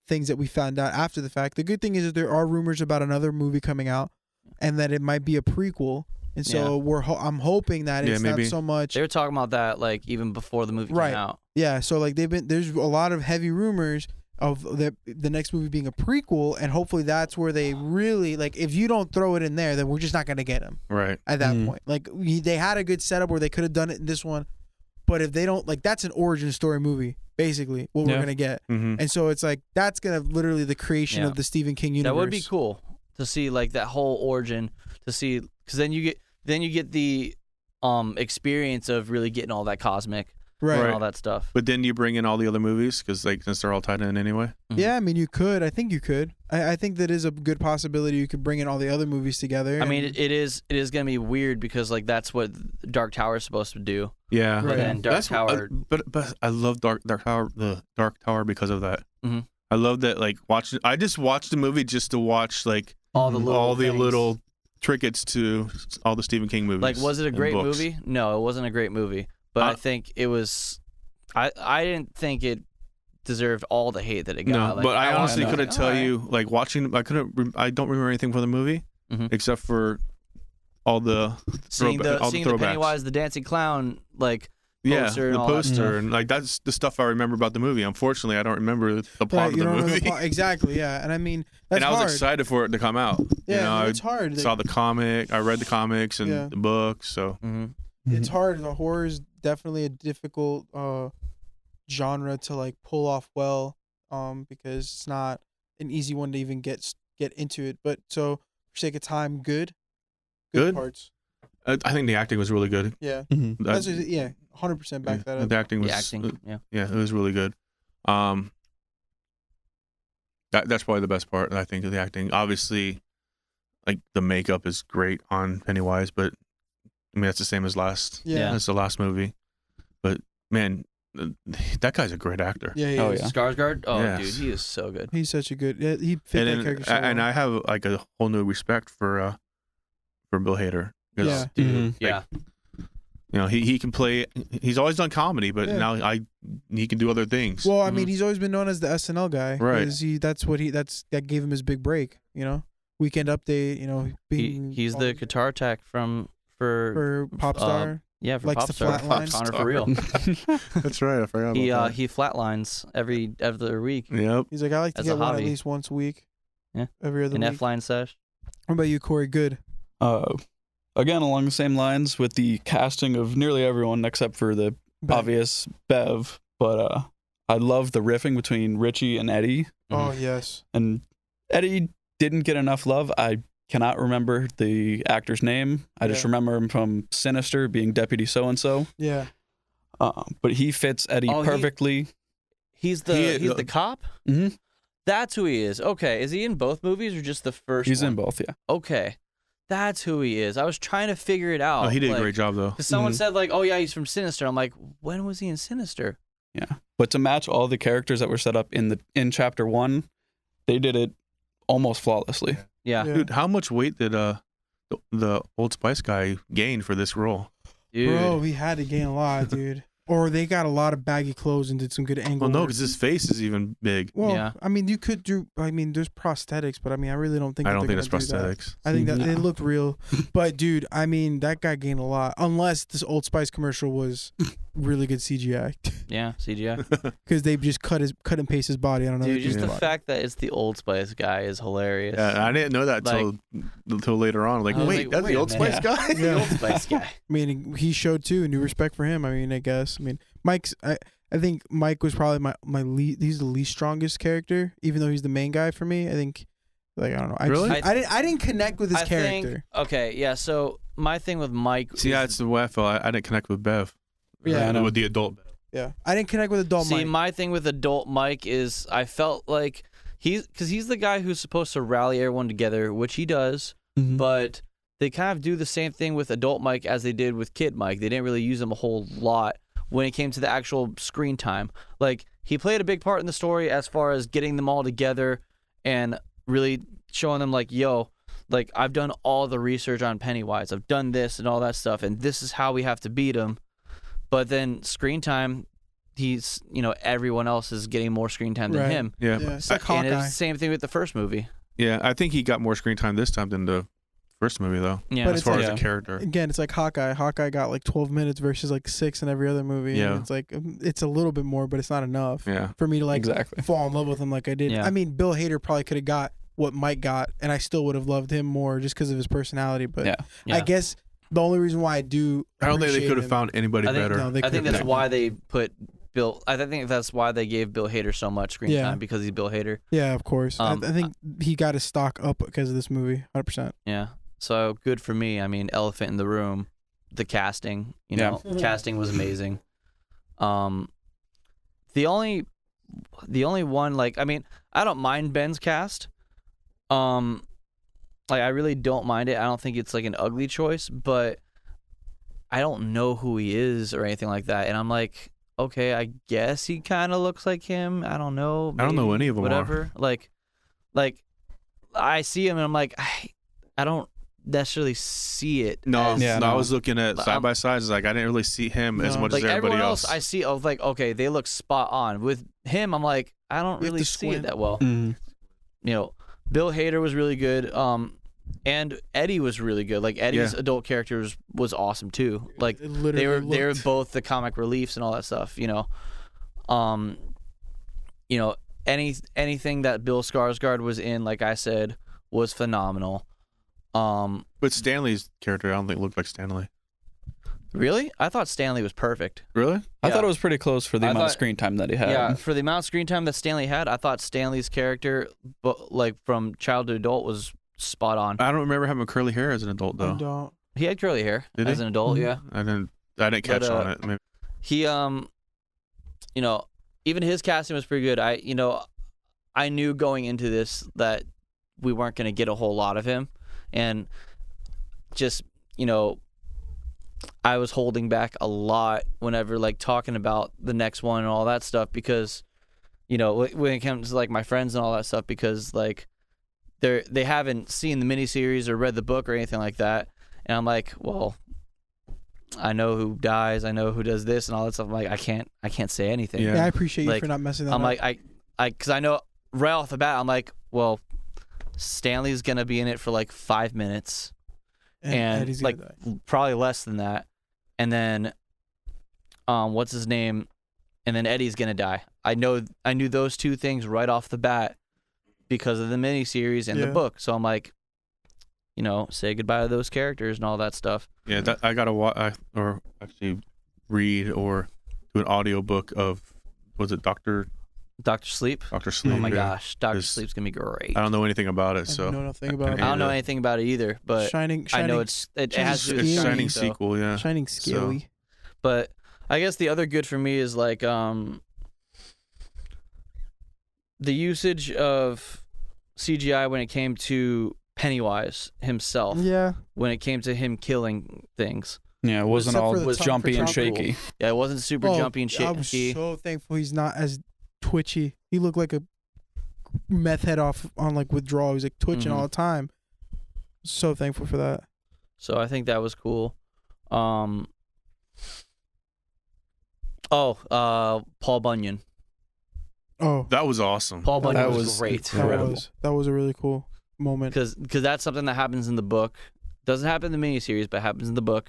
[SPEAKER 4] things that we found out after the fact. The good thing is that there are rumors about another movie coming out, and that it might be a prequel. And so we're ho- I'm hoping that
[SPEAKER 5] Yeah,
[SPEAKER 4] it's
[SPEAKER 5] maybe.
[SPEAKER 4] not so much.
[SPEAKER 1] They were talking about that like even before the movie
[SPEAKER 4] Right.
[SPEAKER 1] came out.
[SPEAKER 4] Yeah. So like they've been there's a lot of heavy rumors of the the next movie being a prequel, and hopefully that's where they really like. If you don't throw it in there, then we're just not gonna get him
[SPEAKER 5] Right.
[SPEAKER 4] at that
[SPEAKER 3] Mm.
[SPEAKER 4] point. Like we, they had a good setup where they could have done it in this one, but if they don't, like that's an origin story movie, basically what we're
[SPEAKER 3] Yeah.
[SPEAKER 4] gonna get.
[SPEAKER 5] Mm-hmm.
[SPEAKER 4] And so it's like that's gonna literally the creation
[SPEAKER 1] Yeah.
[SPEAKER 4] of the Stephen King universe.
[SPEAKER 1] That would be cool to see like that whole origin to see because then you get then you get the um experience of really getting all that cosmic
[SPEAKER 4] right?
[SPEAKER 1] and
[SPEAKER 5] Right.
[SPEAKER 1] all that stuff.
[SPEAKER 5] But then you bring in all the other movies because like since they're all tied in anyway.
[SPEAKER 1] Mhm.
[SPEAKER 4] Yeah, I mean you could. I think you could. I, I think that is a good possibility. You could bring in all the other movies together.
[SPEAKER 1] I mean,
[SPEAKER 4] and-
[SPEAKER 1] it, it is it is gonna be weird because like that's what Dark Tower is supposed to do.
[SPEAKER 5] Yeah.
[SPEAKER 1] But
[SPEAKER 4] Right.
[SPEAKER 1] then Dark
[SPEAKER 5] That's-
[SPEAKER 1] Tower,
[SPEAKER 5] I, but but I love Dark Dark Tower the Dark Tower because of that.
[SPEAKER 1] Mhm.
[SPEAKER 5] I love that like watching. I just watched the movie just to watch like
[SPEAKER 1] all the little
[SPEAKER 5] mm-hmm. all the
[SPEAKER 1] things.
[SPEAKER 5] little trinkets to all the Stephen King movies.
[SPEAKER 1] like was it a
[SPEAKER 5] and
[SPEAKER 1] great
[SPEAKER 5] books.
[SPEAKER 1] movie? No, it wasn't a great movie. But I
[SPEAKER 5] Uh,
[SPEAKER 1] think it was. I I didn't think it deserved all the hate that it got.
[SPEAKER 5] No,
[SPEAKER 1] Like,
[SPEAKER 5] but I,
[SPEAKER 1] watched
[SPEAKER 5] honestly
[SPEAKER 1] it, I was
[SPEAKER 5] couldn't
[SPEAKER 1] like,
[SPEAKER 5] tell
[SPEAKER 1] "Alright."
[SPEAKER 5] you like watching. I couldn't. Re- I don't remember anything from the movie
[SPEAKER 1] Mhm.
[SPEAKER 5] except for all the
[SPEAKER 1] seeing
[SPEAKER 5] throwba- all
[SPEAKER 1] the
[SPEAKER 5] the
[SPEAKER 1] seeing the
[SPEAKER 5] throwbacks.
[SPEAKER 1] Pennywise the dancing clown like
[SPEAKER 5] yeah
[SPEAKER 1] Poster and
[SPEAKER 5] the
[SPEAKER 1] all that
[SPEAKER 5] poster
[SPEAKER 3] stuff.
[SPEAKER 5] and like that's the stuff I remember about the movie. Unfortunately, I don't remember the plot
[SPEAKER 4] Right,
[SPEAKER 5] of
[SPEAKER 4] you
[SPEAKER 5] the
[SPEAKER 4] don't remember
[SPEAKER 5] movie.
[SPEAKER 4] the plot- exactly, yeah. And I mean, that's
[SPEAKER 5] and I was
[SPEAKER 4] hard.
[SPEAKER 5] excited for it to come out.
[SPEAKER 4] yeah,
[SPEAKER 5] you know,
[SPEAKER 4] no,
[SPEAKER 5] I
[SPEAKER 4] it's hard.
[SPEAKER 5] saw the comic. I read the comics and
[SPEAKER 4] Yeah.
[SPEAKER 5] the book. So
[SPEAKER 1] mhm.
[SPEAKER 4] it's
[SPEAKER 3] Mm-hmm.
[SPEAKER 5] Mm-hmm.
[SPEAKER 4] hard. The horror is definitely a difficult uh, genre to like pull off well, um, because it's not an easy one to even get s- get into it. But so for sake of time, good,
[SPEAKER 5] Good?
[SPEAKER 4] parts.
[SPEAKER 5] I, I think the acting was really good.
[SPEAKER 4] Yeah,
[SPEAKER 3] Mhm.
[SPEAKER 5] That-
[SPEAKER 4] that's just- yeah, hundred percent back
[SPEAKER 5] yeah,
[SPEAKER 4] that up.
[SPEAKER 5] The acting was uh,
[SPEAKER 1] the acting. Yeah.
[SPEAKER 5] yeah, it was really good. Um, that that's probably the best part. I think of the acting. Obviously, like the makeup is great on Pennywise, but I mean that's the same as last.
[SPEAKER 4] Yeah,
[SPEAKER 1] yeah.
[SPEAKER 5] That's the last movie. But man, th- that guy's a great actor.
[SPEAKER 4] yeah, he
[SPEAKER 3] Oh,
[SPEAKER 4] is.
[SPEAKER 3] yeah.
[SPEAKER 1] Skarsgård. Oh,
[SPEAKER 5] Yes.
[SPEAKER 1] dude, he is so good.
[SPEAKER 4] He's such a good. Yeah, he fit
[SPEAKER 5] and
[SPEAKER 4] that
[SPEAKER 5] then-
[SPEAKER 4] character. So
[SPEAKER 5] I, and
[SPEAKER 4] well.
[SPEAKER 5] I have like a whole new respect for uh for Bill Hader. 'Cause,
[SPEAKER 4] Yeah.
[SPEAKER 1] Dude,
[SPEAKER 3] Mhm.
[SPEAKER 1] Mm-hmm. yeah.
[SPEAKER 5] You know, he, he can play. He's always done comedy, but
[SPEAKER 4] Yeah.
[SPEAKER 5] now I he can do other things.
[SPEAKER 4] well, I
[SPEAKER 1] Mhm.
[SPEAKER 4] mean, he's always been known as the SNL guy.
[SPEAKER 5] Mm-hmm. Right.
[SPEAKER 4] 'cause He, that's what he. That's that gave him his big break. You know, Weekend Update. You know,
[SPEAKER 1] He,
[SPEAKER 4] being
[SPEAKER 1] he's the guitar tech from for,
[SPEAKER 4] for pop
[SPEAKER 1] uh,
[SPEAKER 4] star.
[SPEAKER 1] yeah for
[SPEAKER 4] likes
[SPEAKER 1] pop
[SPEAKER 4] to
[SPEAKER 1] star
[SPEAKER 4] flatline.
[SPEAKER 1] Connor for real.
[SPEAKER 5] That's right. I forgot.
[SPEAKER 1] he uh, he flatlines every other week
[SPEAKER 5] yep.
[SPEAKER 4] He's like, I like to
[SPEAKER 1] as a
[SPEAKER 4] get one at
[SPEAKER 1] hobby.
[SPEAKER 4] least once a week.
[SPEAKER 1] Yeah.
[SPEAKER 4] Every other
[SPEAKER 1] an
[SPEAKER 4] week.
[SPEAKER 1] F line sesh.
[SPEAKER 4] what about you, Corey? Good.
[SPEAKER 3] Uh, again, along the same lines with the casting of nearly everyone except for the
[SPEAKER 4] Bev.
[SPEAKER 3] obvious Bev, but uh, I love the riffing between Richie and Eddie,
[SPEAKER 4] Oh yes.
[SPEAKER 3] and Eddie didn't get enough love. I cannot remember the actor's name. I just
[SPEAKER 4] Yeah.
[SPEAKER 3] remember him from Sinister being Deputy So and So.
[SPEAKER 4] Yeah.
[SPEAKER 3] But he fits Eddie
[SPEAKER 1] Oh, he-
[SPEAKER 3] perfectly.
[SPEAKER 1] He's the
[SPEAKER 5] He- uh,
[SPEAKER 1] he's the cop.
[SPEAKER 3] hmm
[SPEAKER 1] That's who he is. Okay, is he in both movies or just the first?
[SPEAKER 3] He's in
[SPEAKER 1] one?
[SPEAKER 3] both, yeah.
[SPEAKER 1] Okay, that's who he is. I was trying to figure it out.
[SPEAKER 5] Oh, he did
[SPEAKER 1] like,
[SPEAKER 5] a great job Mm-hmm. though.
[SPEAKER 1] Because someone
[SPEAKER 3] Mhm.
[SPEAKER 1] said like, "Oh yeah, he's from Sinister." I'm like, "When was he in Sinister?"
[SPEAKER 3] But to match all the characters that were set up in the in chapter one, they did it almost flawlessly.
[SPEAKER 1] Yeah,
[SPEAKER 5] Dude, how much weight did uh the, the Old Spice guy gain for this role?
[SPEAKER 1] dude.
[SPEAKER 4] Bro, he had to gain a lot, dude. Or they got a lot of baggy clothes and did some good angle.
[SPEAKER 5] Well, no,
[SPEAKER 4] work.
[SPEAKER 5] because his face is even big.
[SPEAKER 4] Well,
[SPEAKER 1] Yeah.
[SPEAKER 4] I mean, you could do. I mean, there's prosthetics, but I mean, I really don't think.
[SPEAKER 5] I
[SPEAKER 4] that
[SPEAKER 5] don't
[SPEAKER 4] they're
[SPEAKER 5] think it's
[SPEAKER 4] gonna do that.
[SPEAKER 5] prosthetics.
[SPEAKER 4] I think that they
[SPEAKER 3] No.
[SPEAKER 4] looked real, but dude, I mean, that guy gained a lot. Unless this Old Spice commercial was really good CGI,
[SPEAKER 1] Yeah, CGI.
[SPEAKER 4] because they just cut his cut and paste his body. I don't know.
[SPEAKER 1] Dude, just the
[SPEAKER 5] Yeah.
[SPEAKER 1] fact that it's the Old Spice guy is hilarious.
[SPEAKER 5] Yeah, and I didn't know that till until later on. Like,
[SPEAKER 1] I was
[SPEAKER 5] wait,
[SPEAKER 1] like,
[SPEAKER 5] that's
[SPEAKER 1] wait
[SPEAKER 5] the
[SPEAKER 1] a
[SPEAKER 5] Old Spice
[SPEAKER 1] minute.
[SPEAKER 5] guy.
[SPEAKER 1] the Old Spice guy.
[SPEAKER 4] I mean, he showed too, new respect for him. I mean, I guess. I mean, Mike's. I, I think Mike was probably my my least. He's the least strongest character, even though he's the main guy for me. I think Like I don't know. I
[SPEAKER 5] Really?
[SPEAKER 4] just- I, didn't. I didn't connect with his
[SPEAKER 1] I
[SPEAKER 4] character.
[SPEAKER 1] think okay, yeah. So my thing with Mike,
[SPEAKER 5] See,
[SPEAKER 1] is-
[SPEAKER 5] that's the way I felt. I, I didn't connect with Bev.
[SPEAKER 4] Yeah,
[SPEAKER 3] I know.
[SPEAKER 5] with the adult. Bev.
[SPEAKER 4] yeah.
[SPEAKER 2] I didn't connect with adult
[SPEAKER 1] see,
[SPEAKER 2] Mike.
[SPEAKER 1] my thing with adult Mike is I felt like he's because he's the guy who's supposed to rally everyone together, which he does,
[SPEAKER 4] Mm-hmm.
[SPEAKER 1] but they kind of do the same thing with adult Mike as they did with kid Mike. They didn't really use him a whole lot when it came to the actual screen time. Like he played a big part in the story as far as getting them all together and really showing them like, yo, like I've done all the research on Pennywise. I've done this and all that stuff, and this is how we have to beat him. But then screen time, he's you know everyone else is getting more screen time than
[SPEAKER 4] Right.
[SPEAKER 1] him.
[SPEAKER 5] Yeah.
[SPEAKER 4] Yeah, it's
[SPEAKER 5] I-
[SPEAKER 4] like
[SPEAKER 1] And it's
[SPEAKER 4] Hawkeye.
[SPEAKER 1] the same thing with the first movie.
[SPEAKER 5] yeah. I think he got more screen time this time than the first movie, though,
[SPEAKER 1] Yeah,
[SPEAKER 4] But
[SPEAKER 5] as
[SPEAKER 4] it's
[SPEAKER 5] far
[SPEAKER 3] like-
[SPEAKER 5] as
[SPEAKER 3] Yeah.
[SPEAKER 5] a character.
[SPEAKER 4] Again, it's like Hawkeye. Hawkeye got like 12 minutes versus like six in every other movie. and
[SPEAKER 5] Yeah.
[SPEAKER 4] it's like um, it's a little bit more, but it's not enough
[SPEAKER 5] Yeah.
[SPEAKER 4] for me to like
[SPEAKER 3] exactly.
[SPEAKER 4] fall in love with him like I did.
[SPEAKER 1] Yeah.
[SPEAKER 4] I mean, Bill Hader probably could have got what Mike got, and I still would have loved him more just because of his personality. But
[SPEAKER 3] Yeah.
[SPEAKER 1] yeah.
[SPEAKER 4] I guess the only reason why I do
[SPEAKER 5] I don't think they
[SPEAKER 4] appreciate
[SPEAKER 5] could have
[SPEAKER 4] him-
[SPEAKER 5] found anybody
[SPEAKER 1] I think-
[SPEAKER 5] better.
[SPEAKER 4] No, they
[SPEAKER 1] I think that's
[SPEAKER 4] could've-
[SPEAKER 1] why they put Bill. I think that's why they gave Bill Hader so much screen
[SPEAKER 4] Yeah.
[SPEAKER 1] time because he's Bill Hader.
[SPEAKER 4] Yeah, of course. I-
[SPEAKER 1] Um,
[SPEAKER 4] I, think he got his stock up because of this movie, 100. percent
[SPEAKER 1] Yeah. So good for me. I mean, elephant in the room, the casting. You
[SPEAKER 3] Yeah.
[SPEAKER 1] know, casting was amazing. Um, the only, the only one like I mean, I don't mind Ben's cast. Um, like I really don't mind it. I don't think it's like an ugly choice, but I don't know who he is or anything like that. And I'm like, okay, I guess he kind of looks like him. I don't know.
[SPEAKER 5] I don't know
[SPEAKER 1] maybe
[SPEAKER 5] any of them. Are.
[SPEAKER 1] whatever. Like, like I see him and I'm like, I, I don't necessarily see it.
[SPEAKER 5] No,
[SPEAKER 1] as-
[SPEAKER 3] Yeah,
[SPEAKER 5] no, I
[SPEAKER 3] no.
[SPEAKER 5] was looking at
[SPEAKER 1] But
[SPEAKER 5] side
[SPEAKER 1] I'm-
[SPEAKER 5] by sides. Like I didn't really see him as
[SPEAKER 4] No.
[SPEAKER 5] much
[SPEAKER 1] like
[SPEAKER 5] as everybody
[SPEAKER 1] everyone
[SPEAKER 5] else.
[SPEAKER 1] else, I see. I was like, okay, they look spot on. With him, I'm like, I don't
[SPEAKER 4] You have
[SPEAKER 1] really
[SPEAKER 4] to
[SPEAKER 1] see
[SPEAKER 4] squint.
[SPEAKER 1] it that well.
[SPEAKER 4] Mm-hmm.
[SPEAKER 3] Mhm.
[SPEAKER 1] You know, Bill Hader was really good. Um, and Eddie was really good. Like Eddie's adult character was, was awesome too. Like
[SPEAKER 4] It literally
[SPEAKER 1] they were they were
[SPEAKER 4] looked-
[SPEAKER 1] both the comic reliefs and all that stuff. You know, um, you know any anything that Bill Skarsgård was in, like I said, was phenomenal. Um,
[SPEAKER 5] but Stanley's character, I don't think looked like Stanley.
[SPEAKER 1] really, I thought Stanley was perfect.
[SPEAKER 5] Really?
[SPEAKER 3] I
[SPEAKER 1] Yeah.
[SPEAKER 3] thought it was pretty close for the
[SPEAKER 1] I
[SPEAKER 3] amount of
[SPEAKER 1] thought-
[SPEAKER 3] screen time that he had.
[SPEAKER 1] Yeah, for the amount of screen time that Stanley had, I thought Stanley's character, but like from child to adult, was spot on.
[SPEAKER 5] I don't remember having curly hair as an adult
[SPEAKER 4] I
[SPEAKER 5] though.
[SPEAKER 4] don't.
[SPEAKER 1] He had curly hair
[SPEAKER 5] Did
[SPEAKER 1] as
[SPEAKER 5] he?
[SPEAKER 1] an adult. Yeah,
[SPEAKER 5] I didn't. I didn't
[SPEAKER 1] But,
[SPEAKER 5] catch
[SPEAKER 1] uh,
[SPEAKER 5] on it. Maybe.
[SPEAKER 1] he um you know even his casting was pretty good i you know i knew going into this that we weren't going to get a whole lot of him and just you know i was holding back a lot whenever like talking about the next one and all that stuff because you know wh- when it comes to like my friends and all that stuff because like they're they haven't seen the miniseries or read the book or anything like that and i'm like well I know who dies. I know who does this and all that stuff. I'm like, I can't, I can't say anything.
[SPEAKER 5] Yeah.
[SPEAKER 4] Yeah, I appreciate you
[SPEAKER 1] Like,
[SPEAKER 4] for not messing that
[SPEAKER 5] Uh-huh.
[SPEAKER 1] I'm
[SPEAKER 4] up.
[SPEAKER 1] like, I, I, because I know right off the bat, I'm like, well, Stanley's gonna be in it for like five minutes, and,
[SPEAKER 4] Eddie's gonna
[SPEAKER 1] like
[SPEAKER 4] die.
[SPEAKER 1] probably less than that, and then, um, what's his name, and then Eddie's gonna die. I know, I knew those two things right off the bat because of the miniseries and the
[SPEAKER 4] Yeah.
[SPEAKER 1] book. So I'm like, you know, say goodbye to those characters and all that stuff.
[SPEAKER 5] Yeah, that, I gotta watch or actually read or do an audiobook of was it Doctor
[SPEAKER 1] Doctor Sleep.
[SPEAKER 5] Doctor Sleep?
[SPEAKER 1] Oh my
[SPEAKER 5] yeah.
[SPEAKER 1] gosh, Doctor
[SPEAKER 5] It's-
[SPEAKER 1] Sleep's gonna be great.
[SPEAKER 5] I don't know anything about it,
[SPEAKER 4] I
[SPEAKER 5] so
[SPEAKER 4] know nothing about
[SPEAKER 5] I
[SPEAKER 4] it.
[SPEAKER 1] I don't know
[SPEAKER 5] Yeah.
[SPEAKER 1] anything about it either, but
[SPEAKER 4] shining, shining,
[SPEAKER 1] I know it's it, it
[SPEAKER 4] Shining
[SPEAKER 1] has to do with
[SPEAKER 5] it's
[SPEAKER 4] Shining,
[SPEAKER 5] Shining
[SPEAKER 1] though.
[SPEAKER 5] sequel. Yeah,
[SPEAKER 4] shining scary.
[SPEAKER 1] But I guess the other good for me is like um the usage of CGI when it came to Pennywise himself,
[SPEAKER 4] yeah,
[SPEAKER 1] when it came to him killing things.
[SPEAKER 3] Yeah, it wasn't
[SPEAKER 4] Except
[SPEAKER 3] all
[SPEAKER 4] for the
[SPEAKER 3] was
[SPEAKER 4] top-
[SPEAKER 3] jumpy
[SPEAKER 4] for
[SPEAKER 3] and
[SPEAKER 4] top
[SPEAKER 3] shaky.
[SPEAKER 1] Yeah, it wasn't super
[SPEAKER 4] Oh,
[SPEAKER 1] jumpy and
[SPEAKER 4] I'm
[SPEAKER 1] shaky.
[SPEAKER 4] so thankful he's not as twitchy. He looked like a meth head off on like withdrawal. He's like twitching
[SPEAKER 1] Mhm.
[SPEAKER 4] all the time. So thankful for that.
[SPEAKER 1] So I think that was cool. Um Oh, uh Paul Bunyan.
[SPEAKER 4] Oh,
[SPEAKER 5] that was awesome.
[SPEAKER 1] Paul Bunyan
[SPEAKER 3] That
[SPEAKER 1] was,
[SPEAKER 3] was
[SPEAKER 1] great.
[SPEAKER 4] that
[SPEAKER 3] incredible.
[SPEAKER 4] was that was a really cool moment.
[SPEAKER 1] because because that's something that happens in the book. Doesn't happen in the miniseries, but happens in the book.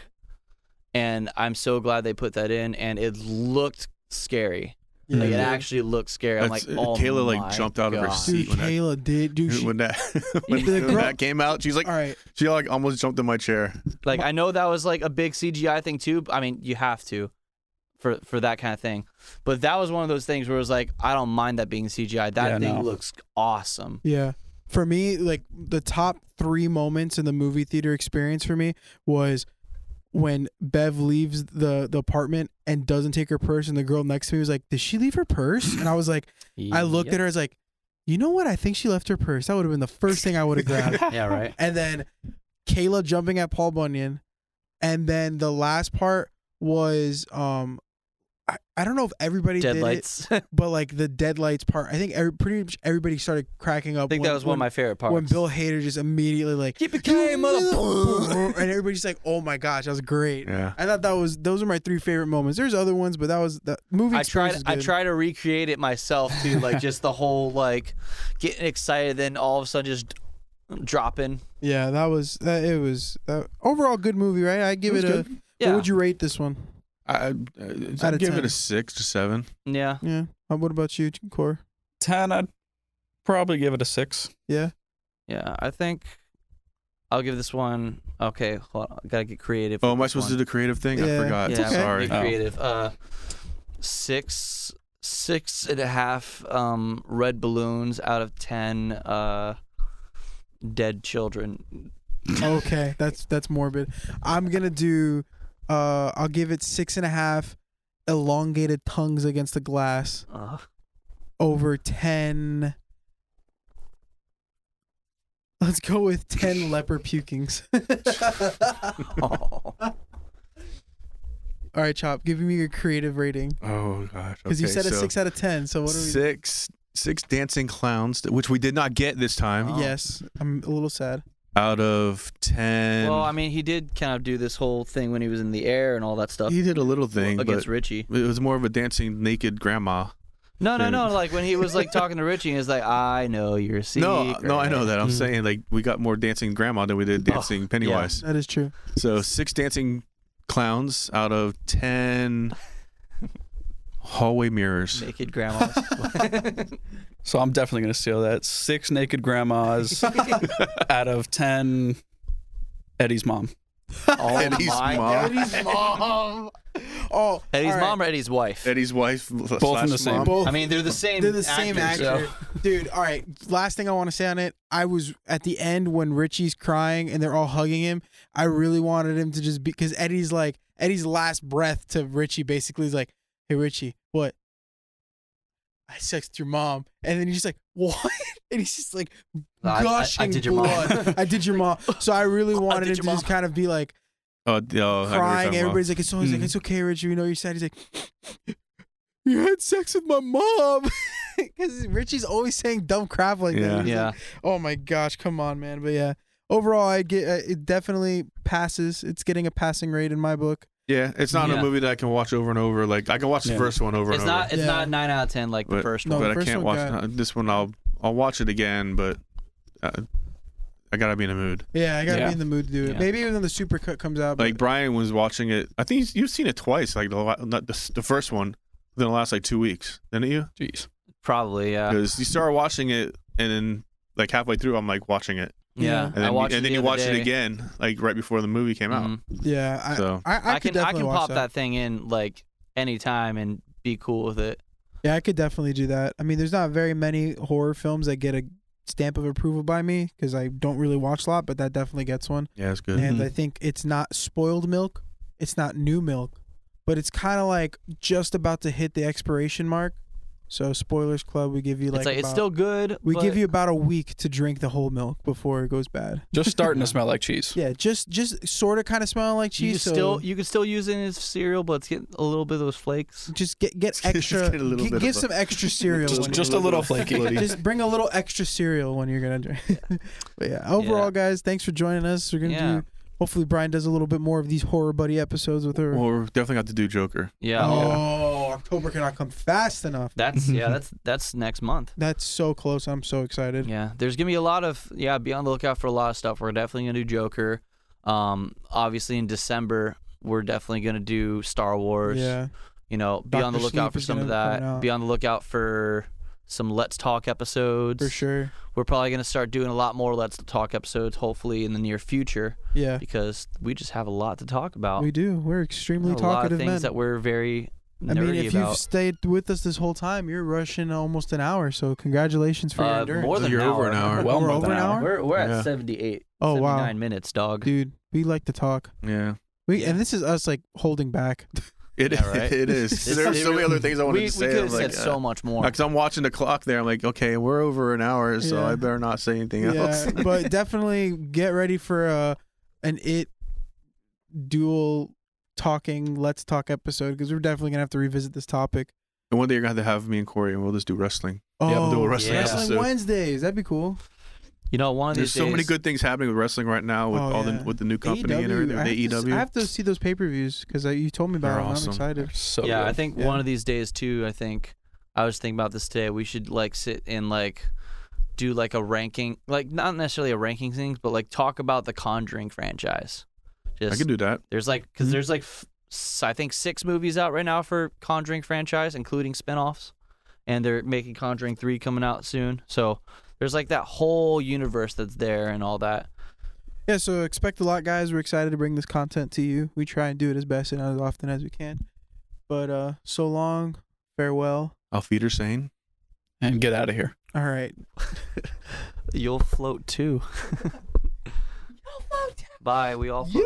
[SPEAKER 1] And I'm so glad they put that in. And it looked scary.
[SPEAKER 4] Yeah,
[SPEAKER 1] like it
[SPEAKER 4] dude.
[SPEAKER 1] actually looked scary. I'm like,
[SPEAKER 5] Mm-hmm. That's-
[SPEAKER 1] oh
[SPEAKER 5] Kayla, like,
[SPEAKER 1] my
[SPEAKER 5] jumped out of her
[SPEAKER 1] God.
[SPEAKER 5] seat.
[SPEAKER 4] Dude,
[SPEAKER 5] when I-
[SPEAKER 4] Kayla did. Dude, she,
[SPEAKER 5] when that when,
[SPEAKER 1] The
[SPEAKER 5] when
[SPEAKER 4] girl-
[SPEAKER 5] that came out, she's like
[SPEAKER 4] all right.
[SPEAKER 5] she like almost jumped in my chair.
[SPEAKER 1] Like I know that was like a big CGI thing too. but, I mean, you have to for for that kind of thing. But that was one of those things where it was like, I don't mind that being CGI. That
[SPEAKER 3] Yeah,
[SPEAKER 1] thing
[SPEAKER 3] no.
[SPEAKER 1] looks awesome.
[SPEAKER 4] Yeah. for me, like the top three moments in the movie theater experience for me was when Bev leaves the, the apartment and doesn't take her purse, and the girl next to me was like, "Did she leave her purse?" And I was like, I looked at her, I was like, "You know what? I think she left her purse. That would have been the first thing I would have grabbed."
[SPEAKER 1] her. Yeah, right.
[SPEAKER 4] and then Kayla jumping at Paul Bunyan, and then the last part was um, I, I don't know if everybody did it,
[SPEAKER 1] Deadlights. I
[SPEAKER 4] but like the deadlights part, I think every, pretty much everybody started cracking up.
[SPEAKER 1] think
[SPEAKER 4] when-
[SPEAKER 1] that was one of my favorite
[SPEAKER 4] when,
[SPEAKER 1] parts.
[SPEAKER 4] when Bill Hader just immediately like
[SPEAKER 1] keep it carrying, mother.
[SPEAKER 4] and everybody's like, oh my gosh, that was great.
[SPEAKER 5] Yeah.
[SPEAKER 4] I thought that was those are my three favorite moments. There's other ones, but that was the movie.
[SPEAKER 1] I tried.
[SPEAKER 4] experience
[SPEAKER 1] I
[SPEAKER 4] is good.
[SPEAKER 1] try to recreate it myself too. Like just the whole like getting excited, then all of a sudden just dropping.
[SPEAKER 4] Yeah, that was that, it was uh, overall good movie, right? I give
[SPEAKER 5] It
[SPEAKER 4] it,
[SPEAKER 5] was
[SPEAKER 4] a. What
[SPEAKER 1] Yeah.
[SPEAKER 4] would you rate this one?
[SPEAKER 5] I,
[SPEAKER 4] Out
[SPEAKER 5] I, I'd
[SPEAKER 4] of
[SPEAKER 5] give
[SPEAKER 4] 10.
[SPEAKER 5] it a six to seven.
[SPEAKER 1] yeah.
[SPEAKER 4] Yeah. Uh, what about you, Core?
[SPEAKER 3] Ten, I'd probably give it a six.
[SPEAKER 4] Yeah.
[SPEAKER 1] Yeah. I think I'll give this one. Okay. Hold on. I gotta get creative.
[SPEAKER 5] Oh,
[SPEAKER 1] with
[SPEAKER 5] am I
[SPEAKER 1] this
[SPEAKER 5] supposed
[SPEAKER 1] one.
[SPEAKER 5] to do the creative thing?
[SPEAKER 4] Yeah.
[SPEAKER 5] I forgot.
[SPEAKER 1] Yeah,
[SPEAKER 4] okay.
[SPEAKER 5] Sorry.
[SPEAKER 1] Be creative. Uh, six, six and a half um, red balloons out of ten uh, dead children.
[SPEAKER 4] okay, that's that's morbid. I'm gonna do. Uh, I'll give it six and a half elongated tongues against the glass
[SPEAKER 1] Uh,
[SPEAKER 4] over ten. Let's go with ten leper pukings.
[SPEAKER 1] oh.
[SPEAKER 4] All right, Chop, give me your creative rating
[SPEAKER 5] Oh gosh.
[SPEAKER 4] because you
[SPEAKER 5] Okay,
[SPEAKER 4] said a
[SPEAKER 5] so
[SPEAKER 4] six out of ten. So what are we?
[SPEAKER 5] six six dancing clowns, which we did not get this time.
[SPEAKER 1] Oh.
[SPEAKER 4] Yes, I'm a little sad.
[SPEAKER 5] Out of ten,
[SPEAKER 1] Well, I mean, he did kind of do this whole thing when he was in the air and all that stuff
[SPEAKER 5] he did a little thing,
[SPEAKER 1] against
[SPEAKER 5] but
[SPEAKER 1] Richie.
[SPEAKER 5] it was more of a dancing naked grandma.
[SPEAKER 1] No, no,
[SPEAKER 5] Yeah.
[SPEAKER 1] no. Like when he was like talking to Richie, he's like, "I know your secret."
[SPEAKER 5] No, no, I know that. I'm
[SPEAKER 4] Mm.
[SPEAKER 5] saying like we got more dancing grandma than we did
[SPEAKER 1] Oh,
[SPEAKER 5] dancing Pennywise.
[SPEAKER 4] That is true.
[SPEAKER 5] So six dancing clowns out of ten hallway mirrors.
[SPEAKER 1] Naked grandmas.
[SPEAKER 3] So I'm definitely gonna steal that. Six naked grandmas out of ten. Eddie's mom.
[SPEAKER 1] oh
[SPEAKER 5] Eddie's
[SPEAKER 1] my
[SPEAKER 5] mom.
[SPEAKER 1] God.
[SPEAKER 4] Eddie's mom. Oh,
[SPEAKER 1] Eddie's
[SPEAKER 4] all right.
[SPEAKER 1] mom or Eddie's wife?
[SPEAKER 5] Eddie's wife, both
[SPEAKER 3] in the same.
[SPEAKER 4] Both.
[SPEAKER 1] I mean, they're the same.
[SPEAKER 4] They're the same
[SPEAKER 1] actors,
[SPEAKER 4] actor,
[SPEAKER 1] so-
[SPEAKER 4] dude. All right, last thing I want to say on it. I was at the end when Richie's crying and they're all hugging him. I really wanted him to just be because Eddie's like Eddie's last breath to Richie basically is like, "Hey Richie, what? I sexed your mom," and then he's just like, "What?" And he's just like
[SPEAKER 1] I- I- I
[SPEAKER 4] gushing
[SPEAKER 1] did your mom.
[SPEAKER 4] blood. I did your mom. So I really wanted
[SPEAKER 1] did
[SPEAKER 4] him
[SPEAKER 1] your
[SPEAKER 4] to just
[SPEAKER 1] mom.
[SPEAKER 4] kind of be like
[SPEAKER 5] Oh, d- oh, I know what you're
[SPEAKER 4] crying.
[SPEAKER 5] talking
[SPEAKER 4] Everybody's like, it's always like,
[SPEAKER 3] Mm.
[SPEAKER 4] it's okay, Richie. We know you're sad. He's like, you had sex with my mom. Because Richie's always saying dumb crap like
[SPEAKER 5] Yeah.
[SPEAKER 4] that. He's
[SPEAKER 1] Yeah.
[SPEAKER 4] like, oh my gosh, come on, man. But yeah, overall, I get uh, it. Definitely passes. It's getting a passing rate in my book.
[SPEAKER 5] Yeah, it's not
[SPEAKER 1] Yeah.
[SPEAKER 5] a movie that I can watch over and over. Like I can watch the
[SPEAKER 3] Yeah.
[SPEAKER 5] first one over
[SPEAKER 1] It's
[SPEAKER 5] and over.
[SPEAKER 1] not. It's
[SPEAKER 4] Yeah.
[SPEAKER 1] not nine out of ten like the
[SPEAKER 5] But-
[SPEAKER 1] first
[SPEAKER 4] No,
[SPEAKER 1] one.
[SPEAKER 5] but
[SPEAKER 4] the
[SPEAKER 5] I
[SPEAKER 4] first
[SPEAKER 5] can't
[SPEAKER 4] one
[SPEAKER 5] watch
[SPEAKER 4] got-
[SPEAKER 5] uh, this one. I'll I'll watch it again, but uh, I gotta be in a mood.
[SPEAKER 4] Yeah, I gotta
[SPEAKER 3] Yeah.
[SPEAKER 4] be in the mood to do it.
[SPEAKER 1] Yeah.
[SPEAKER 4] Maybe even when the supercut comes out.
[SPEAKER 5] Like
[SPEAKER 4] but-
[SPEAKER 5] Brian was watching it. I think he's, you've seen it twice. Like the la- not the, the first one, within the last like two weeks, didn't you?
[SPEAKER 3] Jeez.
[SPEAKER 1] Probably. Yeah.
[SPEAKER 5] Because you started watching it, and then like halfway through, I'm like watching it,
[SPEAKER 1] Yeah.
[SPEAKER 5] and
[SPEAKER 1] I
[SPEAKER 5] then,
[SPEAKER 1] watched
[SPEAKER 5] and
[SPEAKER 1] it the
[SPEAKER 5] then you
[SPEAKER 1] other
[SPEAKER 5] watch
[SPEAKER 1] day.
[SPEAKER 5] it again, like right before the movie came out.
[SPEAKER 1] Mhm.
[SPEAKER 4] yeah, I,
[SPEAKER 5] So
[SPEAKER 4] I, I,
[SPEAKER 1] I,
[SPEAKER 4] could
[SPEAKER 1] can. I
[SPEAKER 4] definitely
[SPEAKER 1] can
[SPEAKER 4] watch
[SPEAKER 1] pop
[SPEAKER 4] that.
[SPEAKER 1] that. thing in like anytime and be cool with it.
[SPEAKER 4] Yeah, I could definitely do that. I mean, there's not very many horror films that get a stamp of approval by me because I don't really watch a lot, but that definitely gets one.
[SPEAKER 5] yeah, it's good.
[SPEAKER 4] and
[SPEAKER 3] Mhm.
[SPEAKER 4] I think it's not spoiled milk, it's not new milk, but it's kind of like just about to hit the expiration mark. So spoilers club, we give you like,
[SPEAKER 1] it's like it's
[SPEAKER 4] about-
[SPEAKER 1] still good.
[SPEAKER 4] we
[SPEAKER 1] but-
[SPEAKER 4] give you about a week to drink the whole milk before it goes bad.
[SPEAKER 3] Just starting to smell like cheese.
[SPEAKER 4] Yeah, just just sort of kind of smelling like
[SPEAKER 1] You
[SPEAKER 4] cheese.
[SPEAKER 1] can
[SPEAKER 4] so
[SPEAKER 1] still you can still use it as cereal, but it's getting a little bit of those flakes.
[SPEAKER 4] just get get
[SPEAKER 5] Just
[SPEAKER 4] extra.
[SPEAKER 5] get a little
[SPEAKER 4] gi-
[SPEAKER 5] bit
[SPEAKER 4] give
[SPEAKER 5] of a-
[SPEAKER 4] some extra cereal.
[SPEAKER 3] Just-
[SPEAKER 4] when you-
[SPEAKER 3] just a little flaky.
[SPEAKER 4] just bring a little extra cereal when you're gonna drink. but yeah, overall,
[SPEAKER 1] Yeah.
[SPEAKER 4] guys, thanks for joining us. We're gonna
[SPEAKER 1] Yeah.
[SPEAKER 4] do. Hopefully, Brian does a little bit more of these horror buddy episodes with her.
[SPEAKER 5] Well, we're definitely got to do Joker.
[SPEAKER 1] Yeah.
[SPEAKER 4] Oh, October cannot come fast enough.
[SPEAKER 1] That's yeah. That's that's next month.
[SPEAKER 4] That's so close. I'm so excited.
[SPEAKER 1] Yeah. There's gonna be a lot of yeah. Be on the lookout for a lot of stuff. We're definitely gonna do Joker. Um. Obviously in December we're definitely gonna do Star Wars.
[SPEAKER 4] Yeah.
[SPEAKER 1] you know, be on the
[SPEAKER 4] Dr.
[SPEAKER 1] lookout
[SPEAKER 4] Sleep
[SPEAKER 1] for
[SPEAKER 4] is
[SPEAKER 1] some of
[SPEAKER 4] gonna be coming
[SPEAKER 1] that.
[SPEAKER 4] out.
[SPEAKER 1] Be on the lookout for some Let's Talk episodes.
[SPEAKER 4] for sure.
[SPEAKER 1] We're probably going to start doing a lot more Let's Talk episodes, hopefully in the near future,
[SPEAKER 4] Yeah,
[SPEAKER 1] because we just have a lot to talk about.
[SPEAKER 4] we do. We're extremely
[SPEAKER 1] a lot of
[SPEAKER 4] talkative
[SPEAKER 1] things
[SPEAKER 4] men.
[SPEAKER 1] that we're very,
[SPEAKER 4] I mean,
[SPEAKER 1] nerdy
[SPEAKER 4] if
[SPEAKER 1] about.
[SPEAKER 4] you've stayed with us this whole time, you're rushing almost an hour. So congratulations for your
[SPEAKER 1] Uh,
[SPEAKER 4] endurance.
[SPEAKER 1] more than
[SPEAKER 5] You're
[SPEAKER 1] an
[SPEAKER 5] over an
[SPEAKER 1] hour.
[SPEAKER 5] hour.
[SPEAKER 3] Well,
[SPEAKER 4] We're
[SPEAKER 3] more
[SPEAKER 4] over
[SPEAKER 3] than an
[SPEAKER 4] an
[SPEAKER 3] hour.
[SPEAKER 4] hour?
[SPEAKER 1] We're, we're at
[SPEAKER 5] Yeah.
[SPEAKER 1] 78.
[SPEAKER 4] Oh, wow.
[SPEAKER 1] 79 minutes, dog.
[SPEAKER 4] dude. We like to talk.
[SPEAKER 5] Yeah.
[SPEAKER 4] We
[SPEAKER 1] Yeah.
[SPEAKER 4] and this is us like holding back.
[SPEAKER 5] It,
[SPEAKER 1] Yeah, right?
[SPEAKER 5] it is.
[SPEAKER 1] It's-
[SPEAKER 5] there are so many other things I wanted
[SPEAKER 1] we
[SPEAKER 5] to
[SPEAKER 1] we
[SPEAKER 5] say.
[SPEAKER 1] could
[SPEAKER 5] I'm
[SPEAKER 1] have
[SPEAKER 5] like, uh,
[SPEAKER 1] said so much more.
[SPEAKER 5] Because I'm watching the clock there. I'm like, okay, we're over an hour, so
[SPEAKER 4] Yeah.
[SPEAKER 5] I better not say anything else.
[SPEAKER 4] Yeah, but definitely get ready for uh, an it dual talking let's talk episode because we're definitely gonna have to revisit this topic.
[SPEAKER 5] and one day you're going to have to have me and Corey, and we'll just do wrestling.
[SPEAKER 4] Oh,
[SPEAKER 3] we'll
[SPEAKER 5] do a wrestling episode.
[SPEAKER 4] Wednesdays. That'd be cool.
[SPEAKER 1] You know, one of
[SPEAKER 5] There's
[SPEAKER 1] these
[SPEAKER 5] so
[SPEAKER 1] days,
[SPEAKER 5] many good things happening with wrestling right now with
[SPEAKER 4] Oh,
[SPEAKER 5] all
[SPEAKER 4] yeah.
[SPEAKER 5] the with the new company and
[SPEAKER 4] AEW,
[SPEAKER 5] everything. E
[SPEAKER 4] I,
[SPEAKER 5] with
[SPEAKER 4] have To,
[SPEAKER 1] E
[SPEAKER 5] AEW.
[SPEAKER 4] s- I have to see those pay per views because you told me about
[SPEAKER 5] They're
[SPEAKER 4] them. I'm
[SPEAKER 5] awesome.
[SPEAKER 4] excited.
[SPEAKER 3] They're so
[SPEAKER 1] yeah,
[SPEAKER 3] good.
[SPEAKER 1] I think
[SPEAKER 4] Yeah.
[SPEAKER 1] one of these days too. I think I was thinking about this today. We should like sit and like do like a ranking, like not necessarily a ranking thing, but like talk about the Conjuring franchise. Just
[SPEAKER 5] I can do that.
[SPEAKER 1] there's like because there's like f- s- I think six movies out right now for Conjuring franchise, including spinoffs, and they're making Conjuring three coming out soon. So there's like that whole universe that's there and all that.
[SPEAKER 4] Yeah, so expect a lot, guys. We're excited to bring this content to you. We try and do it as best and as often as we can. But uh so long, farewell.
[SPEAKER 5] I'll feed her saying.
[SPEAKER 3] and get out of here.
[SPEAKER 4] All right.
[SPEAKER 1] You'll float too. Bye. We all float.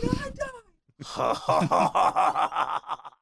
[SPEAKER 4] lived and I died.
[SPEAKER 5] Ha ha ha ha ha ha!